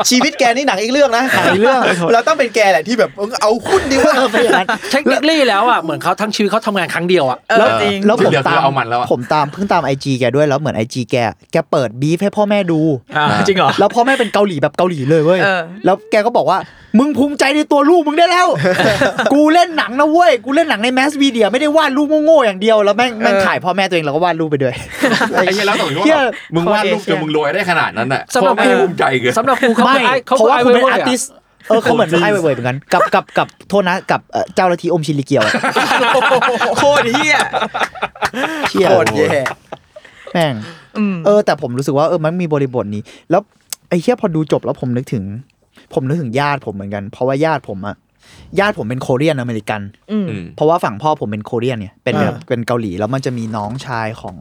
[SPEAKER 9] ชีวิตแกนี่หนังอีกเรื่องนะหนังอีกเรื่อง เราต้องเป็นแกแหละที่แบบเอาหุ้นดี ว่า
[SPEAKER 5] เป็นอย่างนั้น
[SPEAKER 8] เทคนิคลี่แล้วอ่ะเหมือนเขาทั้งชีวิตเขาทำงานครั้งเดียวอ่ะ
[SPEAKER 5] แล้ว
[SPEAKER 7] จริง
[SPEAKER 5] แล้วผม
[SPEAKER 7] ที่เหลือคื
[SPEAKER 5] ตา
[SPEAKER 7] อ
[SPEAKER 5] ม
[SPEAKER 7] เอามันแล้วอะ
[SPEAKER 5] ผมตามเพิ่งตามไอจีแกด้วยแล้วเหมือนไอจีแก แกเปิดบีฟให้พ่อแม่ดู
[SPEAKER 4] อ่าจริงเหรอ
[SPEAKER 5] แล้วพ่อแม่เป็นเกาหลีแบบเกาหลีเลยเว้ย
[SPEAKER 6] เออ
[SPEAKER 5] แล้วแกก็บอกว่า มึงภูมิใจในตัวลูกมึงได้แล้ว กูเล่นหนังนะเว้ย กูเล่นหนังในแมสวีเดียไม่ได้วาดรูปโง่ๆอย่างเดียว แล้วแม่งแม่งถ่ายพ่อแม่ตัวเองแล้วก็วาดรูปไปด้วย
[SPEAKER 7] ไอ้เหี้ยแล้วตรงนี้
[SPEAKER 5] เหี้ย
[SPEAKER 7] ว่ามึงวาดรูปจนมึงรวยได้ขนาดนั้นน่ะ
[SPEAKER 8] สำหรับ
[SPEAKER 7] พ่อแม่ภูมิใจเกิน
[SPEAKER 8] สำหรับครูเขา
[SPEAKER 5] ไม่
[SPEAKER 8] คือไอ้เขา
[SPEAKER 5] เพราะว่าคุณเป็น
[SPEAKER 8] ไว้ว้ย
[SPEAKER 5] อาร์ติสเออเขาเหมือนไอ้เว่ยๆเหมือนกันกับกับกับโทษนะกับเอ่อเจ้าละทีอมชิลิเกียวอะ
[SPEAKER 9] โคตรเฮีย
[SPEAKER 5] เชี่ย
[SPEAKER 9] โคตรแย่
[SPEAKER 5] แม่งเออแต่ผมรู้สึกว่าเออมันมีบริบทนี้ แล้วไอ้เชี่ยพอดูจบแล้วผมนึกถึง ผมนึกถึงญาติผมเหมือนกัน เพราะว่าญาติผมอะญาติผมเป็นโคเรียนอเมริกัน เพราะว่าฝั่งพ่อผมเป็นโคเรียนเนี่ยเป็นแบบเป็นเกาหลีแล้วมันจะมีน้องชายของ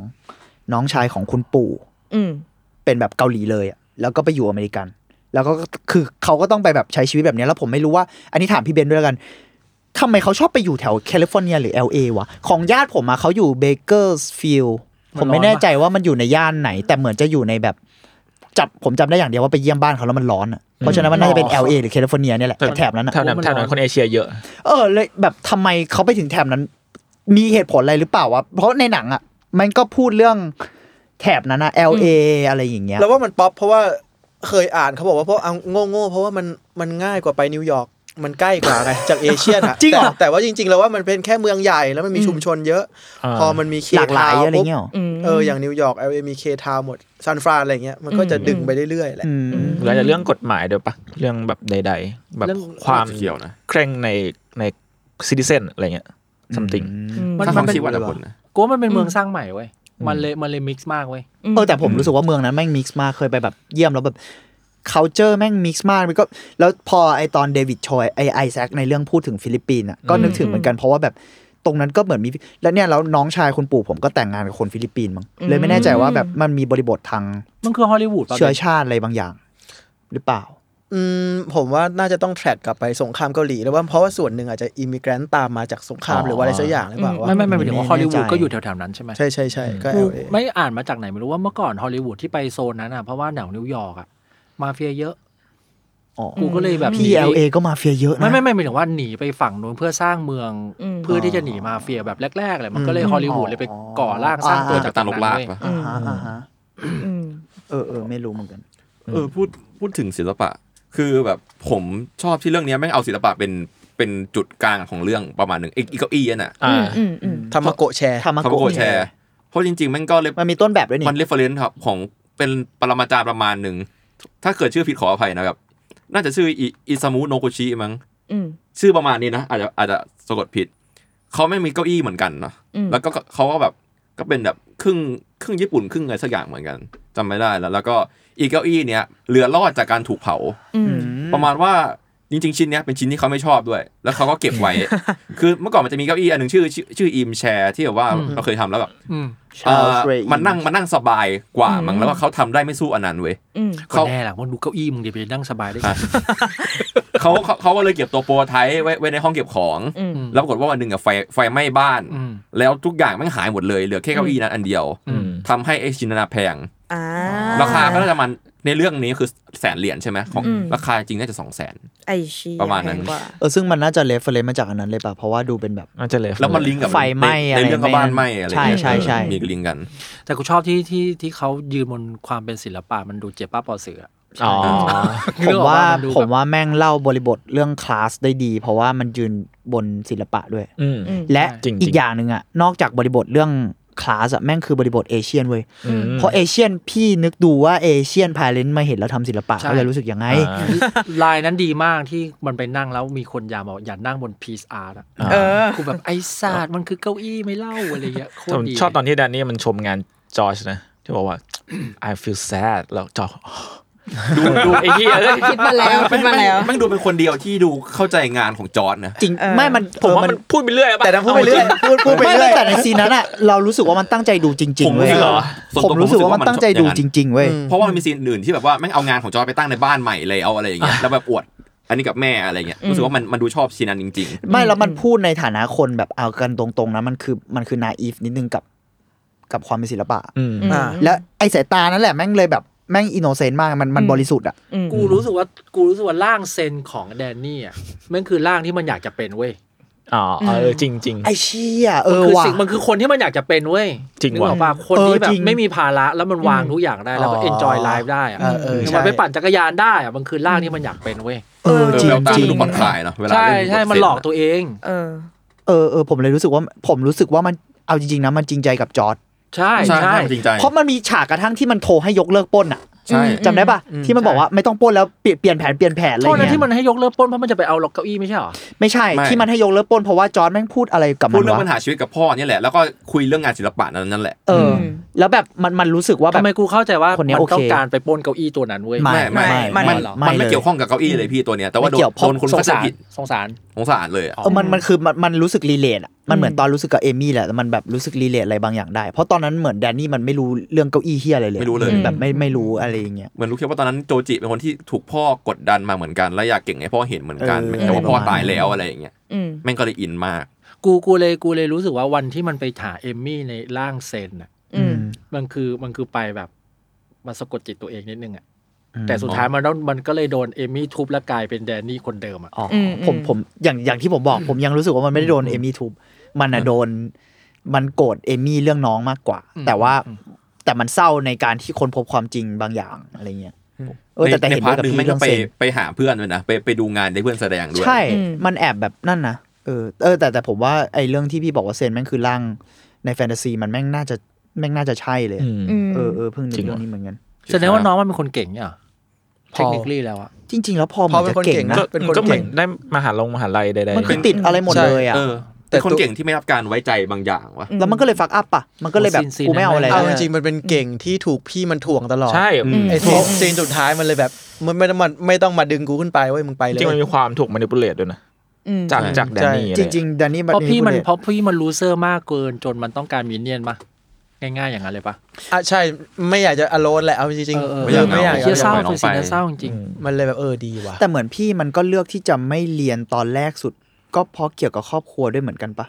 [SPEAKER 5] น้องชายของคุณปู่
[SPEAKER 6] อืม
[SPEAKER 5] เป็นแบบเกาหลีเลยอะแล้วก็ไปอยู่อเมริกัน แล้วก็คือเขาก็ต้องไปแบบใช้ชีวิตแบบเนี้ยแล้วผมไม่รู้ว่า อันนี้ถามพี่เบนด้วยแล้วกันทำไมเขาชอบไปอยู่แถวแคลิฟอร์เนียหรือ LA วะ ของญาติผมอะเขาอยู่เบเกอร์สฟิลด์
[SPEAKER 8] มั
[SPEAKER 5] ผ
[SPEAKER 8] น
[SPEAKER 5] ม
[SPEAKER 8] ร้อนปะ
[SPEAKER 5] ไม่แน่ใจว่ามันอยู่ในย่านไหน แต่เหมือนจะอยู่ในแบบจับผมจำได้อย่างเดียวว่าไปเยี่ยมบ้านเขาแล้วมันร้อนอะเพราะฉะนั้นมันน่าจะเป็น LA หรือแคลิฟอร์เนียเนี่ยแหละแถบนั้นอะ
[SPEAKER 4] แถวนั้นแถวนั้นคนเอเชียเยอะ
[SPEAKER 5] เออเลยแบบทำไมเขาไปถึงแถบนั้น มีเหตุผลอะไรหรือเปล่าวะเพราะในหนังอ่ะ มันก็พูดเรื่องแถบนั้นนะ LA อะไรอย่างเงี้ย
[SPEAKER 9] แล้วว่ามันป๊อปเพราะว่าเคยอ่านเขาบอกว่าเพราะเอาโง่ๆเพราะว่ามันมันง่ายกว่าไปนิวยอร์ก มันใกล้กว่าไง จากเอเชียนะ
[SPEAKER 5] จริงเหรอ
[SPEAKER 9] แต่แต่ว่าจริง ๆ แล้วว่ามันเป็นแค่เมืองใหญ่แล้วมันมีชุมชนเยอะ
[SPEAKER 4] อ่า
[SPEAKER 9] พอมันมีเค
[SPEAKER 5] หลากหลาย
[SPEAKER 9] ทวน์
[SPEAKER 5] อะไร
[SPEAKER 9] ปุ๊บ
[SPEAKER 5] เงี้ยหรอ
[SPEAKER 6] อืม
[SPEAKER 9] เอออย่างนิวยอร์กเอลเอมีเคทาวน์หมดซานฟรานอะไรเงี้ยมันก็จะดึงไปเรื่อยๆแหละ
[SPEAKER 5] อืม
[SPEAKER 4] หลังจากเรื่องกฎหมายเดี๋ยวปะเรื่องแบบใด ๆ แบบ
[SPEAKER 8] เรื่อง
[SPEAKER 4] ความ
[SPEAKER 7] เกี่ยวนะ
[SPEAKER 4] เคร่งในในซิติเซนอะไรเงี้ย something
[SPEAKER 7] ถ้าความคิดว่าแต่ผลนะ
[SPEAKER 8] กูว่ามันเป็นเมืองสร้างใหม่เว้ย
[SPEAKER 4] อืม
[SPEAKER 8] มันเลยมันเลยมิกซ์มากเว้ย
[SPEAKER 5] เออแต่ผมรู้สึกว่าเมืองนั้นแม่งมิกซ์มากเคยไปแบบเยี่ยมแล้วแบบ culture แม่งมิกซ์มากมันก็แล้วพอไอตอนเดวิดชอยไอไอแซคในเรื่องพูดถึงฟิลิปปินส์อ่ะก็นึกถึงเหมือนกันเพราะว่าแบบตรงนั้นก็เหมือนมีแล้วเนี่ยแล้วน้องชายคุณปู่ผมก็แต่งงานกับคนฟิลิปปินส์มั้งเลยไม่แน่ใจว่าแบบมันมีบริบททาง
[SPEAKER 8] มันคือฮอลลีวูดป่ะ
[SPEAKER 5] เชื้อชาติอะไรบางอย่าง หรือเปล่า
[SPEAKER 9] อืมผมว่าน่าจะต้องแทร็กกลับไปสงครามเกาหลีแล้วว่าเพราะว่าส่วนหนึ่งอาจจะอิมิเกรนต์ตามมาจากสงคราม
[SPEAKER 5] อ๋อ
[SPEAKER 9] หรือว่าอะไรสักอย่างหรือเปล่า
[SPEAKER 8] ไม่
[SPEAKER 9] ว่า
[SPEAKER 8] ไม่ไม่หมายถึงว่าฮอลลีวู
[SPEAKER 5] ไม่
[SPEAKER 8] ด
[SPEAKER 5] แน่ใจ
[SPEAKER 8] ก็อยู่แถวๆนั้นใช่ไหม
[SPEAKER 9] ใช่ใช่ใช่ก็
[SPEAKER 8] กู
[SPEAKER 9] LA
[SPEAKER 8] ไม่อ่านมาจากไหนไม่รู้ว่าเมื่อก่อนฮอลลีวูดที่ไปโซนนั้นอ่ะเพราะว่าแถวนิวยอร์กอ่ะมาเฟียเยอะ
[SPEAKER 5] อ๋อ
[SPEAKER 8] กูก็เลยแบบ
[SPEAKER 5] พี่
[SPEAKER 8] หนี
[SPEAKER 5] LA ก็มาเฟียเยอะนะ
[SPEAKER 8] ไม่ไม่ไม่หมายถึงว่าหนีไปฝั่งนู้นเพื่อสร้างเมือง
[SPEAKER 6] อืม
[SPEAKER 8] เพื่อที่จะหนีมาเฟียแบบแรกๆเลยมันก็เลย
[SPEAKER 5] อืม
[SPEAKER 8] ฮอลลีวูดเลยไป
[SPEAKER 5] อ๋อ
[SPEAKER 8] ก่อร่างสร้างตัวจาก
[SPEAKER 7] ตามลกลาก
[SPEAKER 8] เว้ย
[SPEAKER 7] ปะ
[SPEAKER 5] อ่าฮะอ่าฮะ
[SPEAKER 6] อืม
[SPEAKER 5] เออเออไม่รู้เหมือนกัน
[SPEAKER 7] เออพูดพูดถึงศิลปะ คือแบบผมชอบที่เรื่องเนี้ยแม่งเอาศิลปะเป็นเป็นจุดกลางของเรื่องประมาณหนึ่งไอ้ไอีเก้าอี้อะน่ะ
[SPEAKER 4] อ่า
[SPEAKER 6] อืมอืม
[SPEAKER 9] ทำมาโกะแชร์
[SPEAKER 5] ทำมา
[SPEAKER 7] เขาก็
[SPEAKER 5] โกะ
[SPEAKER 7] โกรธแชร์เพราะจริงๆแม่งก็เลย
[SPEAKER 5] มันมีต้นแบบด้วยนี่
[SPEAKER 7] มันเรฟเฟรนซ์ครับของเป็นปรมาจารย์ประมาณหนึ่ง ถ้าเกิดชื่อผิดขออภัยนะครับ น่าจะชื่ออิอิซามุโนโกชิมั้ง
[SPEAKER 6] อืม
[SPEAKER 7] ชื่อประมาณนี้นะอาจจะอาจจะสะกดผิด เขาไม่มีเก้าอี้เหมือนกันเนาะ
[SPEAKER 6] อืม
[SPEAKER 7] แล้วก็เขาก็แบบก็เป็นแบบครึ่งครึ่งญี่ปุ่นครึ่งอะไรสักอย่างเหมือนกันจำไม่ได้แล้ว แล้วก็อีเก้าอี้เนี้ยเรือรอดจากการถูกเผา
[SPEAKER 6] อืม
[SPEAKER 7] ประมาณว่าจริงๆ ชิ้นเนี้ยเป็นชิ้นที่เขาไม่ชอบด้วย แล้วเขาก็เก็บไว้ คือเมื่อก่อนมันจะมีเก้าอี้อันหนึ่งชื่อชื่อชื่ออิมแชร์ที่แบบว่าเราเคยทำแล้วแบบ
[SPEAKER 8] อืม
[SPEAKER 7] เอ่อ
[SPEAKER 5] Charles Ray
[SPEAKER 7] มันนั่งมันนั่งสบายกว่ามั้ง
[SPEAKER 6] อืม
[SPEAKER 7] แล้วว่าเขาทำได้ไม่สู้อันนั้นเว้ย
[SPEAKER 6] อืม
[SPEAKER 8] ก็
[SPEAKER 7] เขา
[SPEAKER 8] แน่แหละว่าดูเก้าอี้มึงเดี๋ยวไปนั่งสบายได้ไง
[SPEAKER 7] เขาเขาเขาก็เลยเก็บตัวโปรไทป์ไว้ไว้ในห้องเก็บของ
[SPEAKER 6] อืม
[SPEAKER 7] แล้วปรากฏว่าวันหนึ่งอะไฟไฟไหม้บ้าน
[SPEAKER 8] อืม
[SPEAKER 7] แล้วทุกอย่างแมันหายหมดเลยเหลือแค่เก้าอี้นั้นอันเดียวทำให้ไอชินนาแพง
[SPEAKER 6] อ่า
[SPEAKER 7] ราคาก็น่าจะมันในเรื่องนี้คือแสนเหรียญใช่ไหมของ
[SPEAKER 6] อืม
[SPEAKER 7] ราคาจริงน่าจะสองแสน
[SPEAKER 6] ไอชี
[SPEAKER 7] ประมาณนั้น
[SPEAKER 6] แพงกว่
[SPEAKER 5] เออซึ่งมันน่าจะเลฟเฟรนมาจากอันนั้นเลยป่ะเพราะว่าดูเป็นแบบ
[SPEAKER 4] น่าจะเลย
[SPEAKER 7] แล้วมันลิงก์กับ
[SPEAKER 5] ไฟไหม้
[SPEAKER 7] ใน
[SPEAKER 5] อะไร
[SPEAKER 7] เรื่องก็บ้านไหม้อะไร
[SPEAKER 5] ใช่
[SPEAKER 7] เงี้ย
[SPEAKER 5] ใช่ใช่
[SPEAKER 7] เออมีลิงก์กัน
[SPEAKER 8] แต่กูชอบที่ที่ที่เขายืนบนความเป็นศิลปะมันดูเจ็บป้าปอเสืออะ
[SPEAKER 4] อ๋อ
[SPEAKER 5] ผม
[SPEAKER 8] นึกออก
[SPEAKER 5] ว่า
[SPEAKER 8] ปะนดู
[SPEAKER 5] ผม
[SPEAKER 8] แบบ
[SPEAKER 5] ว่าแม่งเล่าบริบทเรื่องคลาสได้ดี เพราะว่ามันยืนบนศิลปะด้วย
[SPEAKER 4] อืม
[SPEAKER 6] อืม
[SPEAKER 5] และ
[SPEAKER 4] จริงๆ
[SPEAKER 5] อีกอย่างหนึ่งอะนอกจากบริบทเรื่องคลาสอะแม่งคือบริบทเอเชียนเว้ยเพราะเอเชียนพี่นึกดูว่าเอเชียนพาเลนมาเห็นแล้วทำศิลปะ
[SPEAKER 8] ใช่
[SPEAKER 5] เขาจะรู้สึกยังไง
[SPEAKER 8] ลายนั้นดีมากที่มันไปนั่งแล้วมีคนยามบอกอย่านั่งบนพีซอาร์ตอ่ะ
[SPEAKER 5] อ่า
[SPEAKER 6] เออ
[SPEAKER 8] กูแบบไอ้ศาสตร์มันคือเก้าอี้ไม่เล่าอะไรเงี้ยโคต
[SPEAKER 4] ผ
[SPEAKER 8] ร
[SPEAKER 4] ม
[SPEAKER 8] ดี
[SPEAKER 4] ชอบตอนที่แดนนี่มันชมงานจอร์จนะ ที่บอกว่า I feel sad แล้วจอร์จดูดูไอ้ที่เอ้ย
[SPEAKER 6] คิดมาแล้วคิดมาแล้ว
[SPEAKER 7] แม่งดูเป็นคนเดียวที่ดูเข้าใจงานของจอร์ดนะ
[SPEAKER 5] จริง
[SPEAKER 6] เออ
[SPEAKER 5] ไม่มัน
[SPEAKER 4] ผมว่า
[SPEAKER 5] เออ
[SPEAKER 4] มันพูดไปเรื่อยอะ
[SPEAKER 9] แต่
[SPEAKER 4] ปะ
[SPEAKER 9] ถ้าพูดไปเรื่อยพูดพูดไป
[SPEAKER 5] ไม่
[SPEAKER 9] เรื่อ
[SPEAKER 5] ไม่
[SPEAKER 9] ย
[SPEAKER 5] แต่ในซีนนั้นอะเรารู้สึกว่ามันตั้งใจดูจริงๆ
[SPEAKER 7] ผมรู้
[SPEAKER 5] เว้ย
[SPEAKER 7] สึกเหรอ
[SPEAKER 5] ผมรู้สึกว่ามัน
[SPEAKER 7] ส่วนตัวผมรู้สึกว่ามัน
[SPEAKER 5] ตั้งใจดูจริง ๆเว้ย
[SPEAKER 9] อืม
[SPEAKER 7] เพราะว่ามันมีซีนอื่นที่แบบว่าแม่งเอางานของจอร์ดไปตั้งในบ้านใหม่เลยเอาอะไรอย่างเงี้ยแล้วแบบอวดอันนี้กับแม่อะไรเงี้ยรู้สึกว่ามันมันดูชอบซีนนั้นจริง
[SPEAKER 5] ไม่แล้วมันพูดในฐานะคนแบบเอากันตรงๆนะมันคือมันคือนาอีฟนิดนึงกับกับความเป็นศิลปะ
[SPEAKER 9] อ่า
[SPEAKER 5] แล้วไอ้สายตานั่นแหละแม่งเลยแบบแม่งอินโนเซนต์มากมันมันบริสุทธิ์อ่ะ
[SPEAKER 6] อืม
[SPEAKER 8] กูรู้สึกว่ากูรู้สึกว่าร่างเซนของแดนนี่อ่ะมันคือร่างที่มันอยากจะเป็นเว้ย
[SPEAKER 4] อ๋อเออจริงจริง
[SPEAKER 5] ไอ้เชี่ยเออ
[SPEAKER 8] คือ
[SPEAKER 5] ว่ะ
[SPEAKER 8] สิ่งมันคือคนที่มันอยากจะเป็นเว้ย
[SPEAKER 4] จริง
[SPEAKER 8] นึก
[SPEAKER 4] ว่ะ
[SPEAKER 8] ออกป่ะคน
[SPEAKER 5] เออ
[SPEAKER 8] ที่แบ
[SPEAKER 5] จ
[SPEAKER 8] บ
[SPEAKER 5] ริง
[SPEAKER 8] ไม่มีภาระแล้วมันวางทุกอย่างได้แล้วก็
[SPEAKER 9] อ๋อ
[SPEAKER 8] เอนจอยไลฟ์ได้อะ
[SPEAKER 9] เออเออใช่
[SPEAKER 8] มันไปปั่นจักรยานได้อะมันคือร่างที่มันอยากเป็นเว้ย
[SPEAKER 5] เออ
[SPEAKER 7] ๆ เออ
[SPEAKER 5] จริง
[SPEAKER 7] แววตา
[SPEAKER 5] จริง
[SPEAKER 7] ดูผ่อนคลายเนาะเวลา
[SPEAKER 8] ใช่
[SPEAKER 7] เล่นบท
[SPEAKER 8] ใช่มัน
[SPEAKER 7] เซ
[SPEAKER 8] หลอกตัวเอง
[SPEAKER 6] เออ
[SPEAKER 5] เออเออผมเลยรู้สึกว่าผมรู้สึกว่ามันเอาจริงๆนะมันจริงใจกับจอร์ด
[SPEAKER 8] ใช่
[SPEAKER 7] ใช่
[SPEAKER 8] ใช่
[SPEAKER 7] ใช่จริงใจ
[SPEAKER 5] เพราะมันมีฉากกระทั่งที่มันโทรให้ยกเลิกปล้นอ่ะ
[SPEAKER 7] ใช่
[SPEAKER 5] จำได้ป่ะ
[SPEAKER 9] อืม
[SPEAKER 5] ที่มันบอกว่าไม่ต้องปล้นแล้วเปลี่ยนเปลี่ยนแผนเปลี่ยนแผนอะไร
[SPEAKER 8] โทษนะ
[SPEAKER 5] เงี้
[SPEAKER 8] ที่มั
[SPEAKER 5] ย
[SPEAKER 8] นให้ยกเลิกปล้นเพราะมันจะไปเอาล็อกเก้าอี้ไม่ใช่เหรอ
[SPEAKER 5] ไม่ใช่
[SPEAKER 7] ไม่
[SPEAKER 5] ที่มันให้ยกเลิกปล้นเพราะว่าจอร์ดแม่งพูดอะไรกับมั
[SPEAKER 7] พูด
[SPEAKER 5] น
[SPEAKER 7] เรื่องปัญ
[SPEAKER 5] วะ
[SPEAKER 7] หาชีวิตกับพ่อเนี่ยแหละแล้วก็คุยเรื่องงานศิลปะนั้นนั่นแหละ
[SPEAKER 5] เออ แล้วแบบมันมันรู้สึกว่าแบบ
[SPEAKER 8] ทำไมกูเข้าใจว่า
[SPEAKER 5] คนเนี้ย
[SPEAKER 8] มั
[SPEAKER 5] โอเค
[SPEAKER 8] ต้องการไปปล้นเก้าอี้ตัวนั้นเว้ย
[SPEAKER 5] ไม่
[SPEAKER 7] ไม่
[SPEAKER 5] ไม่
[SPEAKER 6] ไม่
[SPEAKER 5] ไม่
[SPEAKER 7] มัน
[SPEAKER 5] หรอ
[SPEAKER 7] มันไม่
[SPEAKER 5] ล
[SPEAKER 7] เกี่ยวข้องกับเก้าอี้เลยพี่ตัวเนี้ยแต่ว่า
[SPEAKER 5] ไม่
[SPEAKER 7] โด
[SPEAKER 5] เกี่
[SPEAKER 7] น
[SPEAKER 5] ยวเพราะ
[SPEAKER 7] โดนคน
[SPEAKER 8] สง
[SPEAKER 7] เข้าใจ
[SPEAKER 8] สาร
[SPEAKER 7] ผิด
[SPEAKER 8] สงสาร
[SPEAKER 7] สงสารเลยอะ
[SPEAKER 5] เออมันมันคือมันมันรู้สึกรีเลทอ่ะมันเหมือนตอนรู้สึกกับเอมี่แหละแต่มันแบบรู้สึกรีเลทอะไรบางอย่างได้ เพราะตอนนั้นเหมือนแดนนี่มันไม่รู้เรื่องเก้าอี้เฮียอะไรเลย
[SPEAKER 7] ไม่รู้เลย
[SPEAKER 5] แบบไม่ไม่รู้อะไรอย่างเงี้ย
[SPEAKER 7] เหมือนรู้แค่ว่าตอนนั้นโจจิเป็นคนที่ถูกพ่อกดดันมาเหมือนกันและอยากเก่งให้พ่อเห็นเหมือนกัน
[SPEAKER 5] เออ
[SPEAKER 7] แต่ว่าพ่อตายแล้วอะไรอย่างเงี้ย
[SPEAKER 6] อืม
[SPEAKER 7] แม่งก็เลยอินมาก
[SPEAKER 8] กูกูเลยกูเลยรู้สึกว่าวันที่มันไปหาเอมมี่ในร่างเซนน่ะ
[SPEAKER 6] อืม
[SPEAKER 8] มันคือมันคือไปแบบมันสะกดจิตตัวเองนิดนึงอ่ะแต่สุดท้ายมันต้องมันก็เลยโดนเอมมี่ทุบและกลายเป็นแดนนี่คนเดิมอ่ะ
[SPEAKER 5] อ๋ออ
[SPEAKER 6] ม
[SPEAKER 5] ผม
[SPEAKER 6] อืม
[SPEAKER 5] ผมอย่างอย่างที่ผมบอกผมยังรู้สึกว่ามันไม่ได้โดนเอมี่ทุบมันอะโดน มันโกรธเอมี่เรื่องน้องมากกว่า แต่ว่าแต่มันเศร้าในการที่คนพบความจริงบางอย่างอะไรเงี้ย
[SPEAKER 9] อื
[SPEAKER 5] เออแต่แต่เห็นด้วยกับพี่
[SPEAKER 7] ใพาร์ทหงแม่ง
[SPEAKER 5] เรื่
[SPEAKER 7] ก็
[SPEAKER 5] อง
[SPEAKER 7] ไป
[SPEAKER 5] เซ็น
[SPEAKER 7] ไปหาเพื่อนด้วยนะไปไปดูงานที่เพื่อนแสดงด้วย
[SPEAKER 5] ใช่
[SPEAKER 6] อืม
[SPEAKER 5] มันแอบแบบนั่นนะเออ เออ แต่แต่ผมว่าไอ้เรื่องที่พี่บอกว่าเซนแม่งคือร่างในแฟนตาซีมันแม่งน่าจะแม่งน่าจะใช่เลย
[SPEAKER 4] อืม
[SPEAKER 6] ม
[SPEAKER 5] เออเออเพิ่งนึ
[SPEAKER 4] จริ
[SPEAKER 5] ก
[SPEAKER 4] ง
[SPEAKER 5] เรื่องนี้เหมือนกัน
[SPEAKER 8] แสดงว่าน้องมันเป็นคนเก่งเนี่ย
[SPEAKER 5] พ
[SPEAKER 8] เท
[SPEAKER 5] อ
[SPEAKER 8] คนิคลี่แล้วอะ
[SPEAKER 5] จริง ๆ แล้วพอ
[SPEAKER 9] พอ
[SPEAKER 5] มัน
[SPEAKER 9] เป็น
[SPEAKER 5] จะ
[SPEAKER 9] คน
[SPEAKER 5] เก่
[SPEAKER 9] เก่
[SPEAKER 5] ง
[SPEAKER 9] ง
[SPEAKER 5] นะ
[SPEAKER 9] นะเป็นคน
[SPEAKER 4] ก็เหมื
[SPEAKER 9] เก่
[SPEAKER 4] อน
[SPEAKER 9] ง
[SPEAKER 4] ได้มหาลงมหาลัยใดๆ
[SPEAKER 5] มันคือติดอะไรหมด
[SPEAKER 9] ใช่
[SPEAKER 5] เลยอ่ะ
[SPEAKER 7] เออ
[SPEAKER 9] แต่
[SPEAKER 7] แต่คน
[SPEAKER 9] ตัว
[SPEAKER 7] เก่งที่ไม่รับการไว้ใจบางอย่างวะ
[SPEAKER 5] แล้วมันก็เลยฟักอัพอ่ะ มันก็เลยแบบกูไม่เอาอะไร
[SPEAKER 9] เอา
[SPEAKER 5] แล้ว
[SPEAKER 9] จริงๆมันเป็นเก่งที่ถูกพี่มันถ่วงตลอด
[SPEAKER 4] ใช่
[SPEAKER 7] อืม
[SPEAKER 9] ไอ้ซีนซีนสุดท้ายมันเลยแบบมันไม่ต้องมันไม่ต้องมาดึงกูขึ้นไปเว้ยมึงไปเล
[SPEAKER 4] จ
[SPEAKER 9] ย
[SPEAKER 4] ริงๆมันมีความถูกมานิปุเลตด้วยนะ
[SPEAKER 6] อืม
[SPEAKER 4] จาก
[SPEAKER 7] ใช่
[SPEAKER 4] จากแดนนี่
[SPEAKER 5] จริงๆแดนนี่มัน
[SPEAKER 8] เพราะพี่มัน
[SPEAKER 5] พูดเลย
[SPEAKER 8] เพราะพี่มันรู้เซอร์มากเกินจนมันต้องการมินเนี่ยนมาง่ายๆอย่างนั้นเลยปะ
[SPEAKER 9] อ่ะใช่ไม่อยากจะอโลนแหละเอาจริง
[SPEAKER 8] เออ
[SPEAKER 9] ๆ
[SPEAKER 8] เอ
[SPEAKER 9] คือ อไม่อยาก
[SPEAKER 8] เชี่ยเศร้า
[SPEAKER 7] อยาก
[SPEAKER 8] คือสิ่ง
[SPEAKER 7] ไป
[SPEAKER 8] ที่เศร้าจริง
[SPEAKER 9] มันเลยแบบเออดีว่ะ
[SPEAKER 5] แต่เหมือนพี่มันก็เลือกที่จะไม่เรียนตอนแรกสุด ก็เพราะเกี่ยวกับครอบครัวด้วยเหมือนกันปะ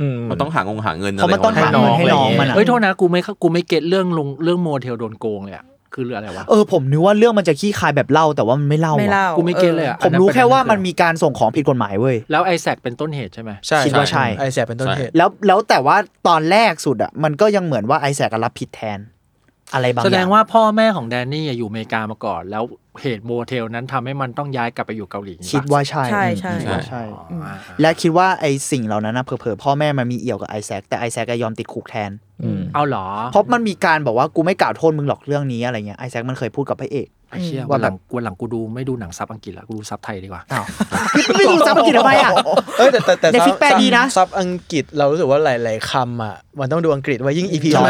[SPEAKER 4] อืม
[SPEAKER 7] มันต้องหางงหาเงินอะ
[SPEAKER 5] เพราะ
[SPEAKER 7] ไร
[SPEAKER 5] มันต้อง
[SPEAKER 7] ข
[SPEAKER 5] หา
[SPEAKER 7] น้
[SPEAKER 5] เงินให้น้อง
[SPEAKER 4] อะไรอย่างเงี้ย
[SPEAKER 5] มันอะ
[SPEAKER 8] เฮ้ยโทษนะกูไม่เข้ากูไม่เก็ตเรื่องลงเรื่องโมเทลโดนโกงเลยอะคือเรื่องอะไรวะ
[SPEAKER 5] เออผมนึกว่าเรื่องมันจะขี้คายแบบเล่าแต่ว่ามันไม่เล่า
[SPEAKER 6] ไม่
[SPEAKER 5] อะ
[SPEAKER 6] เล่า
[SPEAKER 8] กู
[SPEAKER 6] กู
[SPEAKER 8] ไม่เก็ตเลยอะ
[SPEAKER 5] ผม
[SPEAKER 8] อันนั้น
[SPEAKER 5] รู้แค่
[SPEAKER 8] ประเด็
[SPEAKER 5] ว่ามันมีการส่งของผิดกฎหมายเว้ย
[SPEAKER 8] แล้วไอแซกเป็นต้นเหตุใช่ไหม
[SPEAKER 9] ใช่
[SPEAKER 5] คิดว่าใช่
[SPEAKER 9] ไอแสบเป็นต้นเหตุ
[SPEAKER 5] แล้วแล้วแต่ว่าตอนแรกสุดอ่ะมันก็ยังเหมือนว่าไอแซกรับผิดแทน อะไรบางอ
[SPEAKER 8] แส
[SPEAKER 5] ย่าง
[SPEAKER 8] ดงว่าพ่อแม่ของแดนนี่อยู่อเมริกามาก่อน แล้วเหตุโมเทลนั้นทำให้มันต้องย้ายกลับไปอยู่เกาหลี
[SPEAKER 5] คิดว่าใช่
[SPEAKER 6] ใช่ใช่
[SPEAKER 5] คิดว่าใช่
[SPEAKER 8] อ๋อ
[SPEAKER 5] และคิดว่าไอสิ่งเหล่านั้นนะเผลอๆพ่อแม่มันมีเอี่ยวกับไอแซกแต่ไอแซกยอมติดคุกแทน
[SPEAKER 4] อืม
[SPEAKER 8] เอาเหรอ
[SPEAKER 5] เพราะมันมีการบอกว่ากูไม่กล่าวโทษมึงหรอกเรื่องนี้อะไรเงี้ยไอแซกมันเคยพูดกับพระเอก
[SPEAKER 8] ไอ้เชี่ย
[SPEAKER 5] ว่า
[SPEAKER 8] ว่า
[SPEAKER 5] แบ
[SPEAKER 8] แบบ บกูหลังกูดูไม่ดูหนังซับอังกฤษละกูดูซับไทยดีกว่า
[SPEAKER 5] ไม่ดูซับอังกฤษทำไมอ่ะ
[SPEAKER 9] เอ้ยแต่แต่แต่
[SPEAKER 5] ใน
[SPEAKER 9] ซับ
[SPEAKER 5] feed แปลดีนะ
[SPEAKER 9] ซับอังกฤษเรารู้สึกว่าหลาย ๆคำอ่ะมันต้องดูอังกฤษไว้ยิ่งอีพี
[SPEAKER 5] หรอ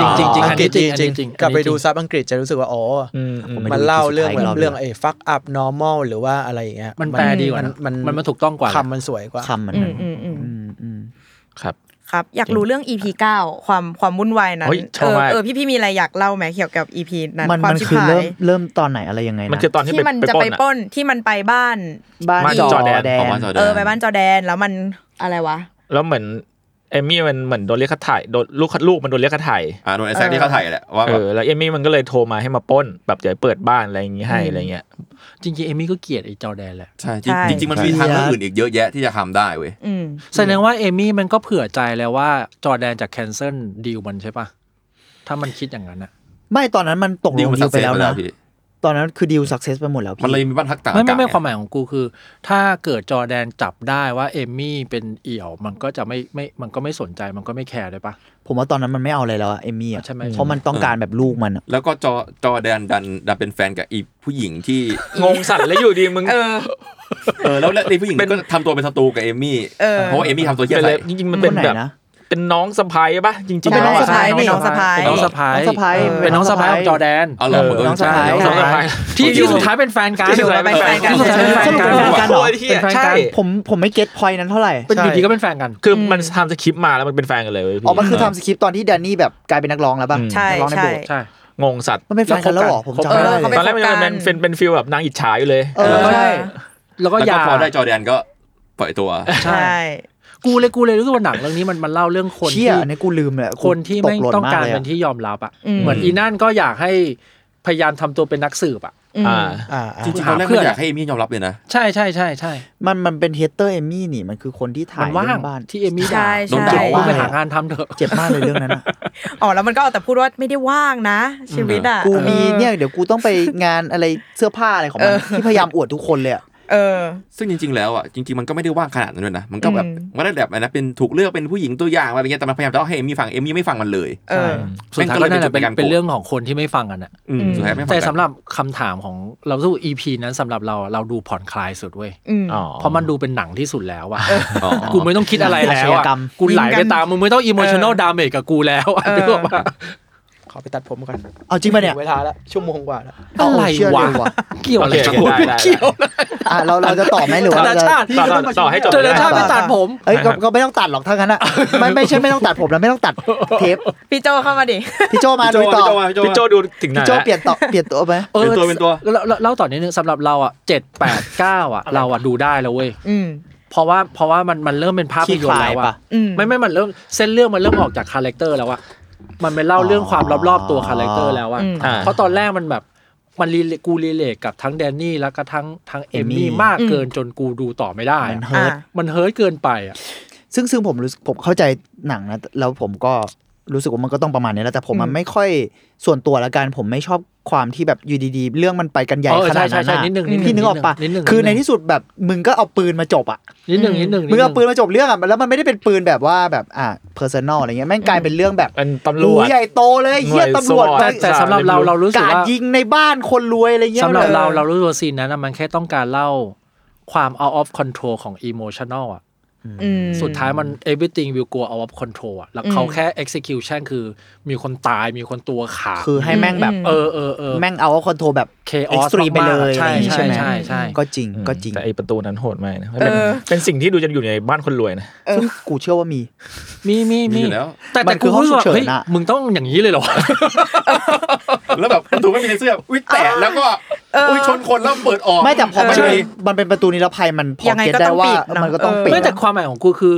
[SPEAKER 8] จริงๆจริงๆอั
[SPEAKER 9] อั
[SPEAKER 8] น
[SPEAKER 9] งก
[SPEAKER 8] นี้
[SPEAKER 9] ฤษ
[SPEAKER 8] จ
[SPEAKER 9] จ
[SPEAKER 8] ริ
[SPEAKER 9] ริง
[SPEAKER 8] งอัน
[SPEAKER 9] จริ
[SPEAKER 8] นี้จริง
[SPEAKER 9] งกลับไปดู
[SPEAKER 8] อันนี้จริง
[SPEAKER 9] ซับอังกฤษจะรู้สึกว่าอ๋อ
[SPEAKER 4] อืมอืม
[SPEAKER 5] ผม
[SPEAKER 9] มันเล่าเรื่อง
[SPEAKER 5] ไม่
[SPEAKER 9] แบบ
[SPEAKER 5] ดูอีพีสุดท้ายอีกรอบ
[SPEAKER 9] เรื่องไอ้ fuck up normal หรือว่าอะไรอย่างเงี้ย
[SPEAKER 8] มันแปลดีกว่านะ
[SPEAKER 9] มัน
[SPEAKER 8] มันมันถูกต้องกว่านะ
[SPEAKER 9] คำมันสวยกว่า
[SPEAKER 5] คำมัน
[SPEAKER 6] อื
[SPEAKER 5] นั้
[SPEAKER 6] ม
[SPEAKER 5] น
[SPEAKER 6] อืมอืม
[SPEAKER 5] อืมอืม
[SPEAKER 4] ครับ
[SPEAKER 6] ครับ อยากรู้เรื่อง EP 9ความความวุ่นวายนั้น
[SPEAKER 4] เฮ้ยช
[SPEAKER 6] เอ
[SPEAKER 4] อบ
[SPEAKER 6] อ
[SPEAKER 4] มาก
[SPEAKER 6] เออพี่พี่มีอะไรอยากเล่าไหมเกี่ยวกับ EP นั้น
[SPEAKER 5] มัน
[SPEAKER 6] ความ
[SPEAKER 5] มัน
[SPEAKER 6] ชิบ
[SPEAKER 5] คือ
[SPEAKER 6] หา
[SPEAKER 5] เริ่ม
[SPEAKER 6] ย
[SPEAKER 5] เริ่มตอนไหนอะไรยังไงนะ
[SPEAKER 4] มันคือตอนที่
[SPEAKER 6] ที่
[SPEAKER 4] ไป
[SPEAKER 6] มัน
[SPEAKER 4] ไป
[SPEAKER 6] จะ
[SPEAKER 4] ปล้น
[SPEAKER 6] ไป
[SPEAKER 4] อะ
[SPEAKER 6] ปล้นที่มันไปบ้าน
[SPEAKER 5] บ้าน
[SPEAKER 4] บ้าน
[SPEAKER 5] จอ
[SPEAKER 4] จอแดน
[SPEAKER 5] แด
[SPEAKER 7] ของ
[SPEAKER 5] น
[SPEAKER 7] บ้านจอแดน
[SPEAKER 6] เออไปบ้านจอแดนแล้วมันอะไรวะ
[SPEAKER 4] แล้วเหมือนเอมมี่มันเหมือนโดนเรียกค่าถ่ายโดนลูกลูกมันโดนเรียกค่าถ่าย
[SPEAKER 7] อ่าโดนไอแซคที่เขาถ่ายแหละว่า
[SPEAKER 4] เอ
[SPEAKER 7] แบบ
[SPEAKER 4] อแล้วเอมมี่มันก็เลยโทรมาให้มาปล้น แบบจะเปิดบ้านอะไรอย่างงี้ให้
[SPEAKER 6] อืม
[SPEAKER 4] อะไรเงี้ย
[SPEAKER 8] จริงๆเอมี่ก็เกลียดไอ้จอแดนแหละ
[SPEAKER 7] ใช่จริง
[SPEAKER 6] ใช่
[SPEAKER 7] จริงๆมันมีทางเลือกอื่นอีกเยอะแยะที่จะทำได้เว้ย
[SPEAKER 6] อืม
[SPEAKER 8] แสดงว่าเอมี่มันก็เผื่อใจแล้วว่าจอแดนจะแคนเซิลดีลมันใช่ปะถ้ามันคิดอย่างนั้นอะ
[SPEAKER 5] ไม่ตอนนั้นมันตกล
[SPEAKER 7] ดีล
[SPEAKER 5] ง
[SPEAKER 7] มัน
[SPEAKER 5] ดี
[SPEAKER 7] สั
[SPEAKER 5] ล
[SPEAKER 7] ก
[SPEAKER 5] ไป
[SPEAKER 7] เซส
[SPEAKER 5] แล้ว
[SPEAKER 7] ไปแล้
[SPEAKER 5] นะ
[SPEAKER 7] วพี่
[SPEAKER 5] ตอนนั้นคือดีลสักเซสไปหมดแล้วพี่
[SPEAKER 7] มันเลยมีบ้านทักต่าง
[SPEAKER 8] ไม่ไม่ไม่
[SPEAKER 7] ๆ
[SPEAKER 8] ความหมายของกูคือ ถ้าเกิดจอแดนจับได้ว่าเอมี่เป็นเอี่ยวมันก็จะไม่ไม่มันก็ไม่สนใจมันก็ไม่แคร์ด้วยปะ
[SPEAKER 5] ผมว่าตอนนั้นมันไม่เอาอะไรแล้วอะเอมมี่อะ
[SPEAKER 8] ใช่ไหม
[SPEAKER 5] เพราะมันต้องการแบบลูกมันอะ
[SPEAKER 7] แล้วก็จอจอแดนดันดันเป็นแฟนกับอีผู้หญิงที่
[SPEAKER 4] งงสัตว์แล้วอยู่ดีมึง
[SPEAKER 6] เออ
[SPEAKER 7] เออแล้วแล้วไอ้ผู้หญิงก็ทำตัวเป็นศัตรูกับเอมมี่
[SPEAKER 6] เออ
[SPEAKER 7] เพราะว่าเอมมี่ทำตัวเหี้ย
[SPEAKER 4] เป็น
[SPEAKER 7] ใส่
[SPEAKER 4] เลยจริงๆมัน
[SPEAKER 5] ค
[SPEAKER 4] เป็น
[SPEAKER 5] นไหน
[SPEAKER 4] แบบ
[SPEAKER 5] นะ
[SPEAKER 4] เป็นน้องสะพ้ายปะจริงๆ
[SPEAKER 5] เป็นน้อง
[SPEAKER 4] แล้ว
[SPEAKER 5] สะใภ้
[SPEAKER 4] ใช่
[SPEAKER 6] เป็นน้องสะใภ้
[SPEAKER 8] เป็นน้องสะพ้าย
[SPEAKER 5] น้องสะพ้าย
[SPEAKER 8] เป็นน้องสะพ้ายของจอแดน
[SPEAKER 7] เอาเหรอผมก็
[SPEAKER 5] น้องสะพ้าย
[SPEAKER 7] ใช่น้องสะพ้าย
[SPEAKER 8] ที่ที่สุดท้ายเป็นแฟนกัน
[SPEAKER 6] ที่สุดท้ายเป็นแฟนกัน
[SPEAKER 8] ที่สุดท้ายเป็นแฟนกัน
[SPEAKER 5] สรุปเป็นแฟนกันเหรอ
[SPEAKER 8] โอ้ยเหี้ย
[SPEAKER 4] เป็นแฟนกัน
[SPEAKER 8] ใช่
[SPEAKER 5] ผมผมไม่เก็ตพอยนั้นเท่าไหร่
[SPEAKER 8] เป็นอยู่ดีก็เป็นแฟนกัน
[SPEAKER 4] คือมันทำสคริปต์มาแล้วมันเป็นแฟนกันเลยเว้ยพี่
[SPEAKER 5] อ๋อมันคือทำสคริปต์ตอนที่แดนนี่แบบกลายเป็นนักร้องแล้วป่ะ
[SPEAKER 6] ใช่
[SPEAKER 5] นักร้องใน
[SPEAKER 6] ใช่
[SPEAKER 5] โบสถ์
[SPEAKER 8] ใช่
[SPEAKER 4] งงสัตว์
[SPEAKER 5] มันเป็นแฟนกันแล้วเหรอผมจำไม่ได้
[SPEAKER 6] เอ
[SPEAKER 5] เลย
[SPEAKER 6] อเขาเป็
[SPEAKER 4] ต
[SPEAKER 6] น
[SPEAKER 4] อนแรกมันยังเป็นเป็นเป็นฟิลแบบนางอิจฉาอยู่เลย
[SPEAKER 5] เออใช่
[SPEAKER 8] แล้วก็ห
[SPEAKER 7] แล้วก็
[SPEAKER 8] ยา
[SPEAKER 7] พอได้จอแดนก็ปล่อยตัว
[SPEAKER 6] ใช่
[SPEAKER 8] กูเลยกูเลยรู้สึกว่าหนังเรื่องนี้มันมันเล่าเรื่องคน
[SPEAKER 5] เชี่
[SPEAKER 8] ที่
[SPEAKER 5] ยอันนี้กูลืมเลยกู
[SPEAKER 8] คนที่ไม่
[SPEAKER 5] กหล่
[SPEAKER 8] ต้องการ
[SPEAKER 5] มลยะ
[SPEAKER 8] เป็นที่ยอมรับอ่ะ
[SPEAKER 6] อืม
[SPEAKER 8] เหมือนอีนั่นก็อยากให้พยายามทำตัวเป็นนักสืบอ่ะ
[SPEAKER 6] อืม
[SPEAKER 4] อ่า
[SPEAKER 9] อ่าอ่า
[SPEAKER 7] จริงๆตอนแรกไม่อยากให้เอมมี่ยอมรับเลยนะ
[SPEAKER 8] ใช่ใช่ใช่ใช่
[SPEAKER 5] มันมันเป็นเฮเตอร์เอมมี่นี่มันคือคนที่ถ่า
[SPEAKER 8] มัน
[SPEAKER 5] ย
[SPEAKER 8] ว่า
[SPEAKER 5] เรื่
[SPEAKER 8] ง
[SPEAKER 5] องบ้าน
[SPEAKER 8] ที่เอมี่ด่า
[SPEAKER 6] ใช่
[SPEAKER 7] โดน
[SPEAKER 6] ใช่
[SPEAKER 7] ด่า
[SPEAKER 8] กูไปหางานทำเถอะ
[SPEAKER 5] เจ็บมากเลยเรื่องนั้นอะ
[SPEAKER 6] อ๋อแล้วมันก็เอาแต่พูดว่าไม่ได้ว่างนะ ชีวิตอ่ะ
[SPEAKER 5] กูมี
[SPEAKER 6] ออ
[SPEAKER 5] เนี่ยเดี๋ยวกูต้องไปงานอะไรเสื้อผ้าอะไรของมันที่พยายามอวดทุกคนเลยอะ
[SPEAKER 6] เออ
[SPEAKER 7] ซึ่งจริง ๆ แล้วอ่ะจริงๆมันก็ไม่ได้ว่างขนาดนั้นด้วยนะ มันก็แบบ
[SPEAKER 6] อืม
[SPEAKER 7] มันได้แบบอะไรนะเป็นถูกเลือกเป็นผู้หญิงตัวอย่างอะไรอย่างเงี้ยแต่มันพยายามจะเอาให้เอมมี่ฟังเอมมี่ไม่ฟังมันเลย
[SPEAKER 6] เออ
[SPEAKER 8] สุดท้ายก็นั่นแหละเป็นเป็นเรื่องของคนที่ไม่ฟังกันอ่ะ
[SPEAKER 7] อืมสุดท้ายไม่ฟัง
[SPEAKER 8] แต่
[SPEAKER 7] กัน
[SPEAKER 8] สำหรับคำถามของเราสู้ EP นั้นสำหรับเราเราดูผ่อนคลายสุดเว้ย
[SPEAKER 6] อืม
[SPEAKER 4] อ๋อ
[SPEAKER 8] เพราะมันดูเป็นหนังที่สุดแล้วอ่ะ
[SPEAKER 7] อ๋อ
[SPEAKER 8] กูไม่ต้องคิดอะไรแล้
[SPEAKER 5] อาช
[SPEAKER 8] ว
[SPEAKER 5] ญา
[SPEAKER 8] อะ
[SPEAKER 5] กรรม
[SPEAKER 8] กูไหล
[SPEAKER 6] ยิงกั
[SPEAKER 8] ไป
[SPEAKER 6] น
[SPEAKER 8] ตามมึงไม่ต้องอิ o มชั่น l ล
[SPEAKER 6] เออ
[SPEAKER 8] ดาเมจกับกูแล้วอะ
[SPEAKER 6] เออ
[SPEAKER 8] นึกออกปะ
[SPEAKER 9] ขอไปตัดผมก่อน
[SPEAKER 5] เอาจริงป่ะเนี่ย
[SPEAKER 9] ถึเวลาละชั่วโมงกว่าแล้ว
[SPEAKER 5] เา
[SPEAKER 8] อะไร
[SPEAKER 5] เชื่อ
[SPEAKER 8] วะ
[SPEAKER 5] เง
[SPEAKER 8] เกี่ยวอะไร
[SPEAKER 4] โอเค
[SPEAKER 8] กับกู
[SPEAKER 4] ได้ได้
[SPEAKER 8] เกี่ยว
[SPEAKER 5] อ่ะเราเราจะต่อไหมหรือว่า
[SPEAKER 8] ธนา
[SPEAKER 5] จะ
[SPEAKER 8] ชาติ
[SPEAKER 4] ต่อต่อต่อให้จบ
[SPEAKER 8] ธนาชาติไม่ตัดผม
[SPEAKER 5] เอ้ยก็ก็ไม่ต้องตัดหรอกถ้างั้นอ่ะ ไม่ไม่ใช่ไม่ต้องตัดผมแล้วไม่ต้องตัดเทป
[SPEAKER 6] พี่โจเข้ามาดิ
[SPEAKER 5] พี่โจมา
[SPEAKER 7] พี่โจ
[SPEAKER 5] ลุยต่อ
[SPEAKER 7] พี่โจมาพี่โจ
[SPEAKER 4] พี่โจ
[SPEAKER 7] มา
[SPEAKER 4] ดูถึงไหน
[SPEAKER 5] พี่โจ
[SPEAKER 4] แล้ว
[SPEAKER 5] เปลี่ยนต่อเปลี่ยนตัวไหม
[SPEAKER 8] เออ
[SPEAKER 7] เป็นตัวเป็นตัว
[SPEAKER 8] แล้วแล้วเล่าต่อนิดนึงสำหรับเราอ่ะเจ็ดแปดเก้าอ่ะ เราอ่ะดูได้แล้วเว้ย
[SPEAKER 6] อืม
[SPEAKER 8] เพราะว่าเพราะว่ามันมันเริ่มเป็นภาพยนตร์แล้วอ่ะ
[SPEAKER 6] อืม
[SPEAKER 8] ไม่ไม่มันเริ่มเส้นเรื่องมันเริ่มออกจากคาแรคเตอร์แล้วอ่ะมันไปเล่าเรื่องความรอบๆตัวคาแรคเตอร์แล้วอ่ะ
[SPEAKER 6] อืม
[SPEAKER 4] อ่า
[SPEAKER 8] เพราะตอนแรกมันแบบมันรีเลกูรีเลทกับทั้งแดนนี่แล้วก็ทั้งทั้งเอมมี่มากเกินจนกูดูต่อไม่ได้
[SPEAKER 5] มัน
[SPEAKER 8] อะ
[SPEAKER 5] เฮิร์ต
[SPEAKER 6] อ่ะ
[SPEAKER 8] มันเฮิร์ตเกินไปอ่ะ
[SPEAKER 5] ซึ่งซึ่งผมรู้สึกผมเข้าใจหนังนะแล้วผมก็ รู้สึกว่ามันก็ต้องประมาณนี้แหล้วแต่ผมมั
[SPEAKER 6] อื
[SPEAKER 5] น
[SPEAKER 6] ม
[SPEAKER 5] ไม่ค่อยส่วนตัวละกันผมไม่ชอบความที่แบบอยู่ดีๆ เรื่องมันไปกันใหญ่
[SPEAKER 8] เออ
[SPEAKER 5] ข
[SPEAKER 8] ใช่
[SPEAKER 5] นาดนั้น
[SPEAKER 8] ใช่ใช่
[SPEAKER 5] อะ
[SPEAKER 8] นิดนึงนิดนึง
[SPEAKER 5] พี่นึกออกปะ
[SPEAKER 8] นิดนึงนิดนึง
[SPEAKER 5] คือในที่สุดแบบมึงก็เอาปืนมาจบอะ
[SPEAKER 8] นิดหนึ่งนิดหนึ่ง
[SPEAKER 5] มึงเอาปืนมาจบเรื่องอ่ะแล้วมันไม่ได้เป็นปืนแบบว่าแบบอ่ะ personal อะไรเงี้ยแม่งกลายเป็นเรื่องแบบ
[SPEAKER 4] เป็นตำรวจ
[SPEAKER 5] โอ้ใหญ่โตเลยเฮีย
[SPEAKER 4] หน่วย
[SPEAKER 5] ตำรวจ
[SPEAKER 4] สว
[SPEAKER 8] แต่แต่สำหรับเราเรารู้สึก
[SPEAKER 5] การ
[SPEAKER 8] ว่า
[SPEAKER 5] ยิงในบ้านคนรวยอะไรเงี้ย
[SPEAKER 8] สำหรับเรา
[SPEAKER 5] ออ
[SPEAKER 8] เรารู้ตัวาซีนนั้นอะมันแค่ต้องการเล่าความ out of control ของ emotional อ่ะ
[SPEAKER 6] อืม
[SPEAKER 8] สุดท้ายมัน everything will go out of control อ่ะ แล้ว
[SPEAKER 6] อืม
[SPEAKER 8] เขาแค่ execution คือมีคนตายมีคนตัวขาด
[SPEAKER 5] คือให้แม่งแบบ
[SPEAKER 8] เออเออเออ
[SPEAKER 5] แม่งเอาคอนโทรแบบ
[SPEAKER 8] Chaos
[SPEAKER 5] เอ็กซ์ตรีไปเลย
[SPEAKER 8] มากๆใช่
[SPEAKER 5] อะไรอย่างงี้
[SPEAKER 8] ใช่
[SPEAKER 5] ไหม
[SPEAKER 8] ใช่ใช่
[SPEAKER 5] ก็จริงก็จริง
[SPEAKER 4] แต่ไอประตูนั้นโหดมากนะเป็น
[SPEAKER 6] เออ
[SPEAKER 4] เป็นสิ่งที่ดูจะอยู่ในบ้านคนรวยนะ
[SPEAKER 5] ซึ่งกูเชื่อว่ามี
[SPEAKER 8] มีมีมี
[SPEAKER 7] มีอยู่แล้ว
[SPEAKER 8] แต่
[SPEAKER 5] มั
[SPEAKER 8] แต่
[SPEAKER 5] นคื
[SPEAKER 8] กู
[SPEAKER 5] อห้อง
[SPEAKER 8] รู้สึกว่า
[SPEAKER 5] ฉุกเฉิน
[SPEAKER 8] เฮ้ย
[SPEAKER 5] อะ
[SPEAKER 8] มึงต้องอย่างนี้เลยเหรอ
[SPEAKER 7] แล้วแบบประตูไม่มีในเสื้ออุ้ยแตะแล้วก็อุ้ยชนคนแล้วเปิดออก
[SPEAKER 5] ไม่แต่พอมัน
[SPEAKER 7] ใช่
[SPEAKER 5] เป็นมันเป็นประตูนิรภัยมันพอ
[SPEAKER 6] ยังไง
[SPEAKER 5] เก็ต
[SPEAKER 6] ก็
[SPEAKER 5] ได้
[SPEAKER 6] ต้อง
[SPEAKER 5] ว่า
[SPEAKER 6] ปิดเนอะ
[SPEAKER 5] มันก็ต้องปิด
[SPEAKER 8] ไม่แต่ความหมายของกูคือ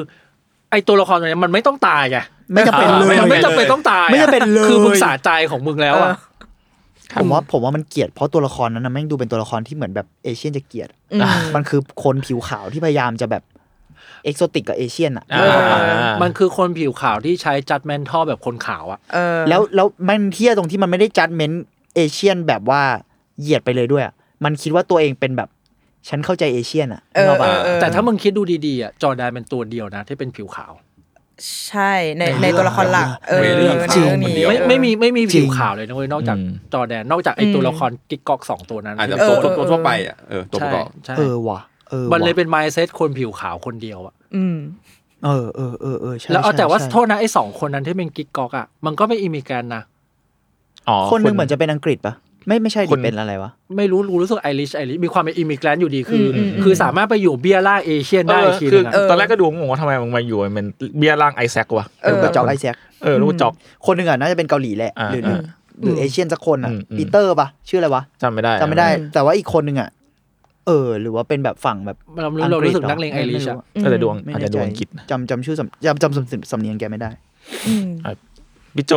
[SPEAKER 8] ไอตัวละครตัวเนี้ยมันไม่ต้องตายไง
[SPEAKER 5] ไม่จำเป็นเล
[SPEAKER 8] มันไม่
[SPEAKER 5] ย
[SPEAKER 8] จำเป็นต้องตายอะ
[SPEAKER 5] ไม่จำเป็นเลย
[SPEAKER 8] คือมึงสาใจของมึงแล้วอ่ะ
[SPEAKER 5] ผมว่าผมว่ามันเกลียดเพราะตัวละครนั้นนะแม่งดูเป็นตัวละครที่เหมือนแบบเอเชียนจะเกลียด
[SPEAKER 6] อืม
[SPEAKER 5] มันคือคนผิวขาวที่พยายามจะแบบเอกโซติกกับเอเชียนอ่ะ
[SPEAKER 4] อ่า
[SPEAKER 8] มันคือคนผิวขาวที่ใช้ judgment ท่อแบบคนขาวอ่ะ
[SPEAKER 6] เออ
[SPEAKER 5] แล้วแล้วมันเที่ยตรงที่มันไม่ได้จัดเมนเอเชียนแบบว่าเหยียดไปเลยด้วยอะมันคิดว่าตัวเองเป็นแบบ ฉันเข้าใจเอเชียนอ่ะ
[SPEAKER 6] เออ
[SPEAKER 5] นึกกปะ
[SPEAKER 6] เออเออ
[SPEAKER 8] แต่ถ้ามึงคิดดูดีๆอ่ะจอร์แดนเป็นตัวเดียวนะที่เป็นผิวขาว
[SPEAKER 6] ใช่ในในตัวละครหลัก เออ
[SPEAKER 7] ในเรื่องเขา
[SPEAKER 6] ในเรื่อง
[SPEAKER 7] คนเดี
[SPEAKER 6] นี้
[SPEAKER 7] ยว
[SPEAKER 8] ไม่
[SPEAKER 6] เออ
[SPEAKER 8] ไม่มีไม่มีผิวขาวเลยนะเว้ยนอกจาก
[SPEAKER 4] อืม
[SPEAKER 8] จอร์แดนนอกจากไอตัว
[SPEAKER 6] อืม
[SPEAKER 8] ละครกิ๊กก๊อกสองตัวนั้น
[SPEAKER 7] อาจจะ
[SPEAKER 6] เอ
[SPEAKER 7] ตัว
[SPEAKER 6] อ
[SPEAKER 7] ตัว
[SPEAKER 6] เออ
[SPEAKER 7] ตัวทั่วไปอ่ะเออตัวประ
[SPEAKER 8] ใช่
[SPEAKER 7] กอบ
[SPEAKER 8] ใช่
[SPEAKER 5] เออว่ะเออว่ะ
[SPEAKER 8] มันเลยเป็น mindset คนผิวขาวคนเดียวอ่ะ
[SPEAKER 6] อืม
[SPEAKER 5] เออเออเออเออใช่
[SPEAKER 8] แล้วเอา
[SPEAKER 5] ใช่
[SPEAKER 8] แต่ว่า
[SPEAKER 5] ใช่
[SPEAKER 8] โทษนะไอสองคนนั้นที่เป็นกิ๊กก๊อกอ่ะมันก็ไม่อิมิแกรนต์นะ
[SPEAKER 4] อ๋อ
[SPEAKER 5] คนหนึงเหมือนจะเป็นอังกฤษปะไม่ไม่ใช่ดิ
[SPEAKER 4] คน
[SPEAKER 5] เป็นอะไรวะ
[SPEAKER 8] ไม่รู้รู้สึกไอริชไอริชมีความเป็นอิมิแกรนต์อยู่ดีคืออ
[SPEAKER 6] ม
[SPEAKER 8] คือสามารถไปอยู่เบียร่าเอเชียน
[SPEAKER 4] เอ
[SPEAKER 8] ได้
[SPEAKER 4] อ
[SPEAKER 8] อีกที
[SPEAKER 4] คือ
[SPEAKER 8] นึงอะ
[SPEAKER 6] เออ
[SPEAKER 4] ตอนแรกก็ดูงงว่าทำไมมึงมาอยู่มันเบี้ยร่างไอแซควะ
[SPEAKER 6] เออ
[SPEAKER 5] ลูกกระจอกไอแซค
[SPEAKER 4] เออลูกกระจอก
[SPEAKER 5] คนหนึ่งอ่ะน่าจะเป็นเกาหลีแหละ
[SPEAKER 4] อ่า
[SPEAKER 5] หรือหรืออหรือเอเชียนสักคนอ่ะ
[SPEAKER 4] อืมอืม
[SPEAKER 5] ปีเตอร์ปะชื่ออะไรวะ
[SPEAKER 4] จำไม่ได้
[SPEAKER 5] จำไม่ได้ แต่ว่าอีกคนหนึ่งอ่ะเออ หรือว่าเป็นแบบฝั่งแบบ
[SPEAKER 8] เรารู้เรารู้สึกนักเลงไอริชอะ
[SPEAKER 4] เออแต่ดวง
[SPEAKER 5] ไม่
[SPEAKER 4] อาจ
[SPEAKER 5] แน่
[SPEAKER 4] จะด
[SPEAKER 5] ใจ
[SPEAKER 4] วงอังกฤษนะ
[SPEAKER 5] จำจำชื่อสำจำจำสำสำเนียงแกไม่ได้
[SPEAKER 6] อืม
[SPEAKER 4] พี่โจ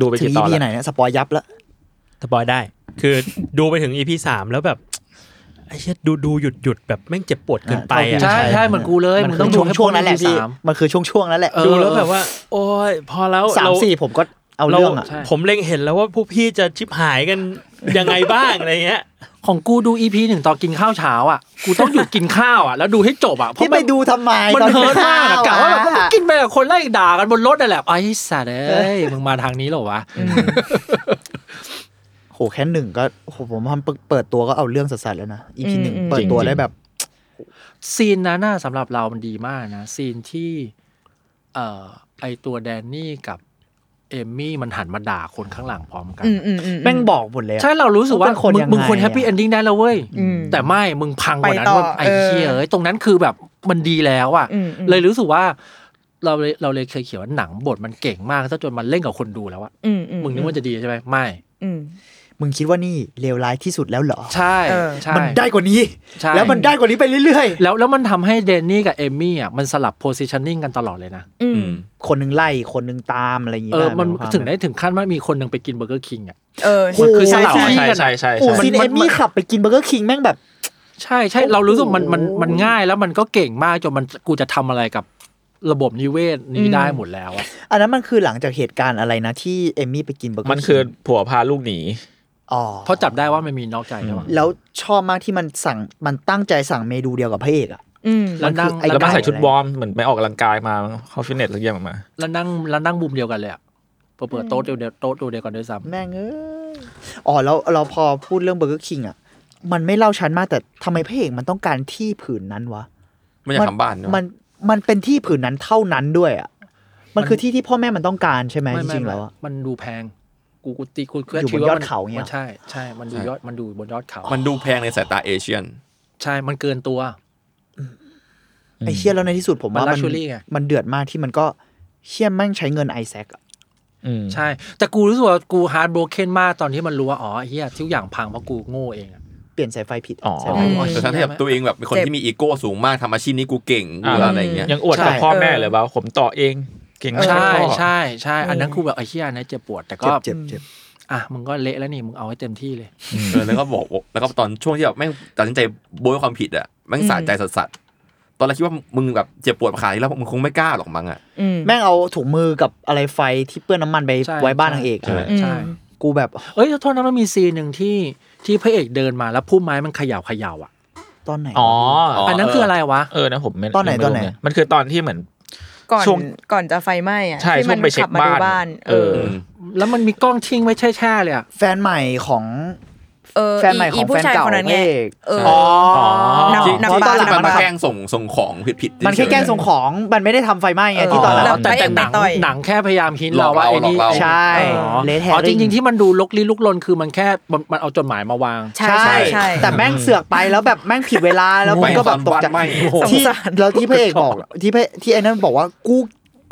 [SPEAKER 4] ดูไป
[SPEAKER 5] ถึง
[SPEAKER 4] กี่ต
[SPEAKER 5] อี
[SPEAKER 4] อน
[SPEAKER 5] พีไหน
[SPEAKER 4] แล้ว
[SPEAKER 5] เนี่ยสปอยยับแล้ว
[SPEAKER 10] สปอยได้ คือดูไปถึงอีพีสามแล้วแบบไอ้เชี่ยดูดูหยุดหยุดแบบแม่งเจ็บปวดเกินไปอ่ะ
[SPEAKER 8] ใช่ใช่เหมือนกูเลยมึงต้อง
[SPEAKER 5] ช่วง
[SPEAKER 8] ดูให้
[SPEAKER 5] ช่วงๆนั้นแหละ
[SPEAKER 8] พวก EP
[SPEAKER 5] พี่
[SPEAKER 8] สาม
[SPEAKER 5] มันคือช่วงช่วงๆนั้นแหละ
[SPEAKER 8] เออ
[SPEAKER 10] ดูแล้วแบบว่า โอ้ยพอแล้ว
[SPEAKER 5] สาม
[SPEAKER 10] เร
[SPEAKER 5] สี่ผมก็เอา
[SPEAKER 10] เรา
[SPEAKER 5] เรื่องอ่ะ
[SPEAKER 8] ใช่
[SPEAKER 10] ผมเล็งเห็นแล้วว่าพวกพี่จะชิบหายกันยังไงบ้างอะไรเงี้ย
[SPEAKER 8] ของกูดูอีพีหนึ่งตอนกินข้าวเช้าอ่ะกูต้องหยุดกินข้าวอ่ะแล้วดูให้จบอ่ะเพ
[SPEAKER 5] ที่
[SPEAKER 8] ราะ
[SPEAKER 5] ไป
[SPEAKER 8] มัน
[SPEAKER 5] ดูทำไม
[SPEAKER 8] มัน
[SPEAKER 5] ตอ
[SPEAKER 8] เฮิร์ตมากอะกะ
[SPEAKER 5] เช้
[SPEAKER 8] ว่าแบบ
[SPEAKER 5] อะ
[SPEAKER 8] กินไปกับคนไล่ด่ากันบนรถนั่นแหละไอ้สัตว์เอ้ยมึงมาทางนี้เหรอวะ
[SPEAKER 5] โหแค่หนึ่งก็โหผมทำเปิดตัวก็เอาเรื่องสัสๆแล้วนะอีพีหนึ่ง
[SPEAKER 6] อืม
[SPEAKER 5] เปิดตัวได้แบบ
[SPEAKER 8] ซีนนั้นน่ะสำหรับเรามันดีมากนะ ซีนที่เอ่อไอตัวแดนนี่กับเอมมี่มันหันมาด่าคนข้างหลังพร้อมกัน
[SPEAKER 6] อืมอืมอืม
[SPEAKER 5] แม่งบอกหมดเลยอะ
[SPEAKER 8] ใช่เรารู้สึกว่า
[SPEAKER 5] เป็นคน
[SPEAKER 8] มึง
[SPEAKER 5] ยังไง
[SPEAKER 8] มึงควรแฮปปี้
[SPEAKER 5] อะ
[SPEAKER 8] เอนดิ้งได้แล้วเว้ย
[SPEAKER 6] อืม
[SPEAKER 8] แต่ไม่มึงพังกว่านั้
[SPEAKER 6] ไป
[SPEAKER 8] น
[SPEAKER 6] ต่อ
[SPEAKER 8] ว่าไอ้เชี่ยเอ้ยตรงนั้นคือแบบมันดีแล้วอ่ะ
[SPEAKER 6] อืมอืม
[SPEAKER 8] เลยรู้สึกว่า เราเลยเราเลยเคยเขียนว่าหนังบทมันเก่งมากซะจนมันเล่นกับคนดูแล้วอะ
[SPEAKER 6] อืมอื
[SPEAKER 8] มึงนึกว่าจะดีใช่ไหมไม่
[SPEAKER 6] อืม
[SPEAKER 5] มึงคิดว่านี่เลวร้ายที่สุดแล้วเหรอ
[SPEAKER 8] ใช่
[SPEAKER 6] เออ
[SPEAKER 8] ใช่
[SPEAKER 5] มันได้กว่านี้
[SPEAKER 8] ใช่
[SPEAKER 5] แล้วมันได้กว่านี้ไปเรื่อย
[SPEAKER 8] แล้วแล้วมันทำให้เดนนี่กับเอมมี่อ่ะมันสลับโพสิชันนิ่งกันตลอดเลยนะ
[SPEAKER 6] อืม
[SPEAKER 5] ๆ คนหนึงไล่คนหนึงตามอะไรอย่างงี้
[SPEAKER 8] เออ
[SPEAKER 5] ด้ห
[SPEAKER 8] มัน
[SPEAKER 5] ควา
[SPEAKER 8] ถึงได้ถึงขั้นว่ามีคนหนึ่งไปกินเบอร์เกอร์คิงอ่ะ
[SPEAKER 6] เออ
[SPEAKER 5] โอ้โห
[SPEAKER 8] ส
[SPEAKER 4] ใช่
[SPEAKER 8] ลับ
[SPEAKER 4] ใช่ใช่ใช่ใช่
[SPEAKER 5] โอ้
[SPEAKER 4] ใช่
[SPEAKER 5] ซีน
[SPEAKER 8] มัน
[SPEAKER 5] เอมมี่
[SPEAKER 8] มัน
[SPEAKER 5] ขับไปกินเบอร์เกอร์คิงแม่งแบบ
[SPEAKER 8] ใช่ใช่เรารู้สึกมันมันมันง่ายแล้วมันก็เก่งมากจนมันกูจะทำอะไรกับระบบนิเวศนี้ได้หมดแล้วอ่ะ
[SPEAKER 5] อันนั้นมันคือหลังจากเหตุการณ์อะไรนะ ที่เอมมี่ไปกินเบอร์เกอร์
[SPEAKER 4] มันคือ
[SPEAKER 5] คิง
[SPEAKER 4] ผัวพาลูกหนี
[SPEAKER 5] อ๋อ
[SPEAKER 8] เพราะจับได้ว่ามันมีนอกใจใช่ปะ
[SPEAKER 5] แล้วชอบมากที่มันสั่งมันตั้งใจสั่งเมนูเดียวกับพระเอกอะ
[SPEAKER 6] อืม
[SPEAKER 8] แล้วนั่ง
[SPEAKER 5] มันคือไอ้
[SPEAKER 4] แล้วมา
[SPEAKER 8] แล้วนั่ง
[SPEAKER 4] ใส่ชุดวอร์มเหมือนไปออกกำลังกายมาเข้าฟิตเนสสักอย่างมา
[SPEAKER 8] แล้วนั่งแล้วนั่งมุมเดียวกันเลยอ่ะเปิดโต๊ะเดียวเดียวโต๊ะเดียวเดียวกันด้วยซ้ำ
[SPEAKER 5] แม่งเอ้ยอ๋อแล้วเราพอพูดเรื่องเบอร์เกอร์คิงอะมันไม่เล่าชั้นมากแต่ทำไมพระเอกมันต้องการที่ผืนนั้นวะ
[SPEAKER 7] ไม่อยากทำบ้านเนอะ
[SPEAKER 5] มันมันเป็นที่ผืนนั้นเท่านั้นด้วยอะมันคือที่ที่พ่อแม่มันต้องการใช่ไหมจริงๆแล้วอะ
[SPEAKER 8] มันดูแพง กูกูตีกูกู
[SPEAKER 5] อยู่บน
[SPEAKER 8] คิว่
[SPEAKER 5] ยอด
[SPEAKER 8] มั
[SPEAKER 5] เขาเงี้ย
[SPEAKER 8] มันใช่ใช่มันดูยอดมันดูบนยอดเขา
[SPEAKER 7] มันดูแพงในสายตาเอเชียน
[SPEAKER 8] ใช่มันเกินตัว
[SPEAKER 5] ไอเชี่ยแล้วในที่สุดผมว่ามั
[SPEAKER 8] มัน
[SPEAKER 5] น
[SPEAKER 8] luxury ไง
[SPEAKER 5] มันเดือดมากที่มันก็เชี่ยแม่งใช้เงินไอแซคอะ
[SPEAKER 4] อืม
[SPEAKER 8] ใช่ แต่กูรู้สึกว่ากูฮาร์ดโบรกเนมากตอนที่มันรู้ว่า อ๋อเฮียทุกอย่างพังเพราะกูโง่เองอะ
[SPEAKER 5] เปลี่ยนสายไฟผิด
[SPEAKER 4] อ๋อ
[SPEAKER 5] สายไฟผิด
[SPEAKER 7] แต่ถ้าแบบตัวเองแบบเป็นคน
[SPEAKER 6] เจ็บ
[SPEAKER 7] ที่มีอีโก้สูงมากทำอาชีพนี้กูเก่งกู
[SPEAKER 4] อ่า
[SPEAKER 7] อะไรอย่างเงี้ย
[SPEAKER 4] ยังอวดกับ
[SPEAKER 5] ใช่
[SPEAKER 4] พ่อแม่เลยว่าผมต่อเองเก่งมาก
[SPEAKER 8] ใช่
[SPEAKER 4] พ่อ
[SPEAKER 8] ใช่ใช่ อันนั้นคือแบบไอ้เฮียอันนะเจ็บปวด แต่ก็
[SPEAKER 5] เจ็บเจ็บ
[SPEAKER 8] อ่ะมึงก็เละแล้วนี่ มึงเอาให้เต็มที่เลย
[SPEAKER 7] เออแล้วก็บอกแล้วก็ตอนช่วงที่แบบแม่งตัดสินใจโบยความผิดอ่ะแม่งสะใจสัส ตอนแรกคิดว่ามึงแบบเจ็บปวดขนาดนี้แล้วมึงคงไม่กล้าหรอกมั้งอ่ะ
[SPEAKER 6] อืม
[SPEAKER 5] แม่งเอาถุงมือกับอะไรไฟที่เปื้อนน้ำมันไป
[SPEAKER 8] ใช่
[SPEAKER 5] ไว้บ้าน
[SPEAKER 8] ใช่
[SPEAKER 5] นางเอก
[SPEAKER 7] ใช่
[SPEAKER 6] อืม
[SPEAKER 8] ใช่
[SPEAKER 5] กูแบบ
[SPEAKER 8] เอ้ยโทษนะมันมีซีนหนึ่งที่ที่พระเอกเดินมาแล้วพุ่มไม้มันเขย่าเขย่าอ่ะ
[SPEAKER 5] ตอนไหน
[SPEAKER 4] อ๋อ
[SPEAKER 7] อ๋ออั
[SPEAKER 8] อันนั้นคืออะไรวะ
[SPEAKER 4] เออนะผมม่
[SPEAKER 5] ตอนไหน
[SPEAKER 4] ม่รู้
[SPEAKER 5] ตอนไหน
[SPEAKER 4] เยมันคือตอนที่เหมือน
[SPEAKER 6] ก่อน
[SPEAKER 4] ช่วง
[SPEAKER 6] ก่อนจะไฟไหม้อะ
[SPEAKER 4] ใช่
[SPEAKER 6] ที่
[SPEAKER 4] ช่
[SPEAKER 6] มั
[SPEAKER 4] วงไปเช็ค
[SPEAKER 6] ขัมาดู
[SPEAKER 4] บ้าน
[SPEAKER 6] บ้าน เออ
[SPEAKER 7] อืม
[SPEAKER 8] แล้วมันมีกล้องทิ้งไว้แช่ๆเลยอ่ะ
[SPEAKER 5] แฟนใหม่ของ
[SPEAKER 6] เออ
[SPEAKER 5] แฟนใหม่ของ
[SPEAKER 6] ผู้
[SPEAKER 5] แฟน
[SPEAKER 6] ชาย
[SPEAKER 5] เก่า
[SPEAKER 6] คนนั้น
[SPEAKER 5] พ
[SPEAKER 6] ไง
[SPEAKER 5] ระเอก
[SPEAKER 6] เออ
[SPEAKER 4] อ๋อ
[SPEAKER 6] อ๋อ
[SPEAKER 7] ที่ที่ตอนหลัง
[SPEAKER 5] มั
[SPEAKER 7] มันมา
[SPEAKER 5] แค่
[SPEAKER 7] แกล้งส่งส่งของผิดผิดๆ
[SPEAKER 5] มันแค่
[SPEAKER 7] เฉยๆ
[SPEAKER 5] แกล้งส่งของมันไม่ได้ทำไฟไหม้ไงที่ตอนหลัง
[SPEAKER 6] แล้ว
[SPEAKER 5] มัน
[SPEAKER 8] แต่
[SPEAKER 6] พระเอก
[SPEAKER 8] แต่หนัง
[SPEAKER 6] ไปต่อย
[SPEAKER 8] หนังแค่พยายามฮิน
[SPEAKER 7] หล
[SPEAKER 8] เรา
[SPEAKER 7] อก
[SPEAKER 8] ว่า
[SPEAKER 7] เรา
[SPEAKER 8] ไอ้นี่
[SPEAKER 7] หลอกเรา
[SPEAKER 5] ใช่
[SPEAKER 8] อ๋อ
[SPEAKER 5] Red
[SPEAKER 8] อ๋อ
[SPEAKER 5] Herring
[SPEAKER 8] จริงๆที่มันดูลกลี้ลุกลนคือมันแค่มันมันเอาจดหมายมาวาง
[SPEAKER 6] ใช่ใช่ใช่
[SPEAKER 5] แต่แม่งเสือกไปแล้วแบบแม่งผิดเวลาแล้ว
[SPEAKER 7] ไป
[SPEAKER 5] มันก็แบบตก
[SPEAKER 7] ตอน
[SPEAKER 5] จา
[SPEAKER 7] บ้าน
[SPEAKER 5] ก
[SPEAKER 7] ไหม้
[SPEAKER 5] ที่
[SPEAKER 6] สงสาร
[SPEAKER 5] แล้วที่พระเอก บอกที่พระที่ไอ้นั่นบอกว่ากู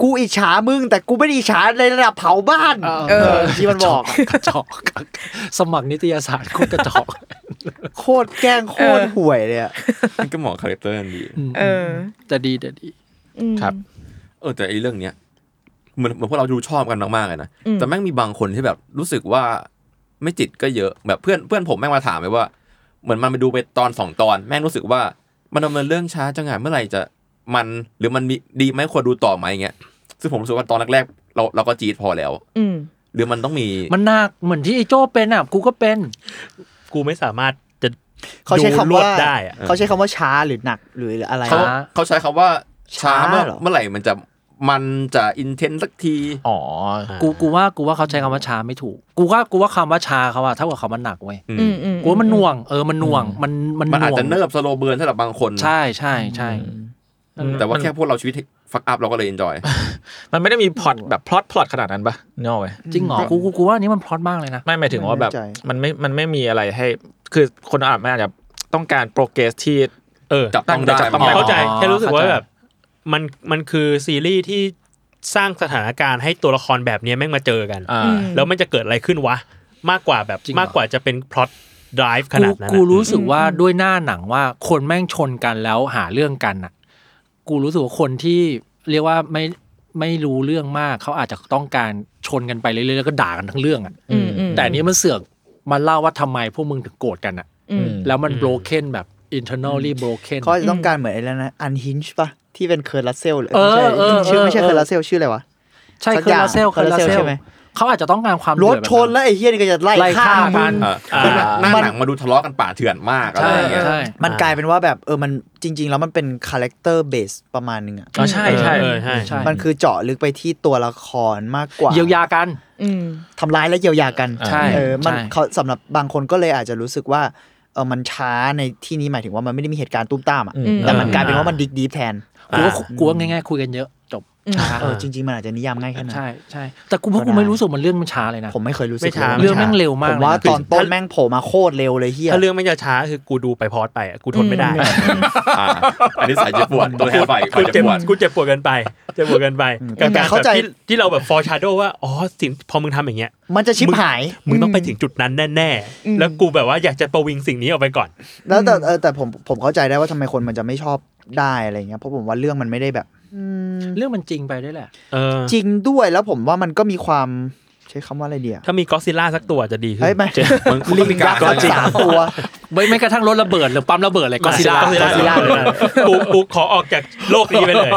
[SPEAKER 5] กูอิจฉามึง แต่กูไม่ได้อิจฉาในระดับเผาบ้าน
[SPEAKER 8] เออ
[SPEAKER 5] ที่มันบอก
[SPEAKER 8] กระจอกสมัครนิตยสารโคตรกระจอก
[SPEAKER 5] โคตรแกล้งโคตรห่วยเลยอะ
[SPEAKER 7] มันก็เหมาะคาแรคเตอร์กันดี
[SPEAKER 6] เออ
[SPEAKER 8] แต่ดีแต่ดี
[SPEAKER 6] อืม
[SPEAKER 4] ครับ
[SPEAKER 7] เออแต่ไอ้เรื่องเนี้ยเหมือนเหมือนพวกเราดูชอบกันมากๆเลยนะ
[SPEAKER 6] อืม
[SPEAKER 7] แต่แม่งมีบางคนที่แบบรู้สึกว่าไม่จิตก็เยอะแบบเพื่อนเพื่อนผมแม่งมาถามเลยว่า เหมือนมันไปดูไปตอนสองตอน แม่งรู้สึกว่ามันดำเนินเรื่องช้าจังไงเมื่อไหร่จะมันหรือมันมีดีไหมควรดูต่อไหมอย่างเงี้ยซึ่งผมรู้สึกว่าตอนแรกๆเราเราก็จี๊ดพอแล้ว
[SPEAKER 6] อืม
[SPEAKER 7] หรือมันต้องมี
[SPEAKER 8] มันหนักเหมือนที่ไอ้โจ้เป็นอ่ะกูก็เป็น
[SPEAKER 10] กูไม่สามารถจะ
[SPEAKER 5] เขาใช้คำ
[SPEAKER 10] ดูล
[SPEAKER 5] ว่า
[SPEAKER 10] ดได้อะ
[SPEAKER 5] เขาใช้คำว่าช้าหรือหนักหรืออะไร
[SPEAKER 7] เขา
[SPEAKER 5] นะ
[SPEAKER 7] เขาใช้คำว่าช้า
[SPEAKER 5] ช้า
[SPEAKER 7] เมื่อ
[SPEAKER 5] เหรอ
[SPEAKER 7] เมื่อไหร่มันจะมันจะอินเทนสักที
[SPEAKER 4] อ๋อ
[SPEAKER 8] กูกูว่ากูว่าเขาใช้คำว่าช้าไม่ถูก กูว่ากูว่าคำว่าช้าเขาอะเท่ากับคำว่าหนักเว้ย
[SPEAKER 6] อืมอืม
[SPEAKER 8] กูว่ามันหน่วงเออมันหน่วงมันมัน
[SPEAKER 7] มันอาจ
[SPEAKER 8] หวง
[SPEAKER 7] จะเนิบสโลเบิร์นสำหรับบางคน
[SPEAKER 8] ใช่ใช่ใช่
[SPEAKER 7] แต่ว่า
[SPEAKER 4] มัน
[SPEAKER 7] แค่พวกเราชีวิตฟักอัพเราก็เลยเอนจอย
[SPEAKER 4] มันไม่ได้มีพล็อตแบบพล็อตพล็อตขนาดนั้นปะนี่เอาไว้
[SPEAKER 8] จริงเหรอกูกูกูว่าอันนี้มันพล็อตมากเลยนะ
[SPEAKER 4] ไม่หมายถึงว่าแบบ
[SPEAKER 5] ไม่แน่ใจ
[SPEAKER 4] มันไม่มันไม่มีอะไรให้ คือคนอ่านมันอาจจะต้องการโปรเกรสที่
[SPEAKER 10] เออ
[SPEAKER 7] จับต้องได้
[SPEAKER 4] จับต้องได้
[SPEAKER 10] เข้าใจ
[SPEAKER 8] อ๋อ
[SPEAKER 10] แค่รู้สึกว่า
[SPEAKER 8] เข้าใจ
[SPEAKER 10] แบบมันมันคือซีรีส์ที่สร้างสถานการณ์ให้ตัวละครแบบเนี้ยแม่งมาเจอกัน
[SPEAKER 4] อ่า
[SPEAKER 6] อืม
[SPEAKER 10] แล้วมันจะเกิดอะไรขึ้นวะ มากกว่าแบบ
[SPEAKER 8] จริงเหรอ
[SPEAKER 10] มากกว่าจะเป็นพล็อตดライขนาดนั้น
[SPEAKER 8] กู
[SPEAKER 10] อะ
[SPEAKER 8] รู้สึกว่าด้วยหน้าหนังว่าคนแม่งชนกันแล้วหาเรื่องกันน่ะ กูรู้สึกว่าคนที่เรียกว่าไม่ไม่รู้เรื่องมากเขาอาจจะต้องการชนกันไปเรื่อยๆแล้วก็ด่ากันทั้งเรื่องอ่ะ
[SPEAKER 6] อืมอืม
[SPEAKER 8] แต่อันนี้มันเสือกมาเล่าว่าทำไมพวกมึงถึงโกรธกันอ่ะ
[SPEAKER 6] อืม
[SPEAKER 8] แล้วมัน broken แบบ internally broken
[SPEAKER 5] เขาจะต้องการเหมือนไอ้แล้วนะอันฮินช์ปะที่เป็นเคิร์ลัสเซลหรือ
[SPEAKER 8] เออ
[SPEAKER 5] ไม่ใช่
[SPEAKER 8] เออ
[SPEAKER 5] ชื่อไม่ใช่
[SPEAKER 8] เออ
[SPEAKER 5] เคิร์ลัสเซลชื่ออะไรวะ
[SPEAKER 8] ใช่
[SPEAKER 5] สัก
[SPEAKER 8] คือ
[SPEAKER 5] อย่าง
[SPEAKER 8] ลาเซลคือลา
[SPEAKER 5] Russell
[SPEAKER 8] เซ
[SPEAKER 5] ใช่
[SPEAKER 8] ล
[SPEAKER 5] ไหม
[SPEAKER 8] เขาอาจจะต้องการความ
[SPEAKER 5] ร
[SPEAKER 8] เดื
[SPEAKER 5] ถ
[SPEAKER 8] อดแบบ
[SPEAKER 5] ชนแล้วไอ้เฮียนี่ก็จะไล่
[SPEAKER 8] ไล่ฆ่า
[SPEAKER 5] ฆ่ามึ
[SPEAKER 8] กั
[SPEAKER 5] ง
[SPEAKER 8] น
[SPEAKER 7] อ่า
[SPEAKER 10] อ่า
[SPEAKER 5] มัน
[SPEAKER 7] หน้าหนังมาดูทะเลาะกันป่าเถื่อนมากอะไร
[SPEAKER 8] ใช่
[SPEAKER 7] อย่างเงี้ย
[SPEAKER 8] ใช่
[SPEAKER 5] มันกลายเป็นว่าแบบเออมันจริง ๆ แล้วมันเป็นคาแรคเตอร์เบสประมาณนึงอ่ะ
[SPEAKER 4] อ๋อใช่ใช่
[SPEAKER 10] เออใช่
[SPEAKER 8] ใช่
[SPEAKER 5] มันคือเจาะลึกไปที่ตัวละครมากกว่า
[SPEAKER 8] เยียวยากัน
[SPEAKER 6] อืม
[SPEAKER 5] ทำร้ายและเยียวยากัน
[SPEAKER 8] ใช่
[SPEAKER 5] เออมัน
[SPEAKER 8] ใช่
[SPEAKER 5] เขาสำหรับบางคนก็เลยอาจจะรู้สึกว่าเออมันช้าในที่นี้หมายถึงว่ามันไม่ได้มีเหตุการณ์ตุ้มตามอ่ะ
[SPEAKER 4] อืม
[SPEAKER 5] แต่มันกลายเป็นว่ามันดิกดีฟแทน
[SPEAKER 8] กูว่ากูว่าง่ายๆคุยกันเยอะจบ
[SPEAKER 5] เออจริง ๆ มันอาจจะนิยามง่ายแค่นั้น
[SPEAKER 8] ใช่ใช่แต่กูเพราะ
[SPEAKER 5] ก็
[SPEAKER 8] กู
[SPEAKER 5] ได้
[SPEAKER 8] ไม่รู้สึกมันเรื่องมันช้าเลยนะ
[SPEAKER 5] ผมไม่เคยรู้สึก
[SPEAKER 10] ไม่ช้า
[SPEAKER 5] ลย
[SPEAKER 8] เรื่องแม่งเร็วมาก
[SPEAKER 5] ผมว่า
[SPEAKER 8] เลยนะ
[SPEAKER 5] ตอนต้นแม่งโผล่มาโคตรเร็วเลยเฮีย
[SPEAKER 10] ถ้าเรื่องไม่จะช้าคือกูดูไปพอดไปอะกูทนไม่ได้
[SPEAKER 7] อ่าอันนี้สายเจ็บปวดตัวแทนฝ่าย
[SPEAKER 10] กู
[SPEAKER 7] ฝ่ายเจ็
[SPEAKER 10] เจ็
[SPEAKER 7] บบ ปวด
[SPEAKER 10] กูเจ็บปวดเกันไปเจ็บปวดเกันไปกับ
[SPEAKER 5] แต่
[SPEAKER 10] การ
[SPEAKER 5] เข้าใจ
[SPEAKER 10] แบบที่ที่เราแบบฟอร์ชาโดว่าอ๋อสิ่งพอมึงทำอย่างเงี้ย
[SPEAKER 5] มันจะชิบหาย
[SPEAKER 10] มึงต้องไปถึงจุดนั้นแน่ๆ แล้วกูแบบว่าอยากจะประวิงสิ่งนี้ออกไปก่อน
[SPEAKER 5] แล้วแต่เออแต่ผมผมเข้าใจได้ว่าทำไมคนมันจะไม่ชอบได้อะไรเงี้ยเพราะผมว่าเรื่องมันไม่ได้แบบ
[SPEAKER 8] เรื่องมันจริงไปด้วยแหละ
[SPEAKER 10] เออ
[SPEAKER 5] จริงด้วยแล้วผมว่ามันก็มีความใช้คำว่าอะไรเดีย
[SPEAKER 10] ถ้ามีก็ซิล่าสักตัวจะดีขึ้น
[SPEAKER 5] เฮ้ยไม่
[SPEAKER 10] เจ๊
[SPEAKER 7] มันลิง
[SPEAKER 5] ยักษ์รักษาตัว
[SPEAKER 8] ไม่ไม่กระทั่งรถระเบิดหรือปั๊มระเบิดอะไรก็ซิล่า
[SPEAKER 10] Godzilla Godzilla เลยนะกูกูขอออกจากโลกนี้ไปเลย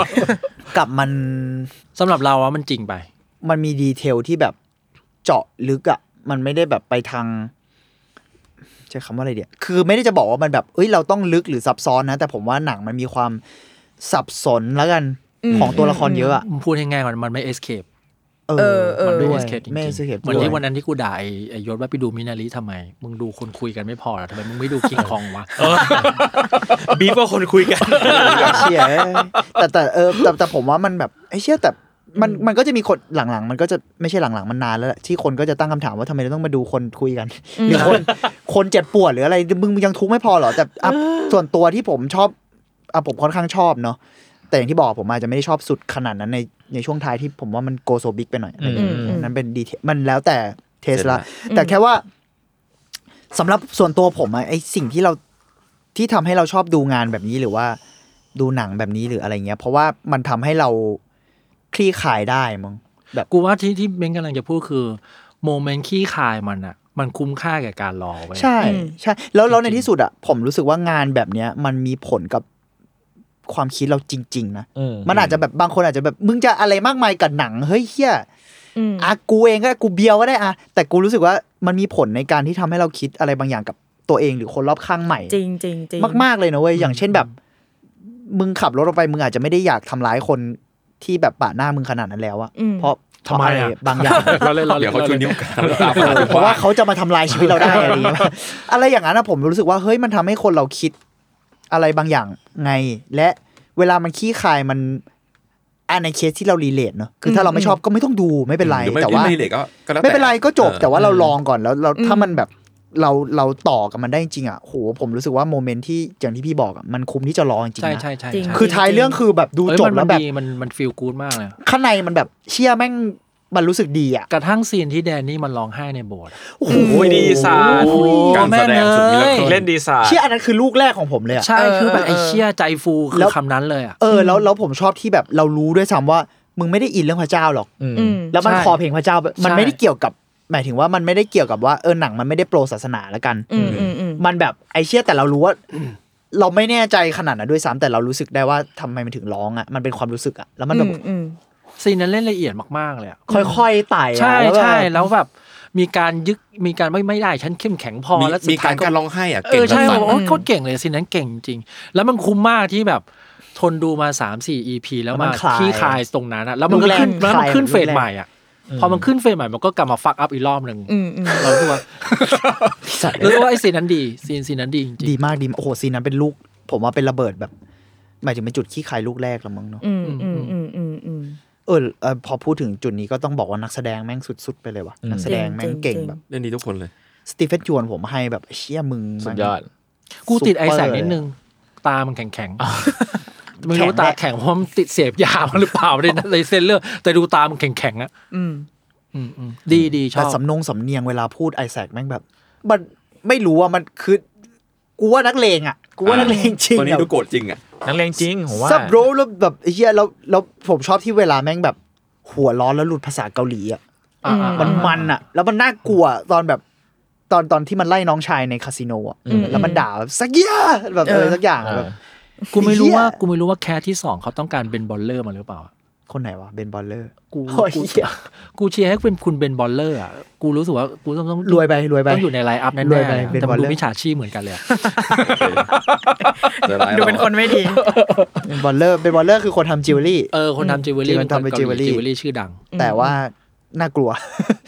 [SPEAKER 5] กับมัน
[SPEAKER 8] สำหรับเราอะมันจริงไป
[SPEAKER 5] มันมีดีเทลที่แบบเจาะลึกอะมันไม่ได้แบบไปทางใช้คำว่าอะไรเดียคือไม่ได้จะบอกว่ามันแบบเอ้ยเราต้องลึกหรือซับซ้อนนะ แต่ผมว่าหนังมันมีความสับสนแล้วกันของตัวละครเยอะอะ
[SPEAKER 8] พูดง่ายๆมันมันไม่ escape
[SPEAKER 5] เอ
[SPEAKER 6] เอ
[SPEAKER 5] อ
[SPEAKER 6] อเออ
[SPEAKER 8] มันไม่
[SPEAKER 5] ด้วย
[SPEAKER 8] escape จริงๆ
[SPEAKER 5] ไม่สเคป
[SPEAKER 8] เหมือน
[SPEAKER 5] ด้วย
[SPEAKER 8] ที่วันนั้นที่กูด่าไอ้ไอ้ยศว่าไปดูมินาริทำไม มึงดูคนคุยกันไม่พอเหรอทำไมมึงไม่ดูคิงคองวะ
[SPEAKER 10] บีฟว่าคนคุยกัน
[SPEAKER 5] เชี่ยแต่แต่เออแต่แต่ผมว่ามันแบบไอ้เชี่ยแต่มันมันก็จะมีคนหลังๆ มันก็จะไม่ใช่หลังๆ มันนานแล้วแหละที่คนก็จะตั้งคำถามว่าทำไมเราต้องมาดูคนคุยกันหรือคนคนเจ็บปวดหรืออะไรมึงมึงยังทุกข์ไม่พอเหรอแต่อ่ะส่วนตัวที่ผมชอบอ่ะผมค่อนข้างชอบเนาะแต่อย่างที่บอกผมอาจจะไม่ได้ชอบสุดขนาดนั้นในในช่วงท้ายที่ผมว่ามันโกโซบิกไปหน่อยอะไรอย่างเงี้ย
[SPEAKER 6] อืม
[SPEAKER 5] นั้นเป็นดีเทลมันแล้วแต่เทสละแต่แค่ว่าสำหรับส่วนตัวผมอะไอสิ่งที่เราที่ทำให้เราชอบดูงานแบบนี้หรือว่า ดูหนังแบบนี้หรืออะไรเงี้ย เพราะว่ามันทำให้เราคลี่คลายได้มั้งแบบ
[SPEAKER 8] กูว่าที่ที่เบนกำลังจะพูดคือโมเมนต์ขี้คายมันอะมันคุ้มค่าแก่การรอไว้ย
[SPEAKER 5] ใช่ ใช่ แล้วแล้วในที่สุดอะผมรู้สึกว่างานแบบเนี้ย มันมีผลกับ ความคิดเราจริง ๆ นะ
[SPEAKER 4] เออ
[SPEAKER 5] มันอาจจะแบบบางคนอาจจะแบบมึงจะอะไรมากมายกับหนัง เฮ้ยเฮีย
[SPEAKER 6] อืม
[SPEAKER 5] อ่ะกูเองก็ได้กูเบียวก็ได้อ่ะแต่กูรู้สึกว่ามันมีผลในการที่ทำให้เราคิดอะไรบางอย่างกับตัวเองหรือคนรอบข้างใหม่
[SPEAKER 6] จริงจริงจริง
[SPEAKER 5] มาก ๆ เลยนะเว้ย อย่างเช่นแบบ มึงขับรถออกไป มึงอาจจะไม่ได้อยากทำร้ายคนที่แบบปาดหน้ามึงขนาดนั้นแล้วอะ
[SPEAKER 6] อืม
[SPEAKER 5] เพราะ
[SPEAKER 8] ทำไมอะ
[SPEAKER 5] เพราบางอย่าง
[SPEAKER 8] เราเล่นเราเล่น
[SPEAKER 7] เดี๋ยวเขาชูนิ้วกลางแล้วตา
[SPEAKER 5] เออเพ
[SPEAKER 7] เพ
[SPEAKER 5] ราะ
[SPEAKER 7] ราะ
[SPEAKER 5] ว่า
[SPEAKER 7] ว่า
[SPEAKER 5] เขาจะมาทำลายชีวิตเราได้ อะไรอย่างเงี้ยอะไรอย่างนั้นนะผมรู้สึกว่าเฮ้ยมันทำให้คนเราคิดอะไรบางอย่างไง และเวลามันขี้คายมันอันในเคสที่เรารีเลทเนอะคือถ้าเราไม่ชอบก็ไม่ต้องดูไม่เป็นไร
[SPEAKER 7] หรือไม่
[SPEAKER 5] แต่ว่า
[SPEAKER 7] ไม่เหล็กก็ก็แล้วแต่
[SPEAKER 5] ไม่เป็นไรก็จบ
[SPEAKER 7] ออ
[SPEAKER 5] แต่ว่าเราลองก่อนแล้วเรา
[SPEAKER 6] อืม
[SPEAKER 5] ถ้ามันแบบเราเราต่อกับมันได้จริงๆอ่ะโหผมรู้สึกว่าโมเมนต์ที่อย่างที่พี่บอกอะมันคุ้มที่จะรอจริง
[SPEAKER 8] ใช่
[SPEAKER 5] ๆนะ
[SPEAKER 8] ใช่ใช่
[SPEAKER 6] จริง
[SPEAKER 8] ใช่
[SPEAKER 5] คือท้ายเรื่องคือแบบดู
[SPEAKER 8] เอ้ย
[SPEAKER 5] จบ
[SPEAKER 8] มัน
[SPEAKER 5] แล้วแบบ
[SPEAKER 8] มันดีมันมันฟีลกู๊ดมากเลย
[SPEAKER 5] ข้างในมันแบบเชี่ยแม่งมันรู้สึกดีอ่ะ
[SPEAKER 8] กระทั่งซีนที่แดนนี่มันร้องไห้ในโบสถ์
[SPEAKER 5] โอ้โห
[SPEAKER 4] โอ้ยดีไซน์
[SPEAKER 7] โอ้โหการแสดงสุดมิราเคิ
[SPEAKER 4] เล่นดีไซน์
[SPEAKER 5] เชี่ยอันนั้นคือลูกแรกของผมเลยอ่ะ
[SPEAKER 8] ใช่คือแบบ
[SPEAKER 6] เออเออ
[SPEAKER 8] ไอ้เชี่ยใจฟูคื
[SPEAKER 5] แล้
[SPEAKER 8] อ
[SPEAKER 5] ว
[SPEAKER 8] คำนั้นเลยอ่ะ
[SPEAKER 5] เออแล้วแล้วผมชอบที่แบบเรารู้ด้วยซ้ำว่า มึงไม่ได้อินเรื่องพระเจ้าหรอก
[SPEAKER 6] อืม
[SPEAKER 5] แล้วมัน
[SPEAKER 8] ใช่
[SPEAKER 5] คอเพลงพระเจ้าแบบมัน
[SPEAKER 8] ใช่
[SPEAKER 5] ไม่ได้เกี่ยวกับ หมายถึงว่ามันไม่ได้เกี่ยวกับว่าเออหนังมันไม่ได้โปรศาสนาละกัน
[SPEAKER 6] อืมอืมอืม
[SPEAKER 5] มันแบบไอเชี่ยแต่เรารู้ว่า เราไม่แน่ใจขนาดนั้นด้วยซ้ำแต่เรารู้สึกได้ว่าทำไมมันถึงร้องอ่ะมันเป็นความรู้สึกอ่ะแล้วมันแบบ
[SPEAKER 6] อืม
[SPEAKER 8] ซีนนั้นเล่นละเอียดมากๆเลยอะ
[SPEAKER 5] ค่อยๆไต่อะ
[SPEAKER 8] ใช่
[SPEAKER 5] แล้วแบบ
[SPEAKER 8] ใช่แล้วแบบมีการยึกมีการไม่ไม่ได้ฉันเข้มแข็งพอ
[SPEAKER 7] มี
[SPEAKER 8] แล้วสุ
[SPEAKER 7] มี
[SPEAKER 8] ด
[SPEAKER 7] กา
[SPEAKER 8] ท้าร ย
[SPEAKER 7] การร้องไห้อ่ะ
[SPEAKER 8] เอ
[SPEAKER 7] เก่ง
[SPEAKER 8] อใช่
[SPEAKER 7] จั
[SPEAKER 8] ผ
[SPEAKER 7] ง
[SPEAKER 8] มว่าโคตรเก่งเลยสินนั้นเก่งจริง แล้วมันคุ้มมากที่แบบทนดูมา 3 4 EP แล้วมาขี้คายตรงนั้นอะแล้วมันก็ขึ้นแล้วมันขึ้นเฟสใหม่อ่ะพอมันขึ้นเฟสใหม่มันก็กลับมาฟักอัพอีกรอบหนึ่ง
[SPEAKER 6] อืมอืม
[SPEAKER 8] เรารู้ว่ารู้ว่าไอ้ซีนนั้นดีซีนซีนนั้นดีจริ
[SPEAKER 5] ดี
[SPEAKER 8] ง
[SPEAKER 5] มากดีมากโอ้โหซีนนั้นเป็นลูก ผมว่าเป็นระเบิดแบบหมายถึงเป็นจุดขี้คายลูกแรกละมั้งเนาะ
[SPEAKER 6] อืมอืมอืมอืมอืม
[SPEAKER 5] เออเออพอพูดถึงจุดนี้ก็ต้องบอกว่านักแสดงแม่งสุดๆไปเลยว่ะนักแสดงแม่งเก่ง
[SPEAKER 6] จริงๆ
[SPEAKER 5] แบบ
[SPEAKER 7] เล่นดีทุกคนเลย
[SPEAKER 5] สตีเฟนยวนผมให้แบบเชี่ยมึง
[SPEAKER 4] สุ
[SPEAKER 5] มั
[SPEAKER 4] ด
[SPEAKER 5] น
[SPEAKER 4] ยอด
[SPEAKER 8] ๆกูติดไอแสง
[SPEAKER 5] ซุปเปอร์
[SPEAKER 8] นิดนึง ตามันแข็งแข็งๆไม่รู้
[SPEAKER 5] แข็งแหละ
[SPEAKER 8] ตาแข็งเพราะมันติดเสพยามาหรือเปล่าไม่ได้นะเลยเซนเลอร์แต่ดูตามันแข็งแข็งๆอะ
[SPEAKER 6] อืม
[SPEAKER 8] อืมอืมดีดีช
[SPEAKER 5] แต่
[SPEAKER 8] อบ
[SPEAKER 5] สำนงสำเนียงเวลาพูดไอแซคแม่งแบบ มันไม่รู้ว่ามันคือ กูว่านักเลงอ่ะ กูว่านักเลงจริง
[SPEAKER 7] ตอนนี้
[SPEAKER 5] อะ
[SPEAKER 7] ดูโกรธจริงอ่ะ
[SPEAKER 4] นักเลงจริงผมว่า
[SPEAKER 5] ซับโรแล้วแบบไอ้เฮียแล้วแล้วผมชอบที่เวลาแม่งแบบ หัวร้อนแล้วหลุดภาษาเกาหลีอ่ะ
[SPEAKER 8] อ่าอ่า
[SPEAKER 5] มันมันอ่ะ แล้วมันน่ากลัวตอนแบบตอนตอนที่มันไล่น้องชายในคาสิโนอ่ะ
[SPEAKER 6] อืม
[SPEAKER 5] แล้วมันด่าแบบสักเหี้ยอะแบบเออสักอย่างอะแบบ
[SPEAKER 8] กูไม่รู้
[SPEAKER 5] เหี้ย
[SPEAKER 8] ว่ากูไม่รู้ว่าแคสที่สองเขาต้องการเบนบอลเลอร์มาหรือเปล่า
[SPEAKER 5] คนไหนวะเบนบอลเลอร์
[SPEAKER 8] กู
[SPEAKER 5] โอ้ย
[SPEAKER 8] กู
[SPEAKER 5] เหี้ย
[SPEAKER 8] กูเชียร์ให้เป็นคุณเบนบอลเลอร์อ่ะกูรู้สึกว่ากูต้องต้อง
[SPEAKER 5] รวยไปรวยไป
[SPEAKER 8] ต้องอยู่ในไลน์อัพแน่
[SPEAKER 5] รวย
[SPEAKER 8] ๆ
[SPEAKER 5] ไป
[SPEAKER 8] เลย
[SPEAKER 5] เบน
[SPEAKER 8] แต่
[SPEAKER 5] บอ
[SPEAKER 8] มั
[SPEAKER 5] ล
[SPEAKER 8] น
[SPEAKER 5] เลอ
[SPEAKER 8] ดู
[SPEAKER 5] ร์
[SPEAKER 8] มิจฉาชีพเหมือนกันเลยอะ
[SPEAKER 6] ดูเป็นคนไม่ดี
[SPEAKER 5] เบนบอลเลอร์เบนบอลเลอร์คือคนทำจิวเวลรี่
[SPEAKER 8] เออคนทำจิวเวลรี่
[SPEAKER 5] ที่มันทำเป็น
[SPEAKER 8] จิวเวล
[SPEAKER 5] jewelry
[SPEAKER 8] รี่ชื่อดัง
[SPEAKER 5] แต่ว่าน่ากลัว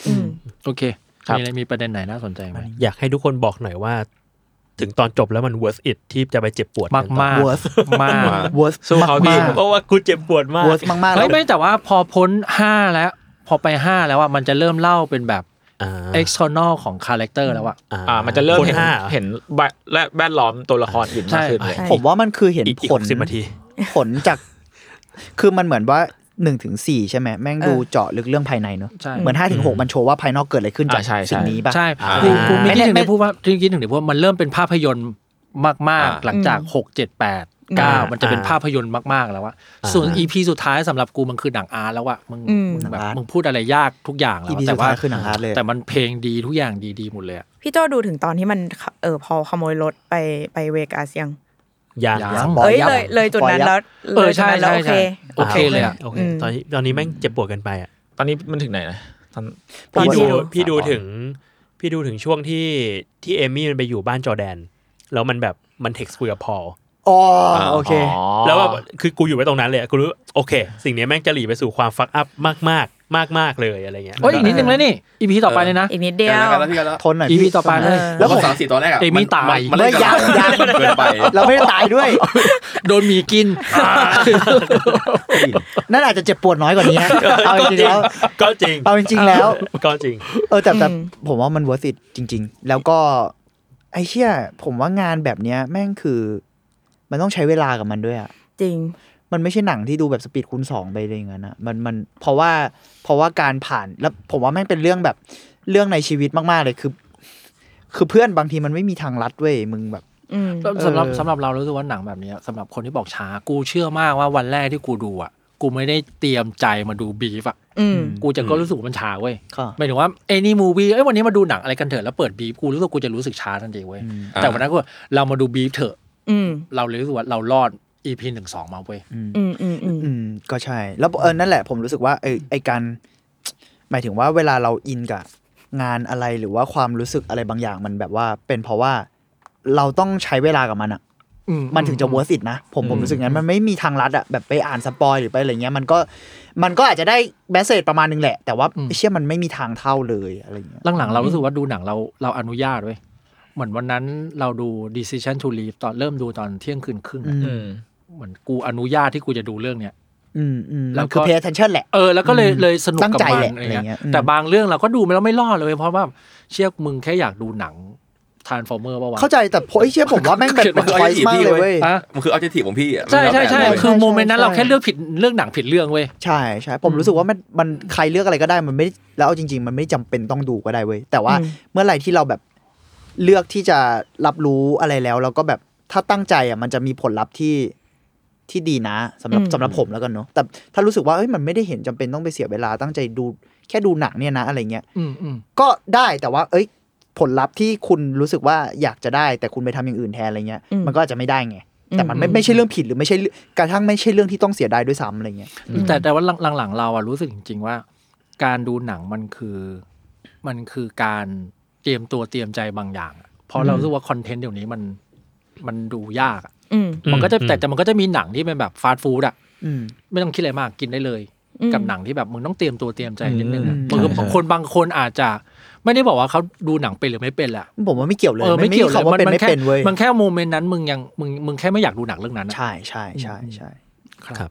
[SPEAKER 6] อืม
[SPEAKER 8] โอเคมีอะไรมีประเด็นไหนน่าสนใจไหม
[SPEAKER 10] อยากให้ทุกคนบอกหน่อยว่า ถึงตอนจบแล้วมัน worth it ที่จะไปเจ็บปวด
[SPEAKER 8] มากมาก
[SPEAKER 5] worth
[SPEAKER 8] มาก
[SPEAKER 5] เวิร์ส
[SPEAKER 10] สู้เขาพี่
[SPEAKER 5] มาก
[SPEAKER 10] เพราะว่ากูเจ็บปวดมาก
[SPEAKER 5] เวิร์สมากๆ
[SPEAKER 8] เฮ้
[SPEAKER 5] แล้
[SPEAKER 8] ยว ไม่แต่ว่าพอพ้นห้าแล้ว พอไปห้าแล้วอ่ะมันจะเริ่มเล่าเป็นแบบ
[SPEAKER 10] อ่า
[SPEAKER 8] external ของคาแรคเตอร์แล้วอ่ะ
[SPEAKER 4] อ่า มันจะเริ่ม
[SPEAKER 10] คน
[SPEAKER 4] เห็น
[SPEAKER 10] ห้าเหรอ
[SPEAKER 4] เห็นแวดแวดล้อมตัวละครอื่นมากขึ้นเลย
[SPEAKER 6] ใช่
[SPEAKER 5] ผมว่ามันคือเห็น
[SPEAKER 10] อีกอีกห
[SPEAKER 5] ผล
[SPEAKER 10] กสิบนาที
[SPEAKER 5] ผลจาก คือมันเหมือนว่าหนึ่งถึงสี่ใช่ไหมแม่งดูเจาะลึกเรื่องภายในเนอะ
[SPEAKER 8] ใช่
[SPEAKER 5] เหมือนห้าถึงหกมันโชว์ว่าภายนอกเกิดอะไรขึ้นจาก
[SPEAKER 4] อ่าใช่ใช่
[SPEAKER 5] สิ่งนี้ป่ะ
[SPEAKER 8] ใช่
[SPEAKER 10] อ่า
[SPEAKER 8] กูกูไม่คิดถึง
[SPEAKER 5] ไม่
[SPEAKER 8] ได้พูดว่าที่คิดถึงได้พูดว่ามันเริ่มเป็นภาพยนตร์มาก
[SPEAKER 7] อ่า
[SPEAKER 8] ๆ หลังจากหกเจ็ดแปดเก้ามันจะเป็นภาพยนตร์มาก ๆ แล้วอะส่วนอีพีสุดท้ายสำหรับกูมันคือหนังอาร์ตแล้วอะมึง
[SPEAKER 6] อืม
[SPEAKER 8] มึงแบ
[SPEAKER 5] หนัง
[SPEAKER 8] บ
[SPEAKER 5] อาร์ต
[SPEAKER 8] มึงพูดอะไรยากทุกอย่างแล้ว
[SPEAKER 5] EP
[SPEAKER 8] แต่
[SPEAKER 5] สุ
[SPEAKER 8] ว่า
[SPEAKER 5] ดท้ายคือหนังอาร์ตเลย
[SPEAKER 8] แต่มันเพลงดีทุกอย่างดี ๆ หมดเลยอะ
[SPEAKER 6] พี่โจดูถึงตอนที่มันขเออพอขโมยรถไปไปเวกัสยัง
[SPEAKER 10] ยัง
[SPEAKER 8] ยั
[SPEAKER 10] ยัง
[SPEAKER 8] หมอ
[SPEAKER 6] เอ้ย
[SPEAKER 5] ยับ
[SPEAKER 6] เลยเลยจุดนั้น
[SPEAKER 5] หมอยับ
[SPEAKER 6] แล้ว
[SPEAKER 8] เออ
[SPEAKER 6] ลยจุดนั้นแล้ว
[SPEAKER 8] ใช่
[SPEAKER 6] โอเค
[SPEAKER 8] ใช่ใช่ โอเคเลยอะ
[SPEAKER 10] โอเค
[SPEAKER 6] อืม
[SPEAKER 10] ตอนนี้ตอนนี้แม่งเจ็บปวดเกันไปอ่ะ
[SPEAKER 4] ตอนนี้มันถึงไหนนะตอน
[SPEAKER 6] ตอน
[SPEAKER 10] พี่
[SPEAKER 6] ที่
[SPEAKER 10] ดู
[SPEAKER 6] ดู
[SPEAKER 10] พี่ดูถึงพี่ดูถึงช่วงที่ที่เอมี่มันไปอยู่บ้านจอร์แดน แล้วมันแบบมันเท็กซ์คุยกับพอล
[SPEAKER 5] อ๋อโอเค
[SPEAKER 4] อ๋อ
[SPEAKER 10] แล้วแบบคือกูอยู่ไว้ตรงนั้นเลยอะกูรู้โอเค สิ่งเนี้ยแม่งจะหลีไปสู่ความฟักอัพมากมากมากมาก ๆ เลยอะไรเงี้ย
[SPEAKER 8] เอ้ยอีกนิดนึงแล้วนี่อีพีต่อไปเลยนะ
[SPEAKER 6] อีกนิดเดีย
[SPEAKER 7] กัน
[SPEAKER 6] ว
[SPEAKER 7] แล้วกันแล้วพี่กันแล้ว
[SPEAKER 5] ทนหน่อย
[SPEAKER 8] อีพี
[SPEAKER 5] พี่
[SPEAKER 8] ต่อไปเลย
[SPEAKER 5] แล้
[SPEAKER 7] แล้ว ว
[SPEAKER 5] ผม
[SPEAKER 7] สามสี่ตอนแรกอะ
[SPEAKER 8] เอมี่ตาย
[SPEAKER 7] มันเล่น
[SPEAKER 5] ไม่ยั
[SPEAKER 7] กั
[SPEAKER 5] ง
[SPEAKER 7] บ
[SPEAKER 5] ยัง
[SPEAKER 7] มันเกินไป
[SPEAKER 5] เราไม่ได้ตายด้วย
[SPEAKER 8] โดนหมีกิน
[SPEAKER 5] นั่นอาจจะเจ็บปวดน้อยกว่านี้นะเอาจริงๆแล้ว
[SPEAKER 10] ก็จริง
[SPEAKER 5] เอาจริงๆแล้ว
[SPEAKER 10] ก็จริง
[SPEAKER 5] เออแต่แต่
[SPEAKER 6] อืม
[SPEAKER 5] ผมว่ามัน worth it จริง ๆ แล้วก็ ไอ้เชี่ยผมว่างานแบบเนี้ยแม่งคือ มันต้องใช้เวลากับมันด้วยอะ
[SPEAKER 6] จริง
[SPEAKER 5] มันไม่ใช่หนังที่ดูแบบสปีดคูณสองไปเลยอย่างนั้นอะมันมันเพราะว่าเพราะว่าการผ่านแล้วผมว่าแม่งเป็นเรื่องแบบเรื่องในชีวิตมาก ๆ เลยคือ คือเพื่อนบางทีมันไม่มีทางลัดเว้ยมึงแบบ
[SPEAKER 6] อืม
[SPEAKER 8] สำหรับ
[SPEAKER 5] เออ
[SPEAKER 8] สำหรับเรารู้สึกว่าหนังแบบเนี้ยสำหรับคนที่บอกช้ากูเชื่อมากว่าวันแรกที่กูดูอ่ะ กูไม่ได้เตรียมใจมาดูบีฟอ่ะ
[SPEAKER 6] อืม
[SPEAKER 8] กูจะก็รู้สึกว่ามันช้าเว้ย
[SPEAKER 5] ค่ะ
[SPEAKER 8] หมายถึงว่าเอนี่มูวี่เอ้ยวันนี้มาดูหนังอะไรกันเถอะแล้วเปิดบีฟกูรู้สึกกูจะรู้สึกช้าทันทีเว้ย
[SPEAKER 5] อืม
[SPEAKER 8] แต่วันนั้นก็เรามาดูบีฟเถอะ
[SPEAKER 6] อืม
[SPEAKER 8] เราเลยรู้สึกว่าเรารอด EP หนึ่งสองมาเว้ย
[SPEAKER 6] อืมอืมอืม
[SPEAKER 5] อืมก็ใช่ แล้วเออนั่นแหละผมรู้สึกว่าเออไอการ หมายถึงว่าเวลาเราอินกับงานอะไรหรือว่าความรู้สึกอะไรบางอย่างมันแบบว่า เป็นเพราะว่าเราต้องใช้เวลากับมันอะมันถึงจะ worth it นะ ผมผมรู้สึกงั้นมันไม่มีทางลัดอะแบบไปอ่านสปอยหรือไปอะไรเงี้ยมันก็มันก็อาจจะได้แมสเซจประมาณนึงแหละ แต่ว่า
[SPEAKER 8] อืม
[SPEAKER 5] ไอ้เชื่อมันไม่มีทางเท่าเลยอะไรเงี้ย
[SPEAKER 8] หลังๆ เรารู้สึกว่าดูหนังเราเราอนุญาตเว้ยเหมือนวันนั้นเราดู Decision to Leave ตอนเริ่มดูตอนเที่ยงคืนครึ่งอะ
[SPEAKER 5] อืม
[SPEAKER 4] อืม
[SPEAKER 8] เหมือนกูอนุญาตที่กูจะดูเรื่องเนี้ย
[SPEAKER 5] อืมอืม
[SPEAKER 8] แล้
[SPEAKER 5] มั
[SPEAKER 8] วน ก็
[SPEAKER 5] คือ pay attention แหละ
[SPEAKER 8] เออแล้วก็เลย
[SPEAKER 5] อืม
[SPEAKER 8] เลยสนุก
[SPEAKER 5] ตั้ง
[SPEAKER 8] กับ
[SPEAKER 5] ใจ
[SPEAKER 8] มัน
[SPEAKER 5] แหละ
[SPEAKER 8] อะไรเงี้ย
[SPEAKER 5] อะไรเงี้ย
[SPEAKER 8] แต่บางเรื่องเราก็ดูไม่แล้วไม่รอดเลยเว้ยเพราะว่าเชี่ยมึงแค่อยากดูหนัง Transformer ป่าวะ
[SPEAKER 5] เข้าใจแต่ผมไอ้เชื่อผมว่าแม่งเป็น
[SPEAKER 8] เขียน
[SPEAKER 5] เป็น
[SPEAKER 8] ว่า
[SPEAKER 5] choice มากเลยเว้ย
[SPEAKER 8] อะ
[SPEAKER 7] มันคือเอาใจถีของพี่อะ
[SPEAKER 8] ใช่ใช่ใช่
[SPEAKER 7] มันแล้วแต่เลย
[SPEAKER 8] คือโมเมนต์นั้น
[SPEAKER 5] ใช่
[SPEAKER 8] เราแค่เลือกผิดเรื่องหนังผิดเรื่องเว้ย
[SPEAKER 5] ใช่ใช่ผมรู้สึกว่ามันมันใครเลือกอะไรก็ได้มันไม่แล้วเอาจริง ๆ มันไม่จำเป็นต้องดูก็ได้เว้ยแต่ว่าเมื่อไหร่ที่เราแบบเลือกที่จะรับรู้อะไรแล้ว แล้วก็แบบถ้าตั้งใจอ่ะมันจะมีผลลัพธ์ที่ที่ดีนะสำหรับสำหรับผมแล้วกันเนาะแต่ถ้ารู้สึกว่าเอ้ยมันไม่ได้เห็นจำเป็นต้องไปเสียเวลาตั้งใจดูแค่ดูหนังเนี่ยนะอะไรเงี้ย
[SPEAKER 8] อืมอืม
[SPEAKER 5] ก็ได้แต่ว่า เอ้ย ผลลัพธ์ที่คุณรู้สึกว่าอยากจะได้ แต่คุณไปทำอย่างอื่นแทนอะไรเงี้ย มันก็อาจจะไม่ได้ไงแต่มันไม่ไม่ใช่เรื่องผิดหรือไม่ใช่เรื่องกระทั่งไม่ใช่เรื่องที่ต้องเสียดายด้วยซ้ำอะไรเงี้ย
[SPEAKER 8] แต่แต่ว่าหลังๆเราอะรู้สึกจริง ๆ ว่า การดูหนังมันคือ มันคือการเตรียมตัวเตรียมใจบางอย่างอะเพราะเรารู้สึกว่าคอนเทนต์เดี๋ยวนี้มันมันดูยากอะ
[SPEAKER 6] อืม
[SPEAKER 8] มันก็จะ
[SPEAKER 10] อื
[SPEAKER 8] แต่แต่มันก็จะมีหนังที่เป็นแบบฟาสต์ฟู้ดอะ
[SPEAKER 5] อืม
[SPEAKER 8] ไม่ต้องคิดอะไรมากกินได้เลย กับหนังที่แบบมึงต้องเตรียมตัวเตรียมใจนิดนึงอะ
[SPEAKER 5] อืม
[SPEAKER 8] บางคนบางคนบางคนอาจจะ ไม่ได้บอกว่าเขาดูหนังเป็นหรือไม่เป็นแหละ
[SPEAKER 5] ผมว่าไม่เกี่ยวเลย
[SPEAKER 8] เออไม่เกี่ยวเลย
[SPEAKER 5] คำว่าเป็น
[SPEAKER 8] มั
[SPEAKER 5] ไม่
[SPEAKER 8] แค่
[SPEAKER 5] เป็นเว้ย
[SPEAKER 8] มันแค่โมเมนต์นั้นมึงยังมึงมึงแค่ไม่อยากดูหนังเรื่องนั้นอะ
[SPEAKER 5] ใช่ใช่ใช่ใช่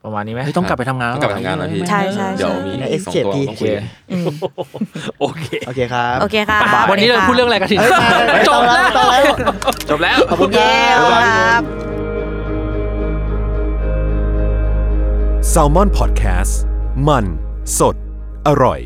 [SPEAKER 4] ประมาณนี้ไหม
[SPEAKER 8] เฮ้ยต้องกลับไปทำงาน
[SPEAKER 7] ต้
[SPEAKER 8] แล้
[SPEAKER 7] อ
[SPEAKER 8] วเห
[SPEAKER 7] งก
[SPEAKER 8] รอ
[SPEAKER 7] ลับไปทำงานแล้วพี่
[SPEAKER 6] ใช่ใช่
[SPEAKER 7] เดี๋ยว
[SPEAKER 6] ใช่
[SPEAKER 7] มี
[SPEAKER 5] ใน
[SPEAKER 7] อีกสองตัว
[SPEAKER 5] SKP
[SPEAKER 7] ต้อง
[SPEAKER 4] โอเค
[SPEAKER 7] คุย
[SPEAKER 6] อืม
[SPEAKER 4] โอเค
[SPEAKER 5] โอเคครับ
[SPEAKER 6] โอเคค่ะ
[SPEAKER 8] วันนี้เราพูดเรื่องอะไรกันที
[SPEAKER 5] เอ้ยไม่
[SPEAKER 8] จ
[SPEAKER 5] ต้อบ งแล้
[SPEAKER 8] แล้ว ว
[SPEAKER 5] ไม่ต้องแล้ว
[SPEAKER 7] จบแล้ว
[SPEAKER 5] ขอบคุณครั
[SPEAKER 6] เอบ ครับ
[SPEAKER 3] แซลมอนพอดแคสต์มันสดอร่อย